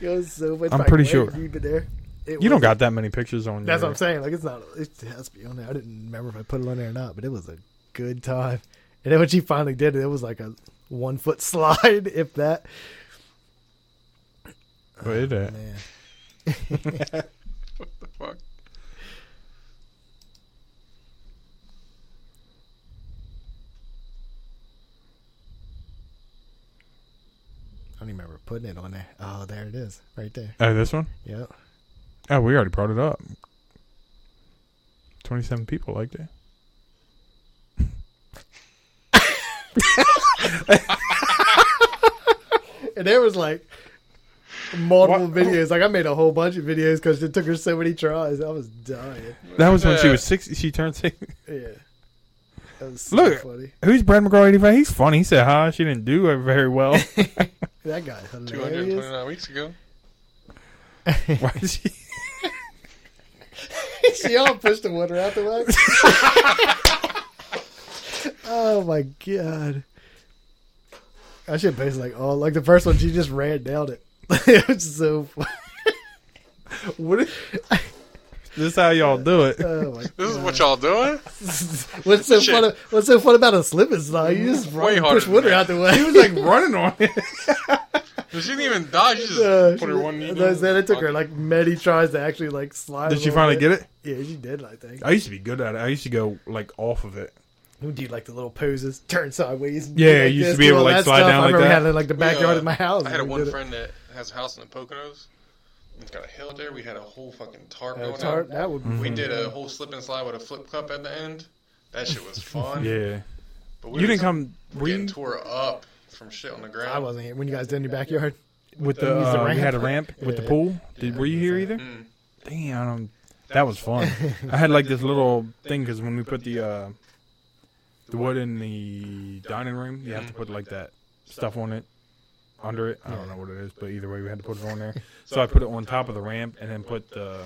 S3: it was so much.
S1: I'm
S3: like,
S1: pretty
S3: wait,
S1: sure.
S3: You've been there. It
S1: You don't
S3: was-
S1: got that many pictures on.
S3: That's
S1: your,
S3: what I'm saying. Like, it's not, it has to be on there. I didn't remember if I put it on there or not, but it was a good time. And then when she finally did it, it was like a one foot slide, if that.
S1: But it, uh,
S3: Man.
S2: Fuck.
S3: I don't even remember putting it on there. Oh, there it is, right there.
S1: Oh, this one.
S3: Yep.
S1: Oh, we already brought it up. Twenty-seven people liked it.
S3: And there was like multiple
S1: What-
S3: videos. Like I made a whole bunch of videos because it took her so many tries. I was dying.
S1: That was when she
S2: Yeah.
S1: was six. She turned six.
S3: Yeah. That was so
S1: Look.
S3: funny.
S1: Who's Brad McGraw? Eighty-five. He's funny. He said hi. She didn't do very well.
S3: That guy is
S2: Two hundred and
S3: hilarious.
S2: twenty-nine weeks ago.
S1: Why did she?
S3: she all pushed the water out the way. oh my god. I should post like oh like the first one she just ran down it. it was so funny.
S1: What? Is, this how y'all do it?
S3: Oh my
S2: This is what y'all doing?
S3: What's so
S2: Shit.
S3: fun? What's so fun about a slip and slide? You just
S2: Way
S3: run,
S2: harder
S3: push
S2: than
S3: Woodard
S2: that.
S3: out the way. He was
S1: like running on it.
S2: She didn't even dodge. She just put her one knee. down.
S3: it took her Uh, like many tries to actually like slide.
S1: Did she finally get it?
S3: Yeah, she did. I think.
S1: I used to be good at it. I used to go like off of it.
S3: We do like the little poses, turn sideways. and
S1: Yeah,
S3: do, like,
S1: you used
S3: this,
S1: to be
S3: do
S1: able to,
S3: all
S1: like,
S3: that
S1: slide
S3: stuff.
S1: down
S3: I
S1: like
S3: remember we
S1: that.
S3: had it in, like the
S2: We,
S3: backyard
S2: uh,
S3: of my house.
S2: I had a
S3: and we
S2: one
S3: did it.
S2: friend that has a house in the Poconos. It's got a hill there. We had a whole fucking tarp
S3: Uh,
S2: going
S3: tar-
S2: out.
S3: that would be
S2: We
S1: Mm-hmm.
S3: fun.
S2: did a whole slip and slide with a flip cup at the end. That shit was fun.
S1: Yeah.
S2: but we
S1: You
S2: were
S1: didn't come
S2: getting
S1: read
S2: tore up from shit on the ground.
S3: I wasn't here when you guys did in your backyard.
S1: with the.
S3: use the
S1: Uh, we
S3: ramp.
S1: had a ramp with the
S3: Yeah.
S1: pool. Did were you here either?
S2: Mm.
S1: Damn. I don't- That was fun. I had like this little thing because when we put the uh, the wood in the dining room, you have to put like that stuff on it, under it. I don't know what it is, but either way, we had to put it on there. So I put it on top of the ramp and then put the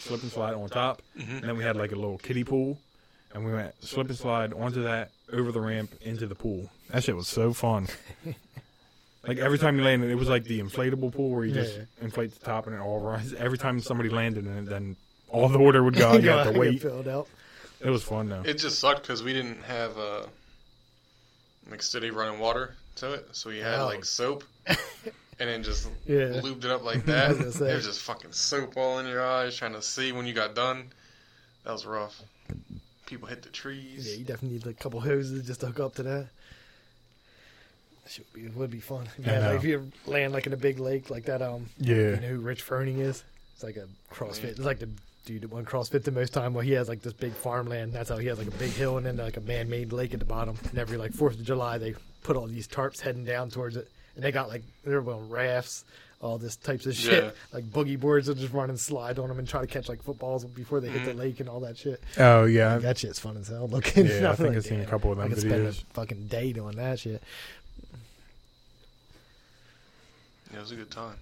S1: slip and slide on top, and then we had like a little kiddie pool, and we went slip and slide onto that, over the ramp, into the pool. That shit was so fun. Like every time you landed, it was like the inflatable pool where you
S3: Yeah,
S1: just
S3: yeah.
S1: inflate the top and it all runs. Every time somebody landed in it, then all Oh, the water would go. You had to
S3: Get
S1: wait.
S3: filled out.
S1: It was fun though.
S2: It just sucked because we didn't have uh, like steady running water to it, so we had
S3: Oh.
S2: like soap, and then just
S3: Yeah.
S2: lubed it up like that.
S3: was gonna say.
S2: It was just fucking soap all in your eyes, trying to see when you got done. That was rough. People hit the
S3: Yeah,
S2: trees.
S3: you definitely need like, a couple hoses just to hook up to that. Should be would be fun. If you,
S1: I
S3: had, like,
S1: know.
S3: if you land like in a big lake like that, um,
S1: Yeah.
S3: you know who Rich Froning is? It's like a CrossFit. It's like the dude that won CrossFit the most time. Well, he has like this big farmland. That's how he has like a big hill and then like a man-made lake at the bottom. And every like Fourth of July, they put all these tarps heading down towards it, and they got like they're on rafts, all this types of shit,
S2: Yeah.
S3: like boogie boards that just run and slide on them and try to catch like footballs before they hit the lake and all that shit.
S1: Oh yeah,
S3: That shit's fun as hell. Looking,
S1: Yeah, I
S3: I'm
S1: think I've seen a
S3: "Damn,
S1: couple of them
S3: I could spend a
S1: videos."
S3: fucking day doing that shit.
S2: Yeah, it was a good time.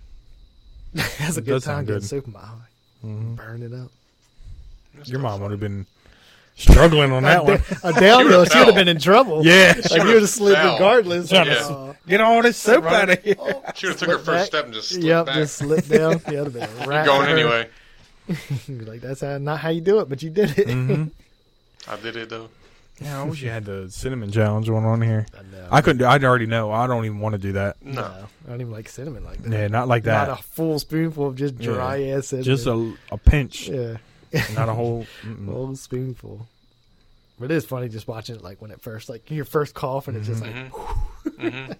S3: That's a
S1: It
S3: good
S1: does sound
S3: time getting
S1: good. Mm-hmm.
S3: soup in my eye. Burn it up.
S1: your mom would have been struggling on that one.
S3: A downhill, she would
S2: fell.
S3: have been in trouble.
S1: Yeah. She
S3: like you would
S2: would've
S3: have slid
S2: fell.
S3: regardless.
S1: Trying to
S3: Uh,
S1: Get all this soap out of here.
S2: She would have took her
S3: Slip
S2: first
S3: back.
S2: step and just slipped
S3: yep,
S2: back.
S3: just slip down. Yeah, it'd have been a rat
S2: Going
S3: for her.
S2: anyway.
S3: You'd be like that's how, not how you do it, but you did it.
S1: Mm-hmm.
S2: I did it though.
S1: Yeah, I wish you had the cinnamon challenge one on here.
S3: I know.
S1: I couldn't. do I already know. I don't even want to do that.
S2: No.
S3: I don't even like cinnamon like that.
S1: Yeah, not like that.
S3: Not a full spoonful of just dry
S1: Yeah.
S3: ass cinnamon.
S1: Just a a pinch,
S3: yeah.
S1: not a whole. mm-mm.
S3: Old spoonful. But it is funny just watching it like when it first like your first cough and it's just like and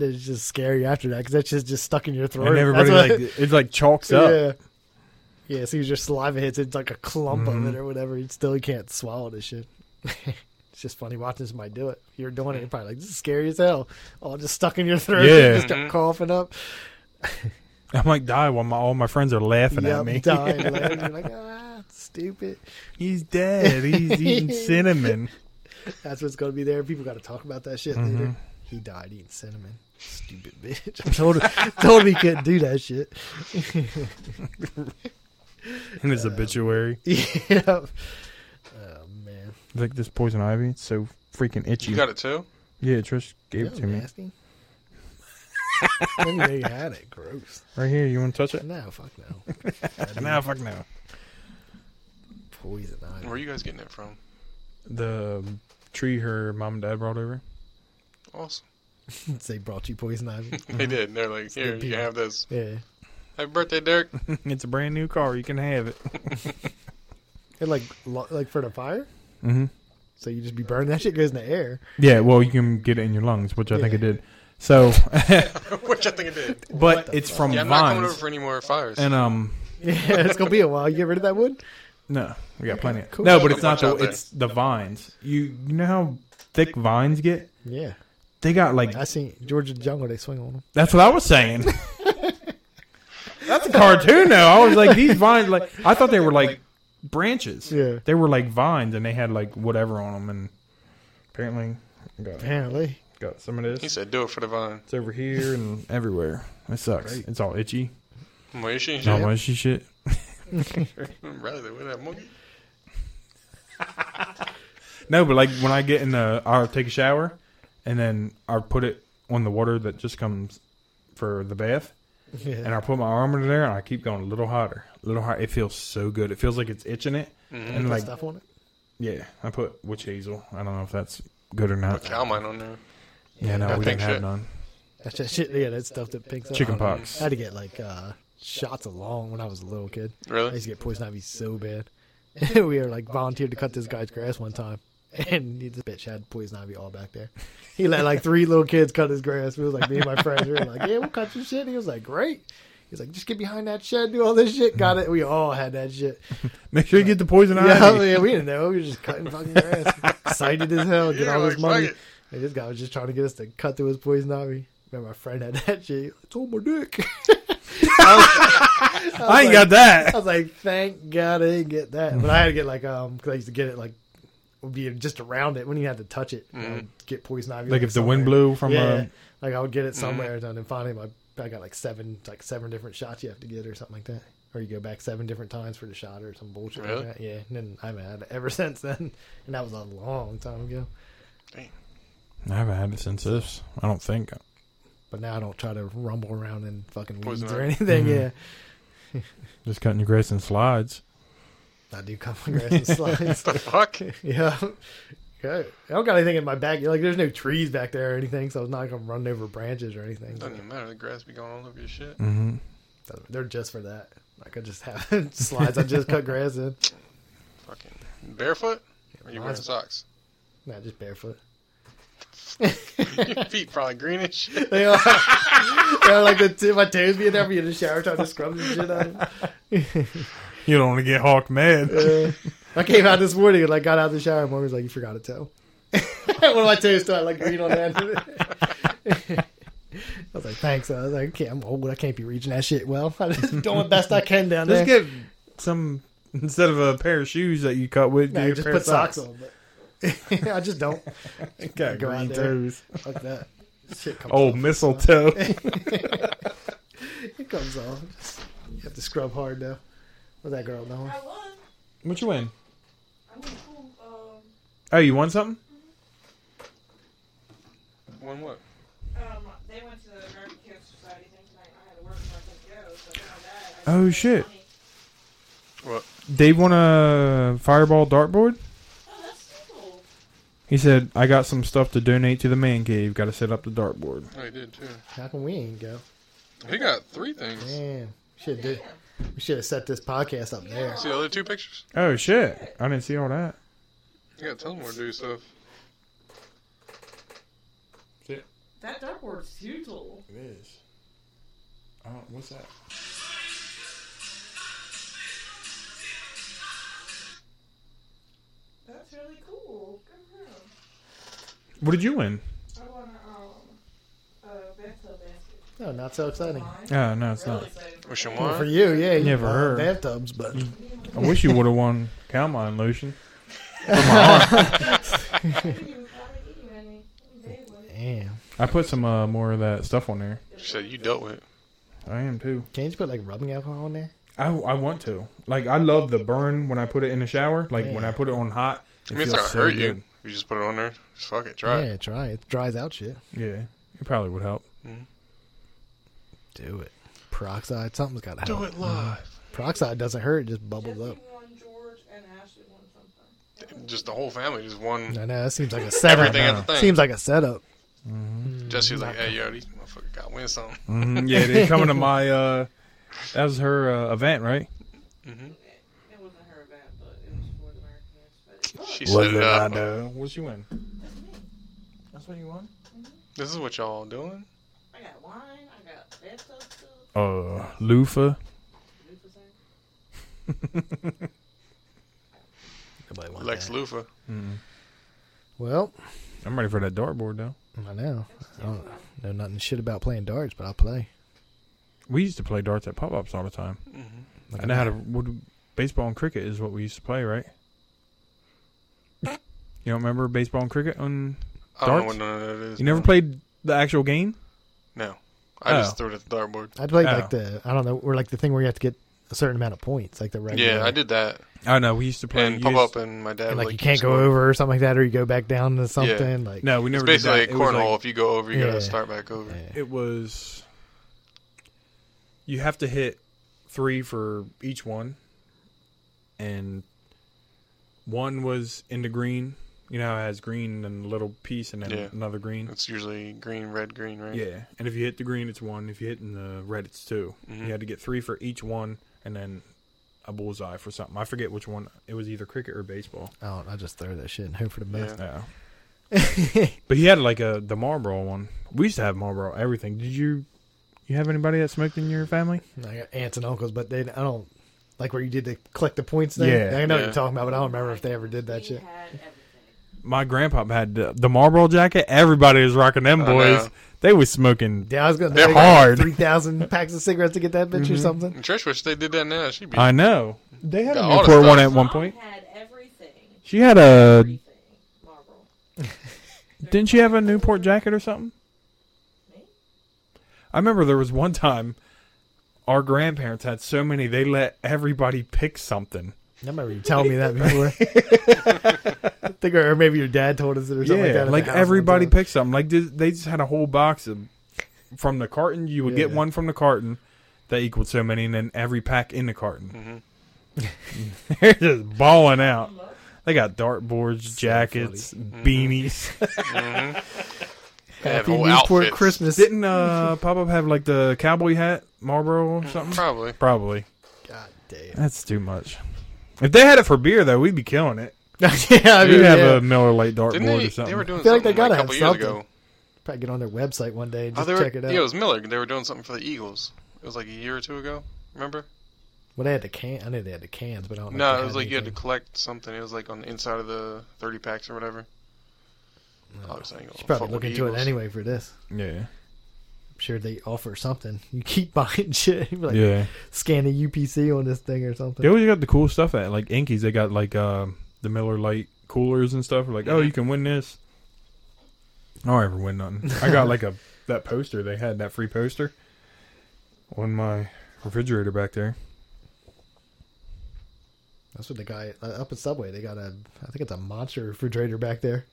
S3: then it's just scary after that because that's just just stuck in your throat.
S1: And everybody
S3: That's
S1: like
S3: what-
S1: it's like chalks up.
S3: yeah, yeah. As soon as your saliva hits, it's like a clump
S1: Mm-hmm.
S3: of it or whatever. You still can't swallow this shit. it's just funny watching somebody do it. If you're doing it, you're probably like this is scary as hell. All just stuck in your throat.
S1: Yeah.
S3: just start coughing up.
S1: I might die while my, all my friends are laughing at
S3: Yep,
S1: me.
S3: dying. laughing. You're like ah, stupid.
S1: He's dead. He's eating cinnamon.
S3: That's what's going to be there. People got to talk about that shit
S1: Mm-hmm.
S3: later. He died eating cinnamon. Stupid bitch. I told him, told him he couldn't do that shit.
S1: in his obituary.
S3: yeah. Oh, man.
S1: Like this poison ivy, it's so freaking itchy.
S2: You got it too?
S1: yeah, Trish gave it
S3: That
S1: to me.
S3: nasty. I didn't know you had it. Gross.
S1: Right here, you want to touch it?
S3: No, fuck no.
S1: Nah, fuck no.
S3: Poison ivy.
S2: Where are you guys getting it from?
S1: The tree her mom and dad brought over.
S2: Awesome.
S3: They brought you poison ivy.
S1: Mm-hmm.
S2: They did. They're like, here, you can have this.
S3: Yeah.
S2: Happy birthday, Derek.
S1: it's a brand new car. You can have it.
S3: And like, lo- like for the fire.
S1: Mhm.
S3: So you just be burning that shit goes in the air.
S1: Yeah, well, you can get it in your lungs, which I think it
S3: Yeah.
S1: did. So,
S2: Which I think it did.
S1: but it's from
S2: Yeah, I'm not coming over
S1: vines.
S2: for any more fires.
S1: And um,
S3: Yeah, it's gonna be a while. You get rid of that wood.
S1: no, we got plenty.
S3: cool.
S1: No, but it's not
S2: Watch
S1: the
S2: out there.
S1: it's the vines. You you know how thick vines get?
S3: Yeah.
S1: They got like
S3: I seen Georgia Jungle. They swing on them.
S1: That's what I was saying. That's a cartoon though. I was like these vines like I thought they were like branches.
S3: Yeah.
S1: They were like vines and they had like whatever on them and apparently got,
S3: Apparently.
S1: got some of
S2: he
S1: this.
S2: said, do it for the vine.
S1: It's over here and everywhere. It sucks. It's all itchy.
S2: Well, you should- you
S1: Not mushy shit.
S2: should- Rather than with that monkey.
S1: No, but like when I get in the I'll take a shower and then I'll put it on the water that just comes for the bath.
S3: Yeah.
S1: and I put my arm under there and I keep going a little hotter, a little hot. It feels so good. It feels like it's itching it,
S2: Mm-hmm.
S1: and like
S3: stuff on it.
S1: yeah, I put witch hazel. I don't know if that's good or not.
S2: Put cow mine on there.
S1: Yeah, no,
S2: I
S1: we
S2: think
S1: didn't have
S2: so. Um,
S1: none.
S3: That's that shit. Yeah, that stuff that picks up.
S1: Chicken
S3: I don't know.
S1: pox.
S3: I had to get like uh, shots of long when I was a little kid.
S2: Really?
S3: I used to get poison ivy so bad. we were like volunteered to cut this guy's grass one time, and this bitch had poison ivy all back there. He let like three little kids cut his grass. We was like me and my friends. We were like, yeah, we'll cut your shit. He was like, great. He's like, just get behind that shed, do all this shit.
S1: Hmm.
S3: Got it. We all had that shit.
S1: Make sure you get the poison
S3: Yeah,
S1: ivy.
S3: yeah, we didn't know. We were just cutting fucking grass. Excited as hell, get
S2: Yeah,
S3: all this
S2: like,
S3: money.
S2: fuck
S3: And this guy was just trying to get us to cut through his poison ivy. Man, my friend had that shit. It's on my dick.
S1: I ain't got that.
S3: I was like, thank God I didn't get that. But I had to get like um because I used to get it like would be just around it. When you had to touch it, I
S2: Mm.
S3: would get poison ivy.
S1: Like if the wind
S3: somewhere.
S1: blew from um,
S3: yeah,
S1: a-
S3: like I would
S2: Mm.
S3: get it somewhere, and then finally my I got like seven like seven different shots you have to get or something like that, or you go back seven different times for the shot or some bullshit
S2: Really?
S3: like that. Yeah, and then I haven't had it ever since then, and that was a long time ago.
S2: Dang.
S1: I haven't had it since this. I don't think.
S3: But now I don't try to rumble around in fucking weeds
S2: Poison
S3: or
S2: ivy.
S3: anything.
S1: Mm-hmm.
S3: Yeah,
S1: Just cutting your grass and slides.
S3: I do cut my grass and slides.
S2: The fuck?
S3: Yeah. Okay. I don't got anything in my back. Like, there's no trees back there or anything, so I'm not gonna run over branches or anything.
S2: Doesn't even matter. The grass be going all over your shit.
S1: Mm-hmm.
S3: They're just for that. Like, I just have slides. I just cut grass in.
S2: Fucking barefoot? Or you wearing
S3: mine's-
S2: socks?
S3: Nah, just barefoot.
S2: Your feet probably greenish.
S3: They are, they are like the t- my toes being there, be in the shower trying to scrub the shit out. Of them.
S1: You don't want to get hawked mad.
S3: I came out this morning and like got out of the shower. and Mom was like, "You forgot a toe." One of my toes still had like green on the end of it. I was like, "Thanks." I was like, "Okay, I'm old. I can't be reaching that shit." Well, I'm just doing the best I can down there.
S1: Just get some instead of a pair of shoes that you cut with. do
S3: No,
S1: a
S3: just
S1: pair
S3: put
S1: of
S3: socks, on. But I just don't.
S1: Got
S3: Go out
S1: green
S3: there.
S1: toes.
S3: Fuck that. Shit comes
S1: Oh,
S3: off.
S1: mistletoe.
S3: It comes off. Just- you have to scrub hard though. What's that girl doing?
S5: I won.
S1: what you win?
S5: I'm gonna pull, um,
S1: Oh, you won something?
S2: One what?
S5: um, they went to the American Cancer Society thing tonight. and I had to work before I could go, so then I died. I
S1: Oh,
S5: just
S1: shit.
S5: spent money.
S2: What?
S1: They won a fireball dartboard.
S5: Oh, that's cool.
S1: He said, "I got some stuff to donate to the man cave. Got to set up the dartboard."
S2: Oh, he did too.
S3: How come we ain't go?
S2: He got three things.
S3: Man, should do. We should have set this podcast up there.
S2: See the other two pictures?
S1: Oh shit! I didn't see all that.
S2: You got a ton more to do stuff.
S5: That duck works too cool.
S1: It is.
S3: Uh,
S1: Oh, what's that?
S5: That's really cool. Good room.
S1: What did you win?
S5: I want to, um, a bathtub basket.
S3: No, not so exciting.
S1: Oh no, it's
S5: Really
S1: not.
S5: excited. for
S2: Wish him
S3: Well, for
S2: one.
S3: you, yeah. You
S1: Never
S3: can buy
S1: heard.
S3: Bathtubs, but
S1: I wish you would have won cowmine lotion.
S5: that. You were probably eating, I mean, they would.
S3: damn.
S1: I put some uh, more of that stuff on there.
S2: She said you dealt with it.
S1: I am too.
S3: Can't you put like rubbing alcohol in there?
S1: I, I want to. Like I love the burn when I put it in the shower. Like when I put it on hot, it
S2: I mean, it's
S1: feels
S2: not
S1: so
S2: gonna hurt
S1: good.
S2: you. You just put it on there. Just fuck it. Try
S3: Yeah,
S2: it.
S3: try it. Dries out shit.
S1: Yeah, it probably would help.
S3: Do it. Peroxide. Something's got to happen.
S2: Do it live.
S3: Peroxide doesn't hurt. It just bubbles
S5: Jesse
S3: up.
S5: won George and Ashley won something.
S2: Just the whole family. Just one.
S3: I know. That seems like a setup.
S2: Everything at the thing.
S3: Seems like a setup.
S2: Jesse was like, hey, yo, these motherfuckers got win something.
S1: Mhm, Yeah, they coming to my. uh That was her uh, event, right?
S5: It wasn't her event, but it was for the Americans. But it
S2: She uh, set it up.
S1: Uh, What she win? That's what you won.
S2: This is what y'all doing?
S5: I got wine. I got bathtub stuff.
S1: Uh, loofah.
S5: Lucas ain't.
S3: Nobody wants
S2: Lex Luthor.
S3: Well,
S1: I'm ready for that dartboard though.
S3: I know. I don't know nothing shit about playing darts, but I'll play.
S1: We used to play darts at pop ups all the time. I know how to. Would, baseball and cricket is what we used to play, right? You don't remember baseball and cricket? On
S2: I don't know
S1: Darts?
S2: what none of that is.
S1: you never played the actual game?
S2: No. I
S1: Oh.
S2: just threw it at the dartboard.
S3: I'd play
S1: Oh.
S3: like the I don't know, or like the thing where you have to get a certain amount of points, like the regular.
S2: Yeah, I did that.
S1: Oh no, we used to play.
S2: And
S1: you
S2: pop
S1: used-
S2: up, and my dad
S3: And,
S2: would,
S3: like you can't
S2: score.
S3: go over or something like that, or you go back down to something. Like
S1: No, we never.
S2: It's
S1: did
S2: basically
S1: that.
S2: a
S1: It was
S2: cornhole.
S1: like-
S2: if you go over, you
S3: Yeah.
S2: gotta start back over.
S3: Yeah.
S1: it was. You have to hit three for each one, and one was in the green. You know, how it has green and a little piece, and then
S2: Yeah.
S1: another green.
S2: It's usually green, red, green, right?
S1: Yeah, and if you hit the green, it's one. If you hit in the red, it's 2
S2: Mm-hmm.
S1: You had to get three for each one, and then a bullseye for something. I forget which one. It was either cricket or baseball.
S3: I don't. I just throw that shit and hope for the best.
S1: Yeah. but he had like a the Marlboro one. We used to have Marlboro everything. Did you you have anybody that smoked in your family?
S3: I got aunts and uncles, but they I don't like where you did the collect the points thing.
S1: Yeah.
S3: I know what
S2: Yeah.
S3: you're talking about, but I don't remember if they ever did that shit.
S5: We had everything.
S1: my grandpa had the, the Marlboro jacket. Everybody was rocking them
S2: I
S1: boys.
S2: know.
S1: They was smoking.
S3: Yeah, I was gonna.
S2: They're
S3: take
S1: hard.
S3: Three thousand packs of cigarettes to get that bitch or something.
S2: And Trish wish they did that now. She'd be.
S1: I know. Mm-hmm. They had a
S2: Got all the
S1: Newport one
S2: stuff.
S1: at one
S5: Mom
S1: point. Mm.
S5: had everything.
S1: She had a.
S5: Everything. Marlboro.
S1: Didn't she have a Newport jacket or something?
S5: Me?
S1: I remember there was one time our grandparents had so many they let everybody pick something.
S3: I remember you telling me that before. I think, or maybe your dad told us it or something like that.
S1: Yeah,
S3: at the
S1: like
S3: house one
S1: everybody
S3: time.
S1: picked something. Like this, they just had a whole box of from the carton. You would get
S3: Yeah.
S1: one from the carton that equaled so many, and then every pack in the carton.
S2: Mm-hmm.
S1: They're just balling out. They got dartboards, jackets,
S2: Mm-hmm.
S1: beanies.
S2: They had
S3: Happy
S2: whole
S3: Newport
S2: outfits.
S3: Christmas.
S1: Didn't uh, Pop Up have like the cowboy hat, Marlboro
S2: Mm-hmm.
S1: or something?
S2: Probably.
S1: Probably.
S3: God damn.
S1: That's too much. If they had it for beer, though, we'd be killing it.
S3: yeah, I
S1: We'd
S3: mean,
S1: have
S3: yeah.
S1: a Miller Lite dartboard
S2: Didn't
S1: or
S2: they?
S1: something.
S2: They were doing
S3: feel like
S2: something
S3: they gotta
S2: a couple
S3: have
S2: years
S3: something.
S2: ago.
S3: probably get on their website one day and
S2: Oh,
S3: just
S2: they were,
S3: check it out.
S2: Yeah, it was Miller. They were doing something for the Eagles. It was like a year or two ago. Remember?
S3: well, they had the can. I knew they had the cans, but I don't. know
S2: No,
S3: if they
S2: it was
S3: had
S2: like you had to
S3: anything.
S2: collect something. It was like on the inside of the thirty packs or whatever. Oh, I was saying,
S3: Should probably look into it anyway for this.
S1: yeah.
S3: I'm sure they offer something. You keep buying shit. You're like,
S1: yeah.
S3: Scan the UPC on this thing or something.
S1: They always got the cool stuff at like Inkies. They got like uh, the Miller Lite coolers and stuff. Like, oh, you can win this. I don't ever win nothing. I got like a that poster they had that free poster on my refrigerator back there.
S3: That's what the guy uh, up at Subway. They got a. I think it's a monster refrigerator back there.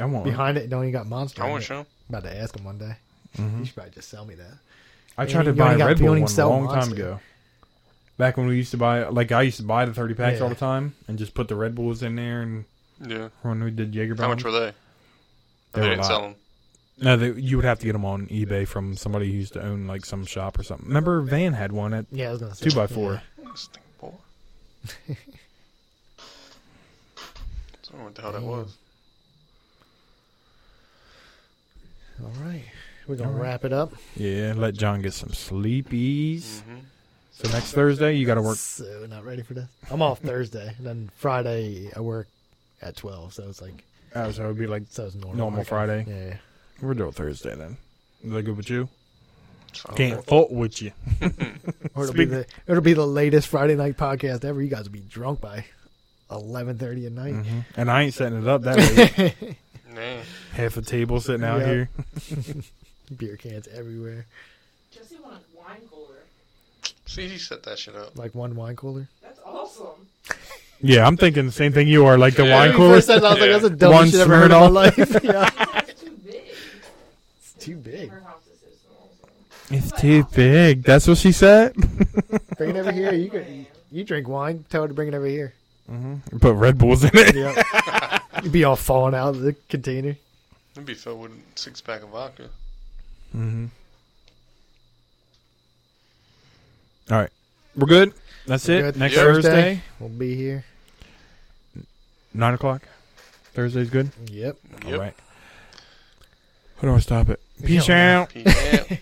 S1: I want. one.
S3: Behind it, no, you got monster.
S2: I
S3: in
S2: want
S3: it.
S2: to show 'em.
S3: About to ask him one day.
S1: Mm-hmm.
S3: You should probably just sell me that.
S1: I tried to
S3: You
S1: buy
S3: only
S1: a
S3: got-
S1: Red
S3: you
S1: Bull
S3: only
S1: one a
S3: sell
S1: long time
S3: Monster.
S1: ago. Back when we used to buy, like I used to buy the thirty packs all
S3: Yeah.
S1: the time and just put the Red Bulls in there. And
S2: Yeah.
S1: when we did Jaeger,
S2: How much were they?
S1: They
S2: They,
S1: were a
S2: didn't
S1: lot.
S2: sell them.
S1: No, they, you would have to get them on eBay from somebody who used to own like some shop or something. Remember, Van had one at
S3: Yeah, I was gonna say
S1: two by four.
S2: This thing, boy. I don't know what the hell that was.
S3: All right, we're gonna wrap it up.
S1: Yeah, let John get some sleepies.
S3: Mm-hmm.
S1: So next Thursday you got to work.
S3: So not ready for this. I'm off Thursday, and then Friday I work at twelve. So it's like
S1: Uh, so it would be like
S3: so it's normal.
S1: normal
S3: Like,
S1: Friday.
S3: Yeah.
S1: We're doing Thursday then. Is that good with you?
S2: It's fine.
S1: Can't fault with you.
S3: Or it'll
S1: Speak-
S3: be the it'll be the latest Friday night podcast ever. You guys will be drunk by eleven thirty at night.
S1: Mm-hmm. And I ain't setting it up that way.
S3: Mm-hmm.
S2: Nah.
S1: Half a table sitting out
S3: Yeah.
S1: here.
S3: Beer cans everywhere,
S5: Jesse wanted wine cooler.
S2: See, he set that shit up.
S3: like one wine cooler.
S5: That's awesome.
S1: Yeah, I'm thinking the same thing you are, like the
S2: Yeah.
S1: wine
S3: When you
S1: cooler.
S3: first said that, I was like,
S2: Yeah.
S3: "That's the dumbest
S1: One
S3: shit I've ever heard in my
S1: Smirnoff.
S3: life." yeah,
S5: That's too big.
S3: it's too big.
S5: Her house is his also.
S1: It's too big. That's what she said.
S3: Bring it over here. You could, you drink wine. Tell her to bring it over here.
S1: Put Red Bulls in it.
S3: Yeah, you'd be all falling out of the container.
S2: It'd be filled with a six pack of vodka.
S1: Mm-hmm. All right, we're good. That's it.
S3: Good.
S1: Next
S2: Yeah.
S1: Thursday,
S3: we'll be here.
S1: nine o'clock. Thursday's good.
S3: Yep.
S2: Yep.
S1: All right. How do I stop it? Peace
S3: Yeah.
S1: out.
S2: Peace out.